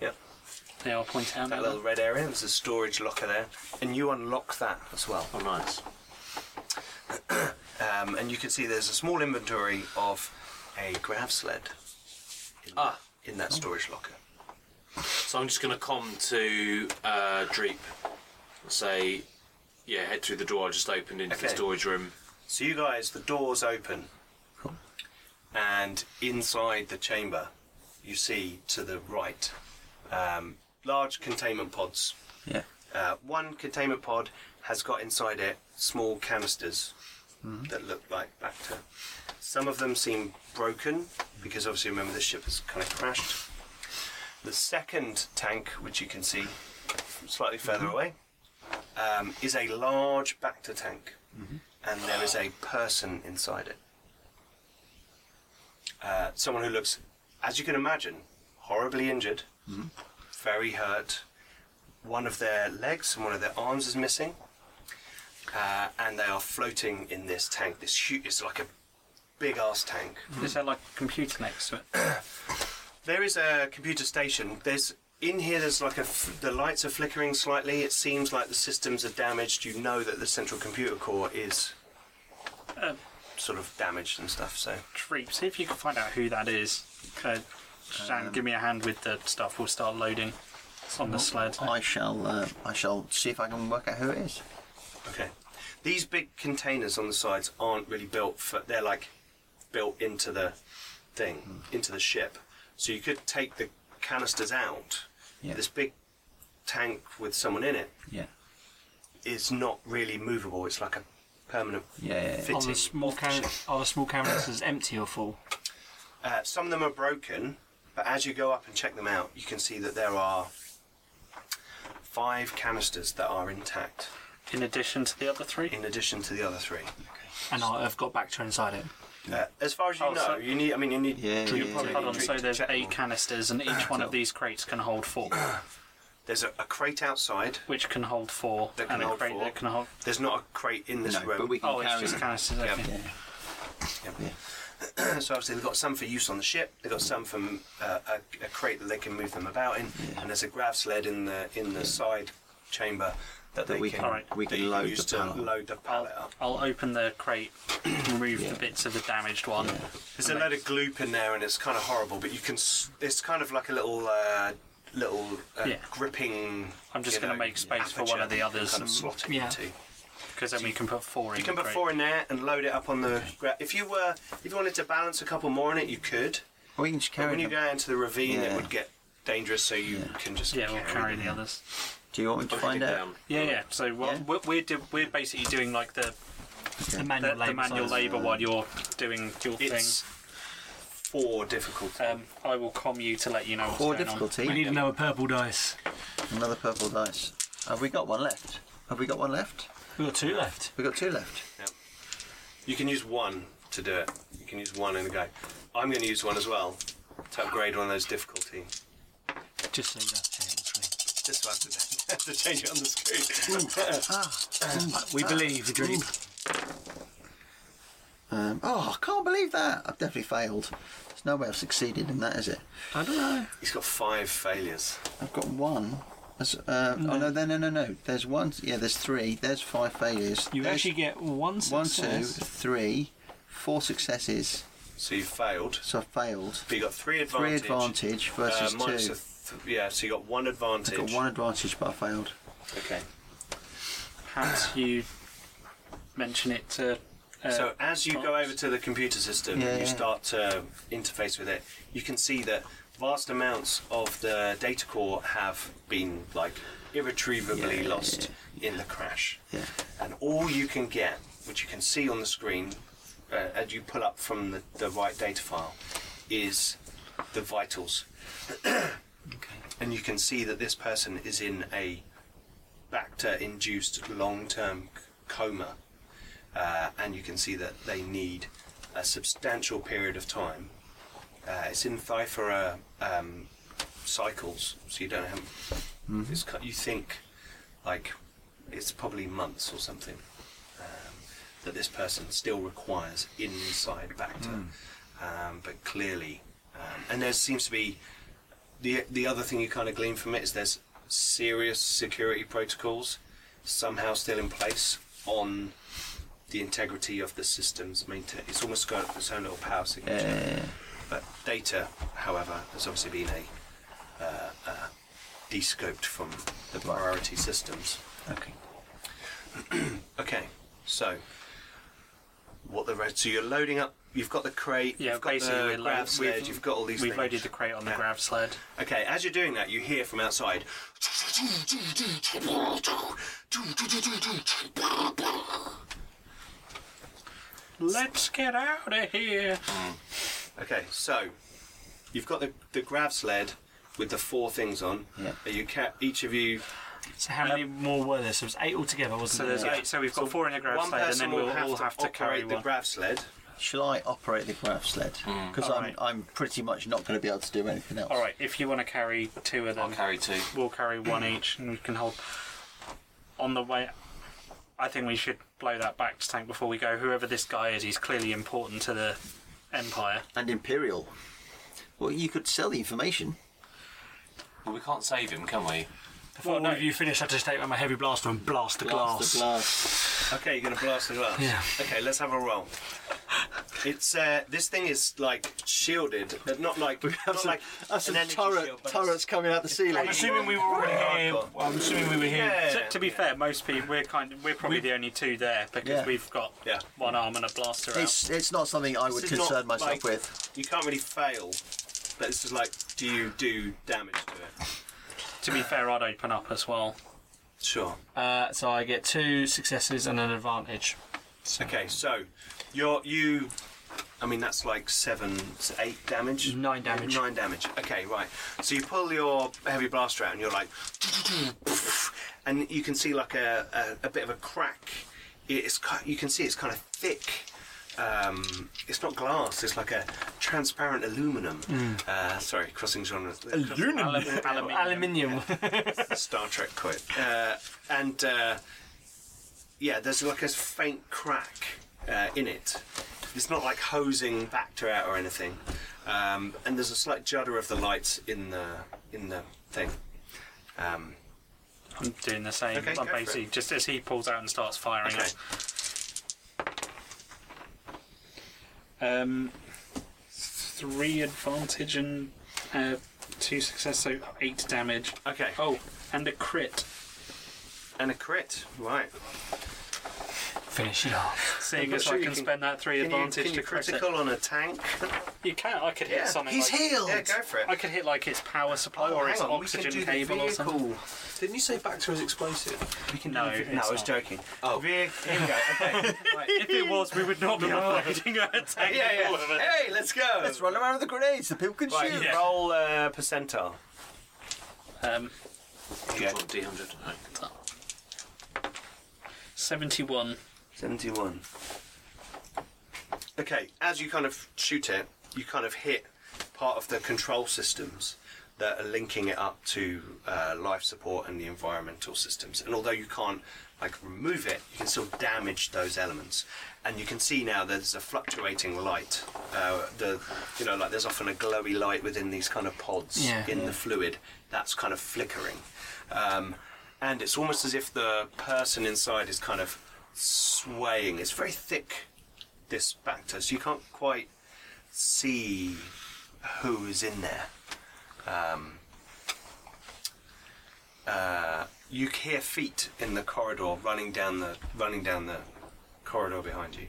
S1: Yep.
S4: They are point out.
S1: That little red area, there's a storage locker there, and you unlock that as well.
S5: Oh, nice.
S1: Um, and you can see there's a small inventory of a grav sled in,
S5: Ah.
S1: in that storage locker.
S5: So I'm just going to come to uh, Dreep and say, yeah, head through the door I just opened into the
S1: Okay.
S5: storage room.
S1: So you guys, the doors open, and inside the chamber, you see to the right um, large containment pods.
S2: Yeah.
S1: Uh, one containment pod has got inside it small canisters that look like Bacta. Some of them seem broken because obviously remember the ship has kind of crashed. The second tank, which you can see slightly further away, um, is a large Bacta tank, and there is a person inside it. Uh, someone who looks, as you can imagine, horribly injured, very hurt, one of their legs and one of their arms is missing, uh, and they are floating in this tank. This huge, it's like a big ass tank.
S4: Is there like a computer next to it?
S1: There is a computer station. There's in here. There's like a f- the lights are flickering slightly. It seems like the systems are damaged. You know that the central computer core is
S4: Um.
S1: sort of damaged and stuff. So
S4: Treep, see if you can find out who that is. Uh, Shan, give me a hand with the stuff. We'll start loading on the sled.
S2: I shall. Uh, I shall see if I can work out who it is.
S1: okay, these big containers on the sides aren't really built for. They're like built into the thing,
S2: Hmm.
S1: into the ship. So you could take the canisters out.
S2: Yeah.
S1: This big tank with someone in it
S2: Yeah.
S1: is not really movable. It's like a permanent
S2: Yeah, yeah, yeah.
S1: fitting.
S6: Are the small cam- are the small canvases empty or full?
S1: Uh, some of them are broken, but as you go up and check them out, you can see that there are five canisters that are intact,
S4: In addition to the other three,
S1: in addition to the other three.
S6: And I've got Bactra inside it.
S1: Uh, as far as you
S4: Oh,
S1: know,
S4: so-
S1: you need. I mean, you need.
S2: Yeah,
S1: you
S2: yeah,
S1: probably
S4: hold
S1: need
S4: on.
S1: to
S4: Um, So there's
S1: check
S4: eight
S1: them.
S4: canisters, and
S1: Ah,
S4: each one of these crates can hold four,
S1: There's a, a crate outside.
S4: which can hold four,
S1: That can
S4: and a
S1: hold
S4: crate
S1: four.
S4: that can hold.
S1: There's not a crate in this
S2: No,
S1: room.
S2: but we can
S4: Oh, it's
S2: carry
S4: just
S2: it.
S4: canisters.
S1: Yeah.
S4: Okay.
S1: so obviously they've got some for use on the ship. They've got some from uh, a, a crate that they can move them about in, and there's a grav sled in the in the side chamber that, they
S2: we
S1: can,
S2: can-
S1: that
S2: we can
S1: you
S2: load
S1: use
S2: the pallet
S1: to
S2: up.
S1: load the pallet up.
S4: I'll open the crate, remove
S2: Yeah.
S4: the bits of the damaged one.
S1: There's a load of gloop in there, and it's kind of horrible. But you can. s- It's kind of like a little, uh, little uh,
S4: Yeah.
S1: gripping.
S4: I'm just
S1: you
S4: gonna
S1: know,
S4: make space for one
S1: aperture
S4: of the
S1: you can
S4: others
S1: Kind of
S4: and-
S1: slot it
S6: yeah.
S1: into.
S4: Because then we can put four in.
S1: You can
S4: the
S1: put
S4: crate.
S1: four in there and load it up on the. Gra- if you were, if you wanted to balance a couple more on it, you could.
S2: Or we can just
S1: But
S2: carry
S1: when you
S2: them.
S1: go into the ravine, it
S2: Yeah.
S1: would get dangerous. So you can just.
S4: Yeah, we'll
S1: carry
S4: carry the others.
S2: Do you want me to find
S5: Heading
S2: out?
S5: down.
S4: Yeah, yeah. So well,
S2: Yeah.
S4: we're we're, do- we're basically doing like the
S6: The
S4: the,
S6: manual
S4: the manual
S6: size. uh,
S4: labour while you're doing your
S1: It's four difficult.
S4: thing. Um, I will com you to let you know what's
S2: Or
S4: going
S2: difficulty?
S6: We need another purple dice.
S2: Another purple dice. Have we got one left? Have we got one left?
S6: We've got two left.
S2: We got two left.
S1: You can use one to do it. You can use one and go. I'm going to use one as well to upgrade one of those difficulty.
S6: Just so you don't have to hit the
S1: This one I have to change it on the screen.
S6: tree. We believe, Dream.
S2: Um, oh, I can't believe that. I've definitely failed. There's no way I've succeeded in that, is it?
S6: I don't know.
S1: He's got five failures.
S2: I've got one. That's, uh, Oh no, no, no, no, no. There's one. Yeah, there's three. There's five failures.
S6: You
S2: there's
S6: actually get one
S2: one,
S6: success.
S2: two, three, four successes.
S1: So you failed.
S2: So I failed.
S1: But you got three
S2: Three
S1: advantage.
S2: advantage versus
S1: uh,
S2: two.
S1: minus A th- yeah, so you got one advantage.
S2: Got one advantage, but I failed.
S1: Okay.
S4: Perhaps you mention it to. Uh,
S1: So as you go
S4: Box.
S1: over to the computer system,
S2: Yeah,
S1: you
S2: yeah.
S1: start to interface with it. You can see that vast amounts of the data core have been like irretrievably lost in the crash.
S2: Yeah.
S1: And all you can get, which you can see on the screen uh, as you pull up from the, the right data file, is the vitals. And you can see that this person is in a Bacter induced long term coma. Uh, and you can see that they need a substantial period of time. Uh, it's in Thyphora um, cycles, so you don't have. It's, ki- you think like it's probably months or something um, that this person still requires inside Bacta. Um, but clearly, um, and there seems to be the the other thing you kind of glean from it is there's serious security protocols somehow still in place on the integrity of the systems maintain. It's almost got its own little power signature. But data, however, has obviously been a uh, uh, descoped from the priority systems.
S2: Okay.
S1: Okay, so what the red? So you're loading up. You've got the crate.
S4: Yeah,
S1: you've got
S4: basically
S1: the
S4: we're
S1: grab
S4: load-
S1: sled.
S4: we've-
S1: you've got all these.
S4: We've
S1: things.
S4: loaded the crate on the
S1: Yeah.
S4: grab sled.
S1: Okay, as you're doing that, you hear from outside.
S4: Let's get out of here.
S1: Okay, so you've got the, the grab sled with the four things on.
S2: Yeah.
S1: Are you ca- each of you?
S6: So how many more were there? So it was eight altogether, wasn't
S4: Um, So
S6: there?
S4: there's eight. So we've got four in the grab
S1: One
S4: sled, and
S1: person
S4: then we'll
S1: will have
S4: all
S1: to
S4: have to carry
S1: operate the
S4: one.
S1: grab sled.
S2: Shall I operate the grab sled? Because I'm, I'm pretty much not going to be able to do anything else.
S4: All right, if you want to carry two of them,
S5: I'll carry two.
S4: we'll carry one each, and we can hold. On the way, I think we should blow that back to tank before we go. Whoever this guy is, he's clearly important to the empire.
S2: And Imperial. Well, you could sell the information.
S5: Well, we can't save him, can we?
S6: Before
S4: Well, no.
S6: all of you finish, I have to take out my heavy blaster and blast the glass.
S2: The glass.
S1: Okay, you're gonna blast the glass.
S6: Yeah.
S1: Okay, let's have a roll. It's uh, this thing is like shielded, but not like not like
S2: That's
S1: an
S2: some
S1: energy
S2: turret,
S1: shield, but it's-
S2: turrets coming out the ceiling.
S6: I'm assuming we were all here.
S1: Hardcore.
S6: I'm assuming we were here.
S1: Yeah.
S4: To, to be fair, most people we're kind of, we're probably the only two there because
S2: Yeah.
S4: we've got
S1: Yeah.
S4: one arm and a blaster out.
S2: It's, it's not something I would
S1: This is not,
S2: concern myself
S1: like-
S2: with.
S1: You can't really fail, but it's just like, do you do damage to it?
S4: To be fair, I'd open up as well.
S1: Sure.
S6: Uh, so I get two successes and an advantage.
S1: Okay, so you're you. I mean, that's like seven, eight damage.
S6: Nine damage.
S1: Nine damage. Okay, right. So you pull your heavy blaster out, and you're like, and you can see like a, a, a bit of a crack. It's ki- you can see it's kind of thick. Um, it's not glass. It's like a transparent aluminum.
S6: Mm.
S1: Uh, sorry, crossing genres.
S4: Alum-
S6: Aluminium.
S4: aluminium.
S1: Star Trek quote. Uh, and uh, yeah, there's like a faint crack uh, in it. It's not like hosing Bacta out or anything. Um, and there's a slight judder of the lights in the in the thing. Um,
S4: I'm doing the same.
S1: Okay, go
S4: I'm
S1: for
S4: basically
S1: it.
S4: just as he pulls out and starts firing.
S1: okay.
S4: Um, three advantage and uh, two success, so eight damage.
S1: Okay.
S4: Oh, and a crit.
S1: And a crit. Right.
S6: Finish it off.
S4: Seeing
S1: I'm
S4: as
S1: sure
S4: I
S1: you
S4: can,
S1: can-
S4: spend that three
S1: Can you,
S4: advantage
S1: can you
S4: to crit it.
S1: critical on a tank?
S4: You can. I could hit something.
S2: He's
S4: like,
S2: healed!
S1: Yeah, go for it. Oh,
S4: I could hit like its power supply or
S1: hang
S4: its
S1: on, we can do
S4: oxygen
S1: the
S4: cable or something.
S1: vehicle. Didn't you say Bacta was explosive?
S4: We can no,
S1: No, I was joking. Oh. Here we go. Okay. Right.
S4: If it was, we would not be uploading a tank
S1: Yeah,
S4: full
S1: yeah.
S4: of it.
S1: Hey, let's go.
S2: Let's run around with the grenades so people can
S1: Right,
S2: shoot.
S1: roll uh, percentile.
S4: Um,
S1: Yeah.
S5: Drop D100. No.
S4: 71.
S1: 71. Okay, as you kind of shoot it, you kind of hit part of the control systems that are linking it up to uh, life support and the environmental systems. And although you can't like remove it, you can still damage those elements. And you can see now there's a fluctuating light. Uh, the you know like there's often a glowy light within these kind of pods
S6: Yeah.
S1: in the fluid that's kind of flickering. Um, and it's almost as if the person inside is kind of swaying. It's very thick, this Bacta, so you can't quite see who is in there. Um, uh, you hear feet in the corridor running down the running down the corridor behind you.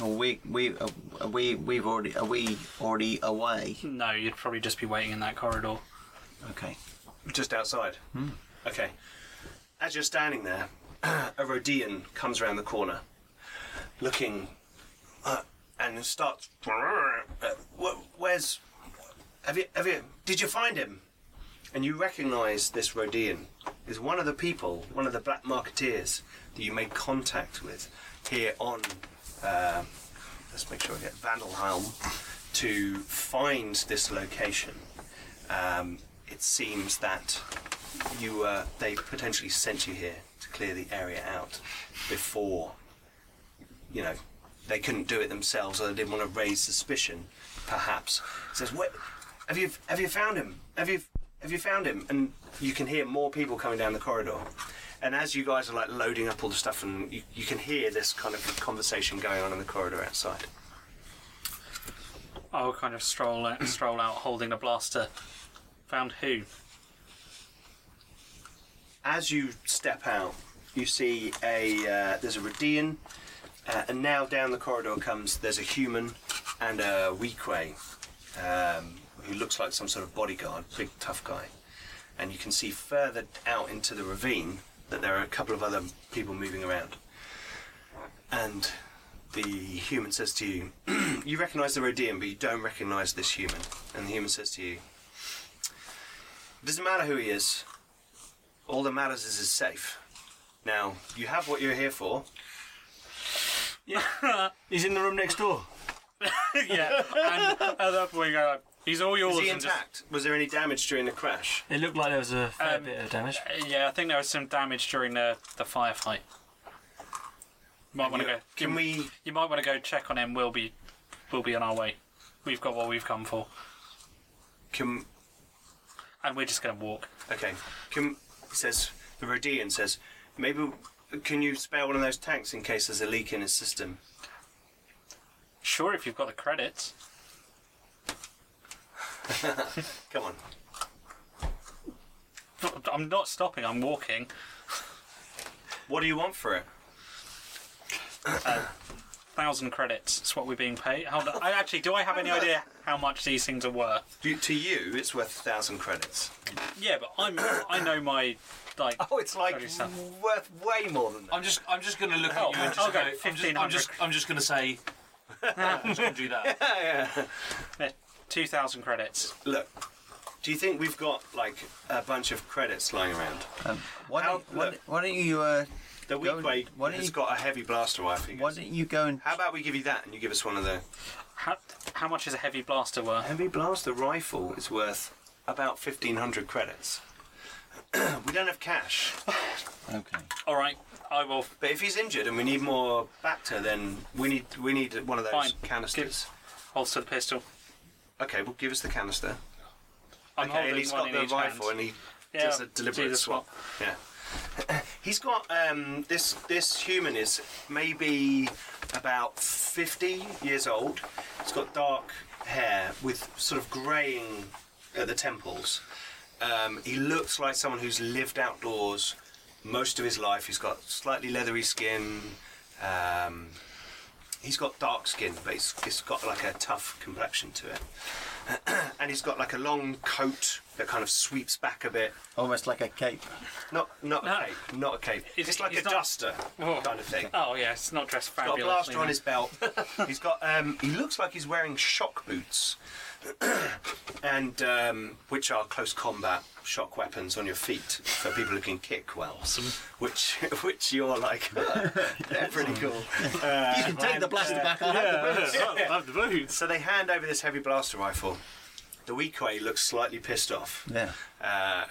S2: Or we we uh, are we we've already are we already away?
S4: No, you'd probably just be waiting in that corridor.
S2: Okay.
S1: just outside. Okay. As you're standing there, a Rhodian comes around the corner, looking, uh, and starts. Uh, wh- where's? Have you? Have you? Did you find him? And you recognise this Rhodian is one of the people, one of the black marketeers that you made contact with here on. Uh, let's make sure I get Vandalhelm to find this location um, it seems that you uh, they potentially sent you here to clear the area out before you know they couldn't do it themselves or they didn't want to raise suspicion perhaps it says what have you have you found him have you have you found him and you can hear more people coming down the corridor and as you guys are like loading up all the stuff and you, you can hear this kind of conversation going on in the corridor outside
S4: I'll kind of stroll out, stroll out holding a blaster. Found who?
S1: as you step out, you see a uh, there's a Radian, uh, and now down the corridor comes there's a human and a Weequay, um, who looks like some sort of bodyguard, big tough guy, and you can see further out into the ravine that there are a couple of other people moving around, and the human says to you, you recognise the Rodian, but you don't recognise this human, and the human says to you, it doesn't matter who he is. All that matters is it's safe. Now, you have what you're here for.
S6: He's in the room next door.
S4: yeah, and at that point, you go like, he's all yours.
S1: Is he
S4: and just-
S1: intact? Was there any damage during the crash?
S6: It looked like there was a fair
S4: Um,
S6: bit of damage.
S4: yeah, I think there was some damage during the the firefight. Might want to go.
S1: Can
S4: you,
S1: we.
S4: You might want to go check on him. We'll be, we'll be on our way. We've got what we've come for,
S1: Can.
S4: and we're just going to walk.
S1: Okay. Can. He says. The Rodian says, maybe. Can you spare one of those tanks in case there's a leak in his system?
S4: Sure, if you've got the credits.
S1: Come on.
S4: I'm not stopping. I'm walking.
S1: What do you want for it?
S4: Thousand credits. That's what we're being paid. Hold on. I actually, do I have any idea how much these things are worth?
S1: Do, to you, it's worth a thousand credits.
S4: Yeah, but I'm. I know my like.
S1: Oh, it's like
S4: Sorry, Sam.
S1: worth way more than that.
S5: I'm just, I'm just going to look at you and just
S4: I'll go
S5: go. I'm just, I'm just,
S4: 1500.
S5: I'm just going to say. I'm just going to do that.
S4: Two thousand credits.
S1: Look, do you think we've got like a bunch of credits lying around?
S2: Um, why,
S1: How-
S2: don't, why,
S1: look.
S2: why don't you uh,
S1: The
S2: Go-
S1: weak weight
S2: why don't
S1: has
S2: you-
S1: got a heavy blaster rifle.
S2: why don't you go and
S1: How about we give you that and you give us one of the
S4: How, how much is a heavy blaster worth?
S1: heavy blaster rifle is worth about fifteen hundred credits. we don't have cash,
S2: okay?
S4: All right, I will.
S1: but if he's injured and we need more Bacta, then we need we need one of those
S4: Fine.
S1: canisters.
S4: holster the pistol.
S1: Okay, well, give us the canister.
S4: I'm
S1: Okay, and
S4: holding
S1: he's
S4: one
S1: got
S4: in
S1: the
S4: each
S1: rifle
S4: hand.
S1: and he
S4: Yeah,
S1: does a
S4: do
S1: deliberate
S4: the
S1: swap. Yeah. he's got um, this. This human is maybe about fifty years old. He's got dark hair with sort of greying at the temples. Um, he looks like someone who's lived outdoors most of his life. He's got slightly leathery skin. Um, he's got dark skin, but he's, he's got like a tough complexion to it. and he's got like a long coat that kind of sweeps back a bit.
S2: Almost like a cape.
S1: Not not
S4: No.
S1: a cape, not a cape.
S4: It's-
S1: It's, like
S4: it's
S1: a
S4: not-
S1: duster
S4: Oh.
S1: kind of thing.
S4: Oh yeah, it's not dressed
S1: He's got
S4: fabulously.
S1: a blaster on
S4: no.
S1: his belt. he's got. Um, he looks like he's wearing shock boots, and um, which are close combat shock weapons on your feet for people who can kick well. Which which you're like, they're pretty cool. Uh,
S2: you can take the blaster back. I have the boots.
S6: I love the boots.
S1: So they hand over this heavy blaster rifle. The Weequay looks slightly pissed off.
S2: Yeah.
S1: uh,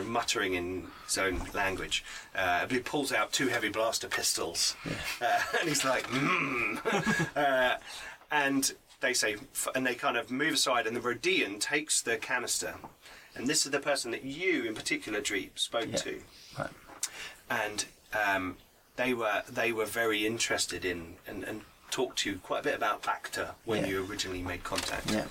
S1: muttering in his own language. Uh, but he pulls out two heavy blaster pistols, uh, and he's like, "Hmm." uh, and they say, f- and they kind of move aside, and the Rhodian takes the canister, and this is the person that you in particular, Dreep, spoke to,
S2: Right.
S1: and um, they were they were very interested in and. and Talked to you quite a bit about Bacta when
S2: Yeah.
S1: you originally made contact.
S2: Yeah.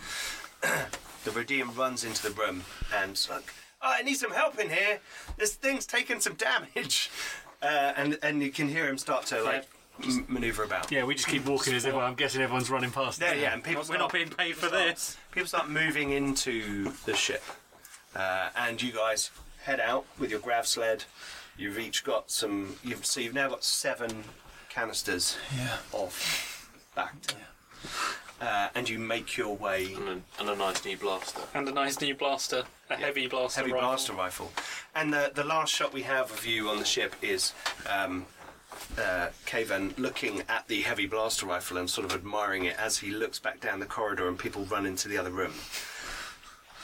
S1: The Rhodium runs into the room and is like, oh, I need some help in here. This thing's taken some damage. Uh, and and you can hear him start to like m- maneuver about.
S6: Yeah, we just keep walking as if I'm guessing everyone's running past.
S1: Yeah,
S6: us.
S1: yeah, and people
S4: We're not
S1: start,
S4: being paid for this.
S1: people start moving into the ship, uh, and you guys head out with your grav sled. You've each got some. You've so you've now got seven canisters of Bacta, uh, and you make your way.
S4: Mm.
S5: and a, and a nice new blaster.
S4: And a nice new blaster, a heavy blaster
S1: heavy
S4: rifle.
S1: blaster rifle. And the, the last shot we have of you on the ship is um, uh, Kavan looking at the heavy blaster rifle and sort of admiring it as he looks back down the corridor and people run into the other room.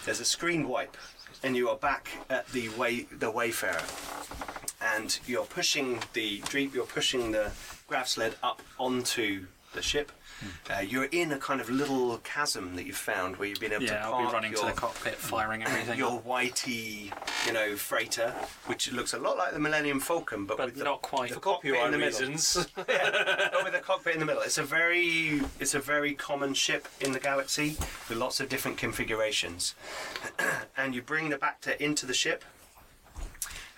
S1: There's a screen wipe, and you are back at the way the Wayfarer, and you're pushing the dreep, you're pushing the grav sled up onto the ship.
S4: Hmm.
S1: Uh, you're in a kind of little chasm that you've found where you've been able to
S4: Yeah,
S1: park
S4: I'll be running
S1: your,
S4: to the cockpit, firing everything.
S1: your
S4: up,
S1: whitey, you know, freighter, which looks a lot like the Millennium Falcon, but,
S4: but
S1: with the,
S4: not quite.
S1: the cockpit in the middle.
S5: reasons.
S1: Yeah, but with a cockpit in the middle. It's a very, it's a very common ship in the galaxy with lots of different configurations. and you bring the Bacta into the ship,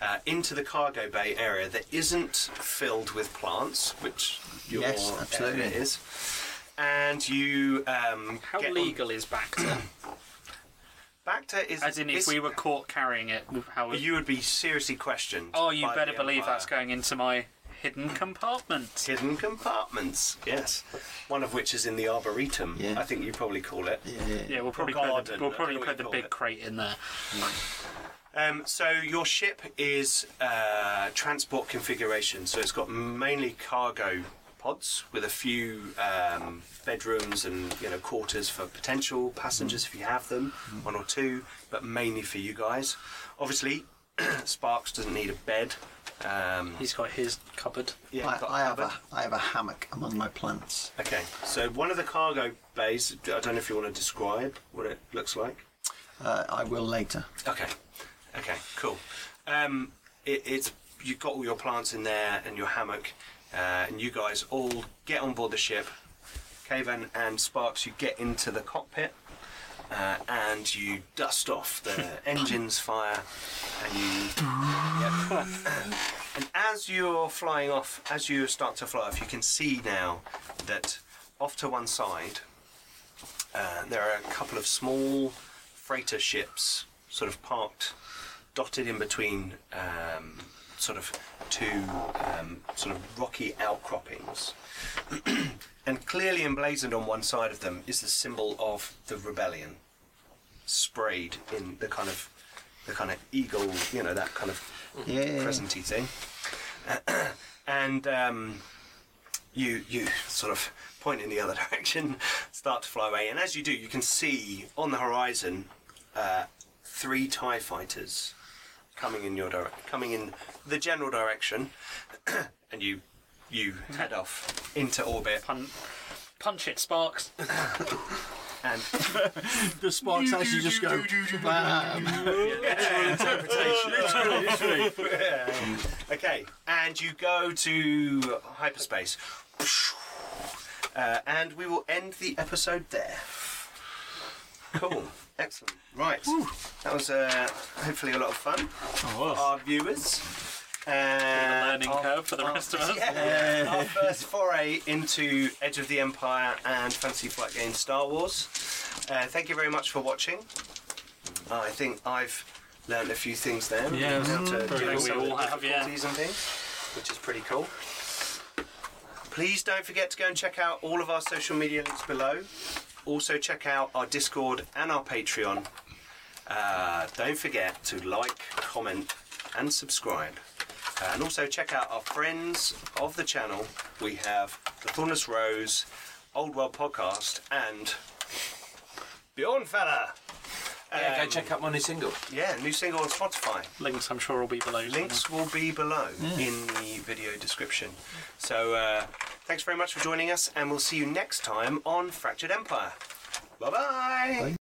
S1: uh, into the cargo bay area that isn't filled with plants, which your
S2: Yes, absolutely.
S1: area is. And you um,
S4: How
S1: get on-
S4: legal is Bacta?
S1: Bacta is
S4: As in, if
S1: is-
S4: we were caught carrying it, how would
S1: you would be seriously questioned.
S4: Oh, you
S1: by
S4: better
S1: the
S4: believe
S1: Empire.
S4: that's going into my hidden compartment.
S1: Hidden compartments, yes. One of which is in the arboretum.
S2: Yeah.
S1: I think you probably call it.
S4: Yeah, we'll probably
S1: Or
S4: put the,
S1: garden,
S4: we'll
S1: I
S4: probably
S1: don't know
S4: put
S1: what
S4: the
S1: you
S4: big
S1: call it.
S4: crate in there.
S1: Um, so your ship is uh, transport configuration, so it's got mainly cargo pods with a few um, bedrooms and you know quarters for potential passengers if you have them, one or two, but mainly for you guys. Obviously, Sparks doesn't need a bed. Um,
S4: He's got his cupboard.
S1: yeah,
S2: I,
S1: got
S2: I have
S1: covered.
S2: a I have a hammock among my plants.
S1: Okay, so one of the cargo bays, I don't know if you want to describe what it looks like.
S2: Uh, I will later.
S1: Okay, okay, cool. Um, it, it's You've got all your plants in there and your hammock, uh, and you guys all get on board the ship. Cavan and Sparks, you get into the cockpit. Uh, and you dust off the engines fire, and you. Yep. and as you're flying off, as you start to fly off, you can see now that off to one side, uh, there are a couple of small freighter ships sort of parked, dotted in between um, sort of two um, sort of rocky outcroppings. and clearly emblazoned on one side of them is the symbol of the rebellion, sprayed in the kind of the kind of eagle, you know, that kind of
S2: Yeah, yeah, yeah.
S1: presenty thing. and um, you you sort of point in the other direction, start to fly away, and as you do, you can see on the horizon uh, three Tie fighters coming in your dire- coming in the general direction, and you you head off into orbit
S4: Pun- punch it, Sparks.
S1: and
S2: The sparks actually just go. Bam.
S1: Okay, and you go to hyperspace. Uh, and we will end the episode there. Cool. Excellent. Right. That was uh, hopefully a lot of fun.
S4: Oh,
S1: for Our viewers. Uh,
S4: Learning
S1: our-
S4: curve for the rest of us.
S1: yeah. Our first foray into Edge of the Empire and Fantasy Flight Game Star Wars. Uh, thank you very much for watching. I think I've learned a few things there.
S6: Yeah,
S1: how to
S6: very
S1: deal
S6: cool.
S1: with some of
S4: We all
S1: the
S4: have, yeah.
S1: difficulties and things, which is pretty cool. Please don't forget to go and check out all of our social media links below. Also, check out our Discord and our Patreon. Uh, don't forget to like, comment, and subscribe. Uh, and also check out our friends of the channel. We have the Thornless Rose, Old World Podcast, and Bjorn Fella.
S5: yeah, go check out my Um, new single.
S1: Yeah, new single on Spotify.
S4: Links, I'm sure, will be below.
S1: Links will be below in the video description. So uh, thanks very much for joining us, and we'll see you next time on Fractured Empire. Bye-bye. bye bye